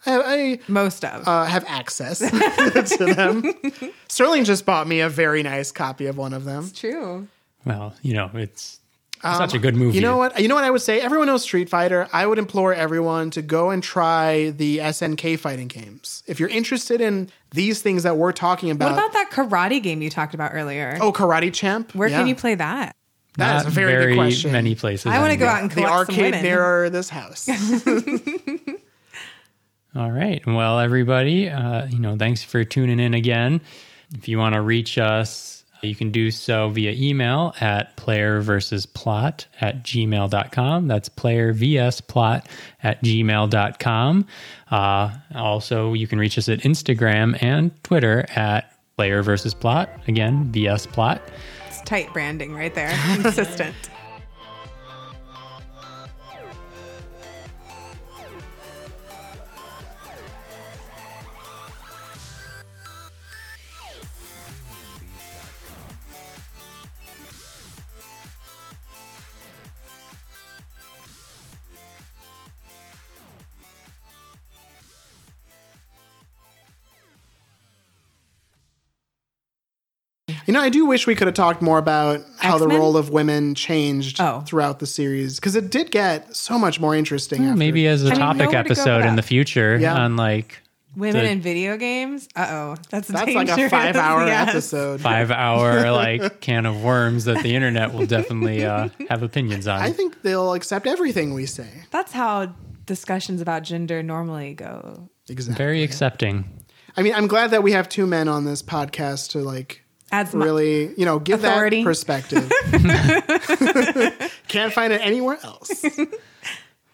[SPEAKER 3] I,
[SPEAKER 1] most of.
[SPEAKER 3] I uh, have access to them. Sterling just bought me a very nice copy of one of them.
[SPEAKER 1] True.
[SPEAKER 2] Well, you know, it's, it's such a good movie.
[SPEAKER 3] Um, You know what? You know what I would say. Everyone knows Street Fighter. I would implore everyone to go and try the SNK fighting games. If you're interested in these things that we're talking
[SPEAKER 1] What
[SPEAKER 3] about,
[SPEAKER 1] about that karate game you talked about earlier?
[SPEAKER 3] Uh, oh, Karate Champ.
[SPEAKER 1] Where
[SPEAKER 3] Yeah.
[SPEAKER 1] can you play that?
[SPEAKER 3] That is
[SPEAKER 2] Not
[SPEAKER 3] a very, good question.
[SPEAKER 2] many places.
[SPEAKER 1] I want to
[SPEAKER 2] anymore.
[SPEAKER 1] go out and
[SPEAKER 3] the
[SPEAKER 1] collect some
[SPEAKER 3] arcade
[SPEAKER 1] women.
[SPEAKER 3] mirror this house.
[SPEAKER 2] All right. Well, everybody, uh, you know, thanks for tuning in again. If you want to reach us, you can do so via email at player versus plot at gmail.com. That's player vs plot at gmail.com. Uh, also, you can reach us at Instagram and Twitter at player versus plot. Again, vs plot.
[SPEAKER 1] It's tight branding right there. Consistent.
[SPEAKER 3] You know, I do wish we could have talked more about how the
[SPEAKER 1] X-Men?
[SPEAKER 3] role of women changed
[SPEAKER 1] Oh.
[SPEAKER 3] throughout the series because it did get so much more interesting. after.
[SPEAKER 2] Maybe as a
[SPEAKER 1] mean,
[SPEAKER 2] topic
[SPEAKER 1] nowhere to go
[SPEAKER 2] episode
[SPEAKER 1] but
[SPEAKER 2] in the
[SPEAKER 1] up.
[SPEAKER 2] future
[SPEAKER 3] Yeah.
[SPEAKER 2] on like
[SPEAKER 1] Women
[SPEAKER 2] The-
[SPEAKER 1] in video games? Uh oh. That's,
[SPEAKER 3] that's like a
[SPEAKER 1] dangerous.
[SPEAKER 3] five-hour
[SPEAKER 1] Yes.
[SPEAKER 3] episode.
[SPEAKER 2] five hour like can of worms that the internet will definitely uh, have opinions on.
[SPEAKER 3] I think they'll accept everything we say.
[SPEAKER 1] That's how discussions about gender normally go.
[SPEAKER 3] Exactly.
[SPEAKER 2] Very accepting.
[SPEAKER 3] I mean, I'm glad that we have two men on this podcast to like
[SPEAKER 1] Adds mu-
[SPEAKER 3] really, you know, give
[SPEAKER 1] Authority.
[SPEAKER 3] that perspective. Can't find it anywhere else.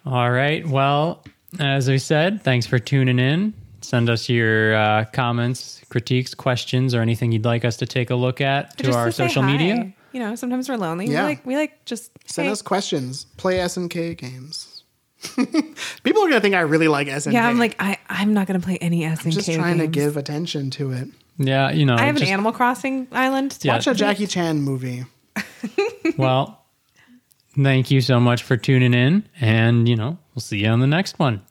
[SPEAKER 2] All right. Well, as we said, thanks for tuning in. Send us your uh, comments, critiques, questions, or anything you'd like us to take a look at to
[SPEAKER 1] Just
[SPEAKER 2] our
[SPEAKER 1] say
[SPEAKER 2] social
[SPEAKER 1] hi.
[SPEAKER 2] media.
[SPEAKER 1] You know, sometimes we're lonely.
[SPEAKER 3] Yeah.
[SPEAKER 1] We like we like just
[SPEAKER 3] Send
[SPEAKER 1] hey.
[SPEAKER 3] us questions. Play SNK games. People are gonna think I really like SNK.
[SPEAKER 1] Yeah, I'm like I I'm not gonna play any S and
[SPEAKER 3] just trying to give attention to it.
[SPEAKER 2] Yeah, you know,
[SPEAKER 1] I have an
[SPEAKER 2] just-
[SPEAKER 1] Animal Crossing island.
[SPEAKER 2] Yeah.
[SPEAKER 3] Watch a Jackie Chan movie.
[SPEAKER 2] well, thank you so much for tuning in, and you know, we'll see you on the next one.